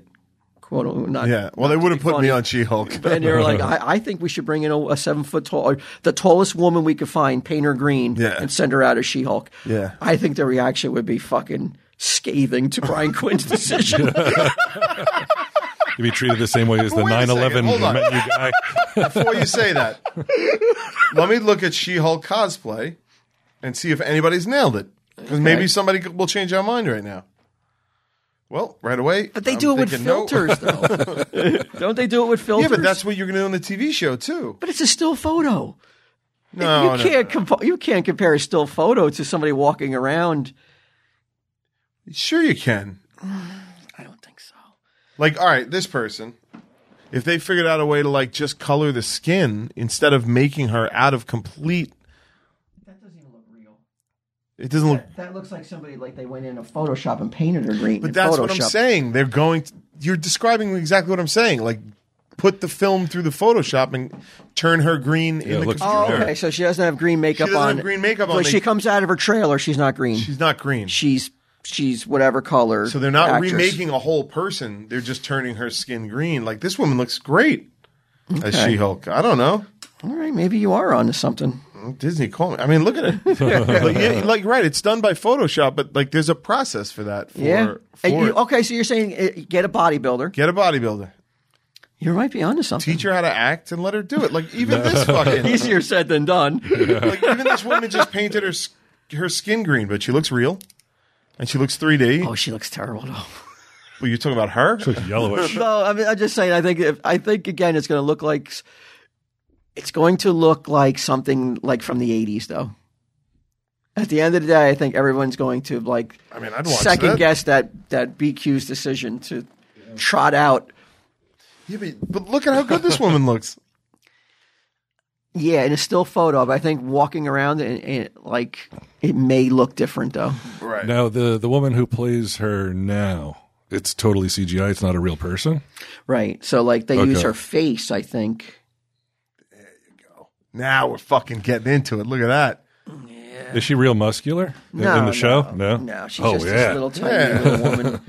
S2: quote unquote, not
S3: Yeah. Well, they would have put me
S2: funny.
S3: on She Hulk.
S2: and they were like, I, I think we should bring in a, a seven foot tall, or the tallest woman we could find, paint her green,
S3: Yeah.
S2: and send her out as She Hulk.
S3: Yeah.
S2: I think the reaction would be fucking scathing to Brian Quinn's decision.
S1: You'd be treated the same way as the
S3: Wait
S1: 9
S3: a second,
S1: 11
S3: hold on.
S1: menu guy.
S3: Before you say that, let me look at She Hulk cosplay and see if anybody's nailed it. Because maybe somebody could- will change our mind right now. Well, right away.
S2: but they do it with filters, though. Don't they do it with
S3: Yeah,
S2: filters?
S3: but that's what you're going to do on the TV show, too.
S2: But it's a still photo.
S3: No,
S2: you
S3: no,
S2: can't compa- you can't compare a still photo to somebody walking around.
S3: Sure, you can.
S2: I don't think so.
S3: Like, all right, this person, if they figured out a way to, like, just color the skin instead of making her out of complete,
S2: That doesn't even look real.
S3: it doesn't look.
S2: That looks like somebody like they went into Photoshop and painted her green.
S3: But
S2: in
S3: that's what I'm
S2: Photoshop.
S3: saying. They're going. To, you're describing exactly what I'm saying. Like, put the film through the Photoshop and turn her green
S1: it
S3: in the
S1: looks
S3: computer.
S2: Oh, okay. So she doesn't have green makeup
S3: doesn't
S2: on.
S3: have green makeup
S2: so
S3: on.
S2: She
S3: They-
S2: comes out of her trailer. She's not green.
S3: She's not green.
S2: She's she's whatever color.
S3: So they're not
S2: actress.
S3: remaking a whole person. They're just turning her skin green. Like this woman looks great as She-Hulk. I don't know.
S2: All right, maybe you are onto something.
S3: Disney call me. I mean, look at it. like, yeah, like, right, it's done by Photoshop, but like there's a process for that. For,
S2: yeah.
S3: for
S2: And you-
S3: it.
S2: okay, so you're saying uh, get a bodybuilder.
S3: Get a bodybuilder.
S2: You might be onto something.
S3: Teach her how to act and let her do it. Like even this fucking,
S2: Easier said than done.
S3: like even this woman just painted her s- her skin green, but she looks real, and she looks 3D.
S2: oh, she looks terrible. though.
S3: Well, you're talking about her.
S1: Yellowish.
S2: No, I mean, I'm just saying. I think if, I think again, it's going to look like s- it's going to look like something like from the '80s, though. At the end of the day, I think everyone's going to like
S3: I mean, I'd watch
S2: second
S3: that.
S2: guess that that BQ's decision to trot out.
S3: Yeah, but, but look at how good this woman looks.
S2: Yeah, in a still photo, but I think walking around and, and like it may look different though.
S3: Right.
S1: Now the the woman who plays her now, it's totally CGI. It's not a real person.
S2: Right. So like they use
S1: Okay.
S2: her face, I think.
S3: Now we're fucking getting into it. Look at that.
S1: Is she real muscular in- in the show? No,
S2: No, she's
S1: oh
S2: just
S1: yeah.
S2: this little tiny little woman.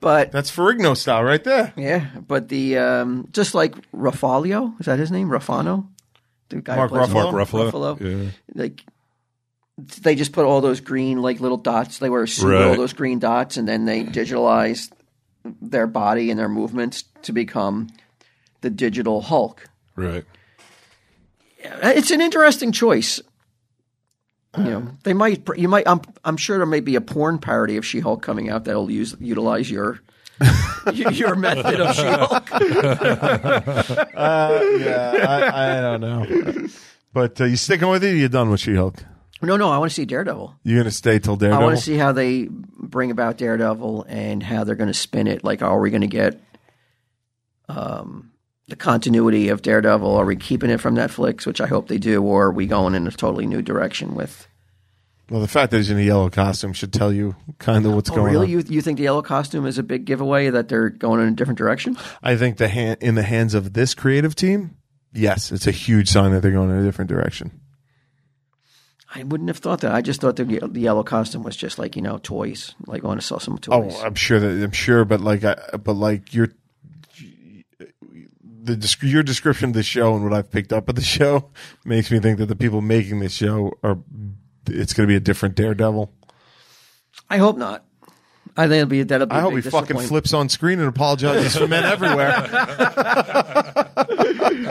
S2: But
S3: That's Ferrigno style right there.
S2: Yeah, but the um, just like Raffalio is that his name? Raffano, the guy who
S3: Mark
S2: plays-
S3: Ruffalo?
S1: Mark Ruffalo.
S2: Ruffalo.
S1: Yeah.
S2: Like they just put all those green like little dots. They were a suit with all
S1: Right.
S2: those green dots, and then they digitalized their body and their movements to become the digital Hulk.
S1: Right.
S2: Uh, It's an interesting choice. You know, they might. You might. I'm. I'm sure there may be a porn parody of She-Hulk coming out that'll use utilize your your method of She-Hulk.
S3: yeah, I, I don't know. But uh, you sticking with it? Or you're done with She-Hulk.
S2: No, no, I want to see Daredevil.
S3: You're gonna stay till Daredevil.
S2: I want to see how they bring about Daredevil and how they're going to spin it. Like, are we going to get um, the continuity of Daredevil? Are we keeping it from Netflix, which I hope they do, or are we going in a totally new direction with?
S3: Well, the fact that he's in a yellow costume should tell you kind of what's
S2: Oh,
S3: going
S2: really?
S3: on.
S2: You you think the yellow costume is a big giveaway that they're going in a different direction?
S3: I think the hand, in the hands of this creative team, yes, it's a huge sign that they're going in a different direction.
S2: I wouldn't have thought that. I just thought the, the yellow costume was just like you know toys, like I want to sell some
S3: Oh,
S2: toys.
S3: I'm sure that I'm sure, but like, I, but like your the desc- your description of the show and what I've picked up of the show makes me think that the people making this show are it's going to be a different Daredevil.
S2: I hope not. I think it'll be that'll be. a
S3: I hope he
S2: big
S3: fucking
S2: disappointment.
S3: flips on screen and apologizes for men everywhere.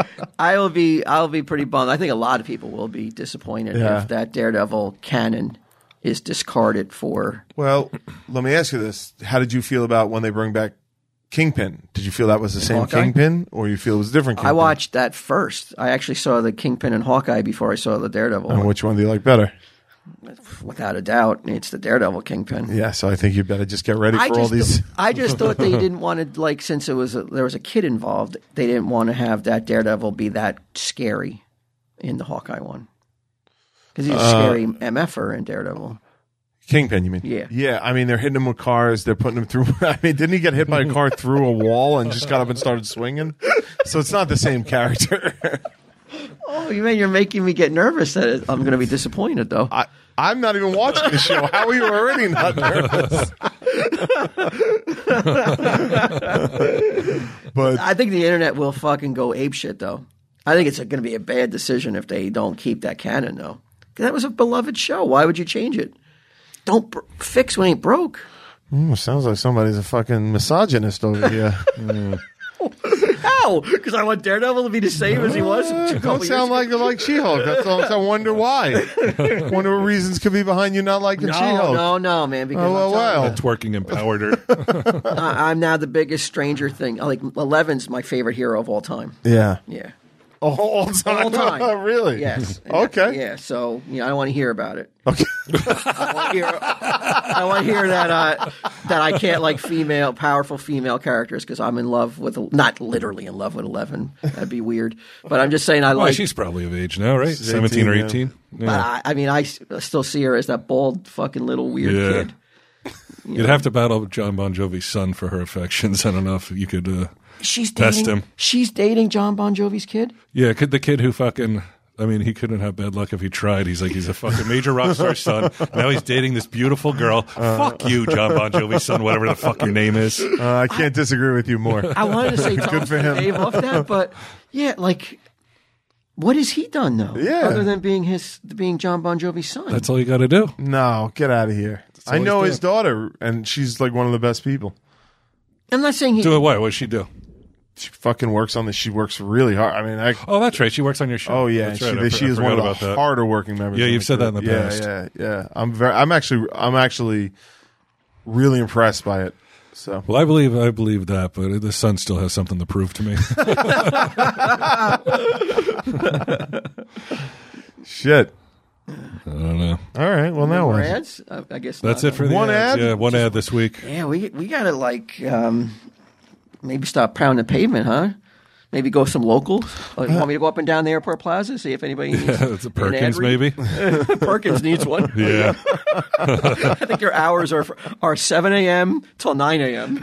S2: I'll be I'll be pretty bummed. I think a lot of people will be disappointed
S3: Yeah.
S2: if that Daredevil canon is discarded for.
S3: Well, let me ask you this: How did you feel about when they bring back Kingpin? Did you feel that was the same
S2: Hawkeye?
S3: Kingpin, or you feel it was a different? Kingpin?
S2: I watched that first. I actually saw the Kingpin and Hawkeye before I saw the Daredevil.
S3: And which one do you like better?
S2: Without a doubt, it's the Daredevil Kingpin.
S3: Yeah, so I think you better just get ready
S2: I
S3: for all
S2: just,
S3: these.
S2: I just thought they didn't want to like since it was a, there was a kid involved, they didn't want to have that Daredevil be that scary in the Hawkeye one because
S3: Uh,
S2: he's a scary mf'er in Daredevil.
S3: Kingpin, you mean?
S2: Yeah.
S3: Yeah, I mean, they're hitting him with cars. They're putting him through. I mean, didn't he get hit by a car through a wall and just got up and started swinging? So it's not the same character.
S2: Oh, you man, you're making me get nervous that it- I'm going to be disappointed though.
S3: I, I'm not even watching the show. How are you already not nervous? but
S2: I think the internet will fucking go apeshit, though. I think it's going to be a bad decision if they don't keep that canon, though. 'Cause That was a beloved show. Why would you change it? Don't br- fix what ain't broke.
S3: Hmm, sounds like somebody's a fucking misogynist over here.
S2: How? Because I want Daredevil to be the same as he was. a
S3: Eh,
S2: couple
S3: Don't
S2: years
S3: sound
S2: ago.
S3: like you like She-Hulk. That's all. I wonder why. wonder what reasons could be behind you not liking
S2: No,
S3: She-Hulk.
S2: Oh, no, no, man. Because
S3: Oh,
S2: I'm
S3: well,
S2: telling you,
S3: well.
S1: That twerking empowered her.
S2: I, I'm now the biggest Stranger Thing. Like Eleven's my favorite hero of all time.
S3: Yeah.
S2: Yeah,
S3: Oh, all time.
S2: all time.
S3: really?
S2: Yes. And that-
S3: okay.
S2: Yeah. So you know, I don't want to hear about it.
S3: Okay.
S2: I want to hear, I want to hear that uh, that I can't like female, powerful female characters because I'm in love with not literally in love with Eleven. That'd be weird. But I'm just saying I
S1: Why
S2: like.
S1: she's probably of age now, right?
S3: 18,
S1: Seventeen or
S3: yeah.
S1: eighteen. Yeah.
S2: but I, I mean, I s- still see her as that bald, fucking little weird
S1: Yeah.
S2: kid.
S1: You'd have to battle John Bon Jovi's son for her affections. I don't know if you could. Uh,
S2: She's
S1: Best
S2: dating.
S1: him.
S2: She's dating John Bon Jovi's kid.
S1: yeah, could the kid who fucking uh, I mean, he couldn't have bad luck if he tried. He's like, he's a fucking major rock star's son. Now he's dating this beautiful girl. Fuck you, John Bon Jovi's son, whatever the fuck your name is.
S3: Uh, I can't disagree with you more.
S2: I wanted to say
S3: Good
S2: Tom
S3: for him.
S2: Dave off that, but yeah, like, what has he done though?
S3: Yeah.
S2: other than being his being John Bon Jovi's son.
S1: That's all you got to do.
S3: No, get out of here. I
S1: all
S3: know
S1: he's
S3: his daughter, and she's like one of the best people.
S2: I'm not saying he.
S1: Do it. What? What'd she do?
S3: She fucking works on this. She works really hard. I mean, I,
S1: Oh, that's right. She works on your show.
S3: oh yeah,
S1: That's
S3: she,
S1: right. I for-
S3: she
S1: I
S3: is one
S1: forgot
S3: of
S1: about
S3: the
S1: that.
S3: harder working members.
S1: Yeah,
S3: of
S1: you've said that in
S3: group.
S1: the
S3: yeah,
S1: past.
S3: Yeah, yeah. I'm very. I'm actually. I'm actually really impressed by it. So
S1: Well, I believe I believe that, but the son still has something to prove to me.
S3: shit.
S1: I don't know.
S3: All right. Well, now
S2: More
S3: we're.
S2: ads? uh, I, I guess
S1: That's
S2: not.
S1: it for the
S3: One
S1: ads.
S3: ad?
S1: Yeah, one ad this week.
S2: Yeah, we we gotta like um, maybe stop pounding the pavement, huh? Maybe go some locals. Like, want me to go up and down the airport plaza, see if anybody needs
S1: That's a
S2: an ad
S1: Perkins,
S2: read?
S1: maybe.
S2: Perkins needs one.
S1: Yeah.
S2: I think your hours are are seven a.m. till nine a.m.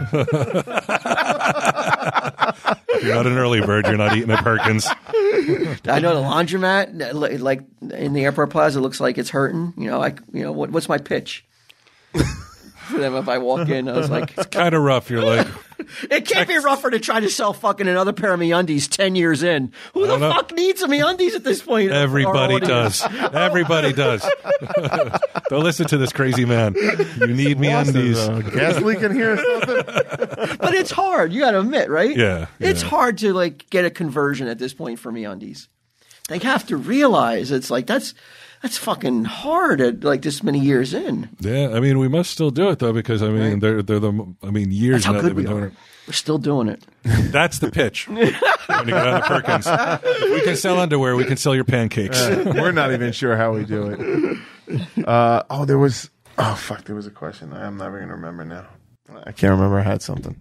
S1: If you're not an early bird, you're not eating at Perkins.
S2: I know the laundromat, li- like in the airport plaza, looks like it's hurting. You know, like you know, what, what's my pitch for them if I walk in? I was like,
S1: Kind of rough. You're like,
S2: it can't be rougher to try to sell fucking another pair of MeUndies ten years in. Who the
S1: don't know.
S2: fuck needs a MeUndies at this point?
S1: everybody
S2: Our audience.
S1: does. Everybody does. Don't listen to this crazy man. You need me undies.
S3: Uh, gas leak in here or something?
S2: but it's hard. You got to admit, right?
S1: Yeah,
S2: It's
S1: yeah.
S2: hard to like get a conversion at this point for me undies. They have to realize it's like that's that's fucking hard at like this many years in.
S1: Yeah, I mean, we must still do it though, because I mean, they're they're the. I mean, years
S2: That's how
S1: now
S2: good
S1: they've
S2: we
S1: been doing
S2: are.
S1: it.
S2: We're still doing it.
S1: That's the pitch. when you go down to Perkins, If we can sell underwear. We can sell your pancakes.
S3: we're not even sure how we do it. Uh, oh, there was. Oh fuck, there was a question. I'm never gonna remember now. I can't remember. I had something.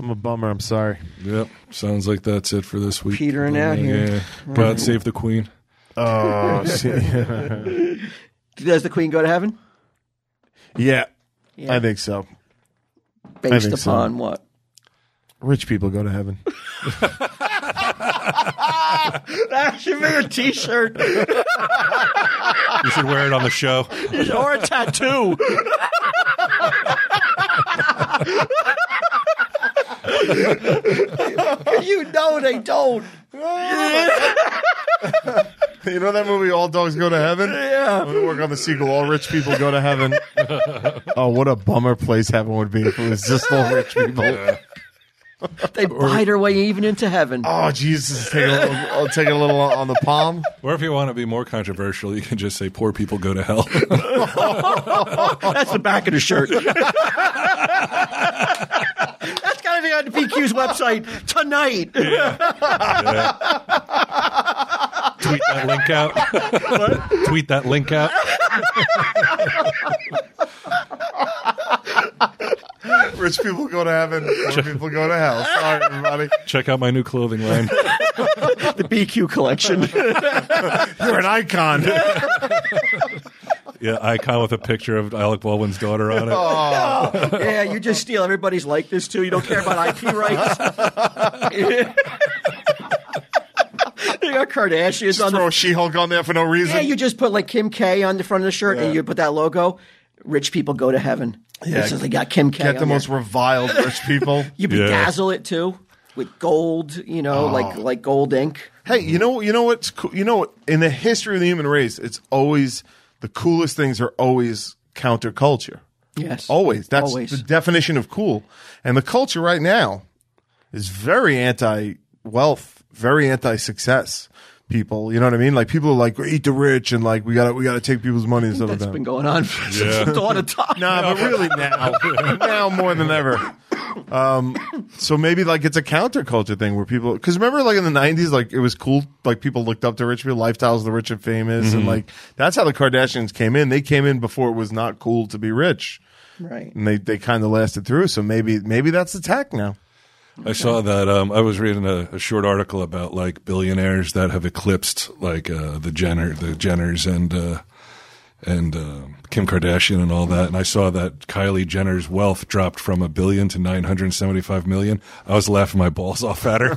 S3: I'm a bummer. I'm sorry.
S1: Yep. Sounds like that's it for this week.
S2: Petering out here.
S1: Yeah. God save the Queen.
S3: Oh, shit.
S2: Does the queen go to heaven?
S3: yeah,
S2: Yeah.
S3: I think so.
S2: Based
S3: think so.
S2: upon what?
S3: Rich people go to heaven.
S2: That should be a T-shirt
S1: You should wear it on the show.
S2: or a tattoo. you know they don't.
S3: You know that movie, All Dogs Go to Heaven? Yeah. I'm going to work on the sequel, All Rich People Go to Heaven. oh, what a bummer place heaven would be if it was just all rich people.
S2: They buy their way even into heaven.
S3: Oh, Jesus. Take a little, I'll take a little on the palm.
S1: Or if you want to be more controversial, you can just say poor people go to hell.
S2: That's the back of the shirt. That's got to be on the PQ's website tonight.
S1: Tweet that link out. Tweet that link out.
S3: Rich people go to heaven, poor people go to hell. Sorry, everybody.
S1: Check out my new clothing line.
S2: The BQ collection.
S3: You're an icon.
S1: Yeah, icon with a picture of Alec Baldwin's daughter on it.
S2: Oh, yeah, you just steal everybody's likeness too. You don't care about IP rights. you got Kardashians on the
S3: Throw She Hulk on there for no reason.
S2: Yeah, you just put like Kim K on the front of the shirt and you put that logo. Rich people go to heaven.
S3: Yeah.
S2: Yeah, so they got Kim K.
S3: Get
S2: on
S3: the
S2: there.
S3: most reviled rich people.
S2: You
S1: Yeah.
S2: bedazzle it too with gold, you know,
S3: Oh.
S2: like like gold ink.
S3: Hey, you know, you know what's cool? You know what? In the history of the human race, it's always the coolest things are always counterculture.
S2: Yes,
S3: Always. That's
S2: Always.
S3: the definition of cool. And the culture right now is very anti wealth, very anti success. People, you know what I mean? Like people are like eat the rich and like we gotta we gotta take people's money and stuff like
S2: that's
S3: that.
S2: been going on for the dawn of time.
S3: Nah, but really now, now more than ever. Um, so maybe like it's a counterculture thing where people, because remember like in the '90s, like it was cool, like people looked up to rich people, lifestyles of the rich and famous,
S1: Mm-hmm.
S3: and like that's how the Kardashians came in. They came in before it was not cool to be rich,
S2: Right.
S3: and they they kind of lasted through. So maybe maybe that's the tack now.
S1: I saw that. Um, I was reading a, a short article about like billionaires that have eclipsed like uh, the Jenner, the Jenners, and uh, and uh, Kim Kardashian and all that. And I saw that Kylie Jenner's wealth dropped from a billion to nine hundred seventy-five million. I was laughing my balls off at her.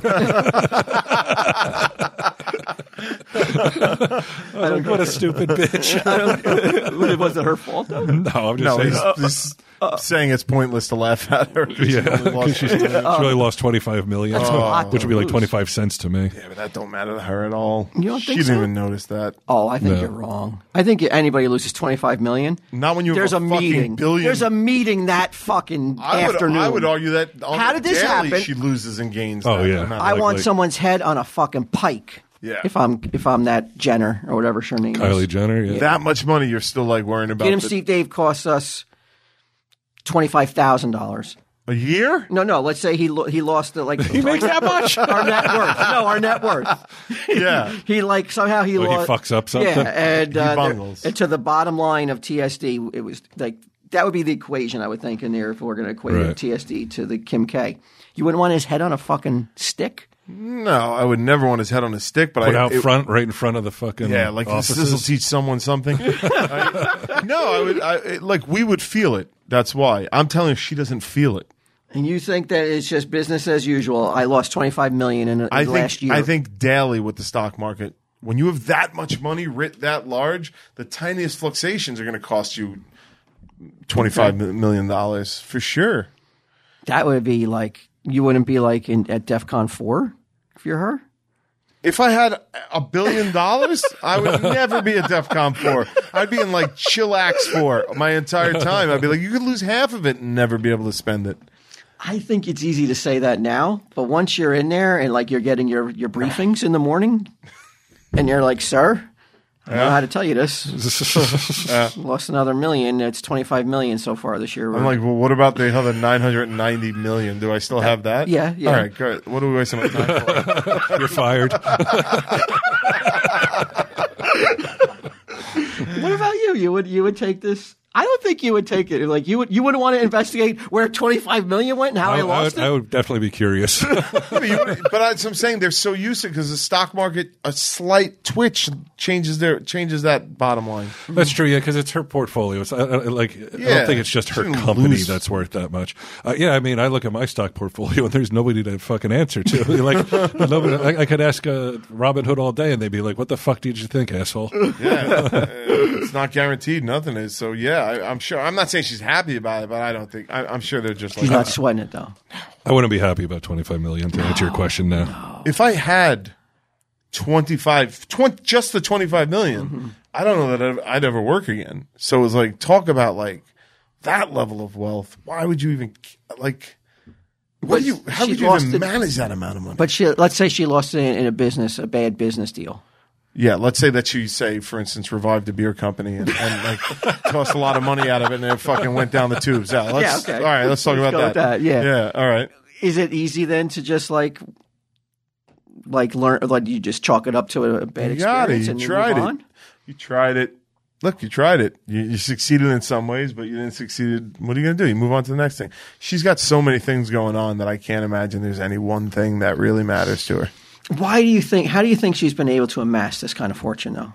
S1: I was like, what a stupid bitch.
S2: it wasn't her fault. though?
S1: no, I'm just
S3: No,
S1: saying.
S3: he's, he's saying it's pointless to laugh at her.
S1: yeah,
S3: She only lost- Oh.
S1: 'cause she's, she really lost 25 million,
S2: That's a lot
S1: which
S2: to
S1: would be like
S2: lose.
S1: 25 cents to me.
S3: yeah, but that don't matter to her at all.
S2: You don't
S3: she
S2: think
S3: didn't
S2: so?
S3: even notice that.
S2: Oh, I think
S1: No.
S2: you're wrong. I think anybody loses twenty five million.
S3: Not when you have
S2: There's
S3: a
S2: a,
S3: fucking
S2: meeting.
S3: billion-
S2: There's a meeting that fucking
S3: I would,
S2: afternoon.
S3: I would argue that on
S2: How
S3: the
S2: did this
S3: daily
S2: happen?
S3: She loses and gains.
S1: Oh,
S3: that
S1: yeah.
S3: amount.
S2: I
S1: Like-
S2: want
S1: like-
S2: someone's head on a fucking pike.
S3: Yeah.
S2: If I'm if I'm that Jenner or whatever her name
S1: Kylie
S2: is.
S1: Jenner, yeah.
S3: that much money you're still like worrying about
S2: Get him
S3: the-
S2: Steve Dave costs us twenty five thousand dollars.
S3: a year.
S2: No, no. Let's say he lo- he lost the, like he
S1: makes that much?
S2: Our net worth. No, our net worth.
S3: Yeah,
S2: He like somehow he
S1: Oh, he
S2: lost.
S1: fucks up something?
S2: Yeah, and, uh, there-
S3: bungles.
S2: and to the bottom line of TSD, it was like that would be the equation I would think in there if we're going to equate
S1: Right.
S2: TSD to the Kim K. You wouldn't want his head on a fucking stick.
S3: no, I would never want his head on a stick, but
S1: Put
S3: I
S1: out
S3: it-
S1: front, right in front of the fucking
S3: Yeah, like this,
S1: offices.
S3: this will teach someone something. I- no, I would I, it- like we would feel it. That's why I'm telling you, she doesn't feel it.
S2: And you think that it's just business as usual? I lost twenty five million in, in
S3: I think
S2: last year.
S3: I think daily with the stock market, when you have that much money writ that large, the tiniest fluctuations are going to cost you twenty five million dollars for sure.
S2: that would be like you wouldn't be like in, at DEF CON four if you're her.
S3: If I had a billion dollars, I would never be at DEF CON 4. I'd be in like Chillax 4 my entire time. I'd be like, you could lose half of it and never be able to spend it.
S2: I think it's easy to say that now, but once you're in there and like you're getting your, your briefings in the morning, and you're like, "Sir, I don't know how to tell you this. Lost another million. It's twenty five million so far this year.
S3: I'm like, well, what about the other 990 million? Do I still have that?
S2: Yeah, yeah.
S3: All right, good. What are we wasting my time for?
S1: You're fired.
S2: what about you? You would you would take this? I don't think you would take it. Like you would you wouldn't want to investigate where twenty five million went and how I,
S1: I, I
S2: lost
S1: would, I
S2: it.
S1: would definitely be curious.
S3: but you- but as I'm saying, they're so used to because the stock market, a slight twitch changes their changes that bottom line.
S1: That's true, yeah, because it's her portfolio. It's, I, I, like I
S3: Yeah.
S1: don't think it's just her
S3: She didn't
S1: company
S3: lose.
S1: that's worth that much. Uh, yeah, I mean, I look at my stock portfolio and there's nobody to fucking answer to. like, nobody, I, I could ask uh, Robin Hood all day and they'd be like, "What the fuck did you think, asshole?"
S3: Yeah, Uh, it's not guaranteed. Nothing is. So yeah, I, I'm sure. I'm not saying she's happy about it, but I don't think. I, I'm sure they're just like
S2: He's not sweating it though.
S1: I wouldn't be happy about 25 million. To answer your question now,
S3: if I had 25, 20, just the 25 million,
S2: Mm-hmm.
S3: I don't know that I'd, I'd ever work again. So it was like, talk about like that level of wealth. Why would you even like, what
S2: But
S3: do you, how
S2: she
S3: would you
S2: lost
S3: even
S2: it-
S3: manage that amount of money?
S2: But she, let's say she lost it in, in a business, a bad business deal.
S3: yeah. Let's say that you say, for instance, revived a beer company and, and like tossed a lot of money out of it and it fucking went down the tubes. Yeah. Let's,
S2: okay.
S3: All right. Let's talk
S2: Let's
S3: about
S2: go with
S3: that.
S2: that, yeah.
S3: Yeah. All right.
S2: is it easy then to just like like learn like you just chalk it up to a bad
S3: You got it.
S2: experience
S3: You
S2: and move
S3: tried it.
S2: on?
S3: You tried it. Look, you tried it. You, you succeeded in some ways, but you didn't succeed. What are you going to do? You move on to the next thing. She's got so many things going on that I can't imagine there's any one thing that really matters to her.
S2: Why do you think? How do you think she's been able to amass this kind of fortune though?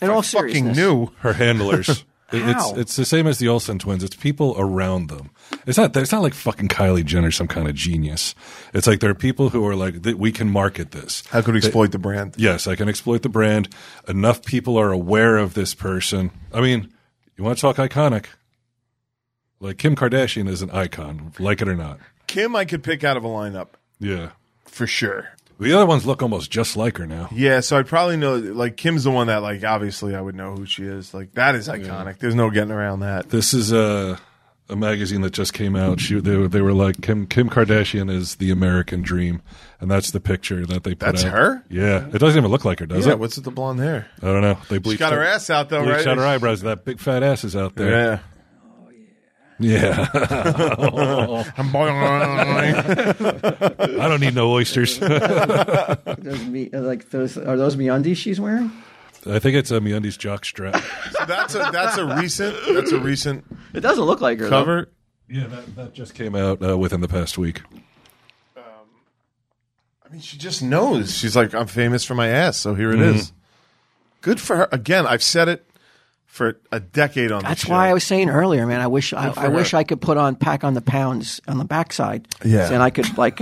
S2: In all
S3: Fucking
S2: seriousness,
S3: new.
S1: her handlers. It- It's
S2: How?
S1: it's the same as the Olsen twins. It's people around them. It's not it's not like fucking Kylie Jenner, some kind of genius. It's like there are people who are like, "Th- we can market this.
S3: How could we exploit the brand?
S1: yes, I can exploit the brand. Enough people are aware of this person. I mean, you want to talk iconic? Like Kim Kardashian is an icon, like it or not.
S3: Kim, I could pick out of a lineup
S1: Yeah.
S3: for sure.
S1: The other ones look almost just like her now.
S3: Yeah, so I'd probably know. Like Kim's the one that, like, obviously, I would know who she is. Like that is iconic. There's no getting around that.
S1: This is a a magazine that just came out. She they, were- they were like Kim Kim Kardashian is the American dream, and that's the picture that they put.
S3: That's
S1: out.
S3: her?
S1: Yeah, it doesn't even look like her, does
S3: yeah,
S1: it?
S3: what's with the blonde hair?
S1: I don't know. They
S3: She
S1: bleached
S3: got her ass out though,
S1: bleached
S3: right?
S1: out her eyebrows. That big fat ass is out there.
S3: Yeah.
S1: Yeah, I don't need no oysters.
S2: Those me- uh, like those are those MeUndies she's wearing?
S1: I think it's a MeUndies jock strap.
S3: that's a that's a recent that's a recent
S2: It doesn't look like her. though.
S3: cover.
S1: Yeah, that, that just came out uh, within the past week.
S3: I mean, she just knows. Mm-hmm. She's like, I'm famous for my ass, so here it is. Good for her. Again, I've said it for a decade on
S2: That's
S3: this
S2: why
S3: show.
S2: I was saying earlier, man. I wish I,
S3: for
S2: I wish
S3: her.
S2: I could put on pack on the pounds on the backside.
S3: Yeah.
S2: and I could like,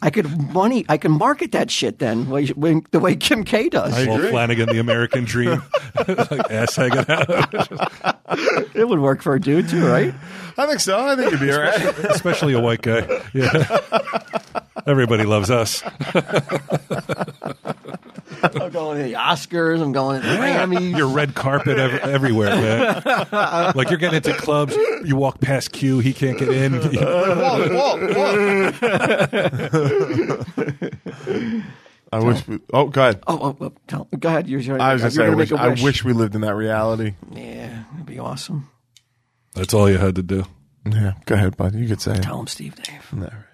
S2: I could money. I can market that shit then way- when, the way Kim K does.
S1: Well,
S3: agree.
S1: Flanagan, the American Dream, like ass hanging out,
S2: it would work for a dude too, right?
S3: I think so. I think you'd be all right.
S1: especially a white guy. Yeah, everybody loves us.
S2: I'm going to the Oscars. I'm going to the Grammys.
S1: Your red carpet ev- everywhere, man. Like you're getting into clubs, you walk past Q, he can't get in.
S3: Walt, Walt, Walt. I wish. We, oh, go ahead.
S2: Oh, oh, oh, tell, go ahead. You're, you're,
S3: I was
S2: you're
S3: gonna say, I
S2: gonna
S3: wish,
S2: make a
S3: I wish we lived in that reality.
S2: Yeah, it'd be awesome.
S1: That's all you had to do.
S3: Yeah, go ahead, bud. You could say. it.
S2: Tell him, Steve Dave.
S3: No.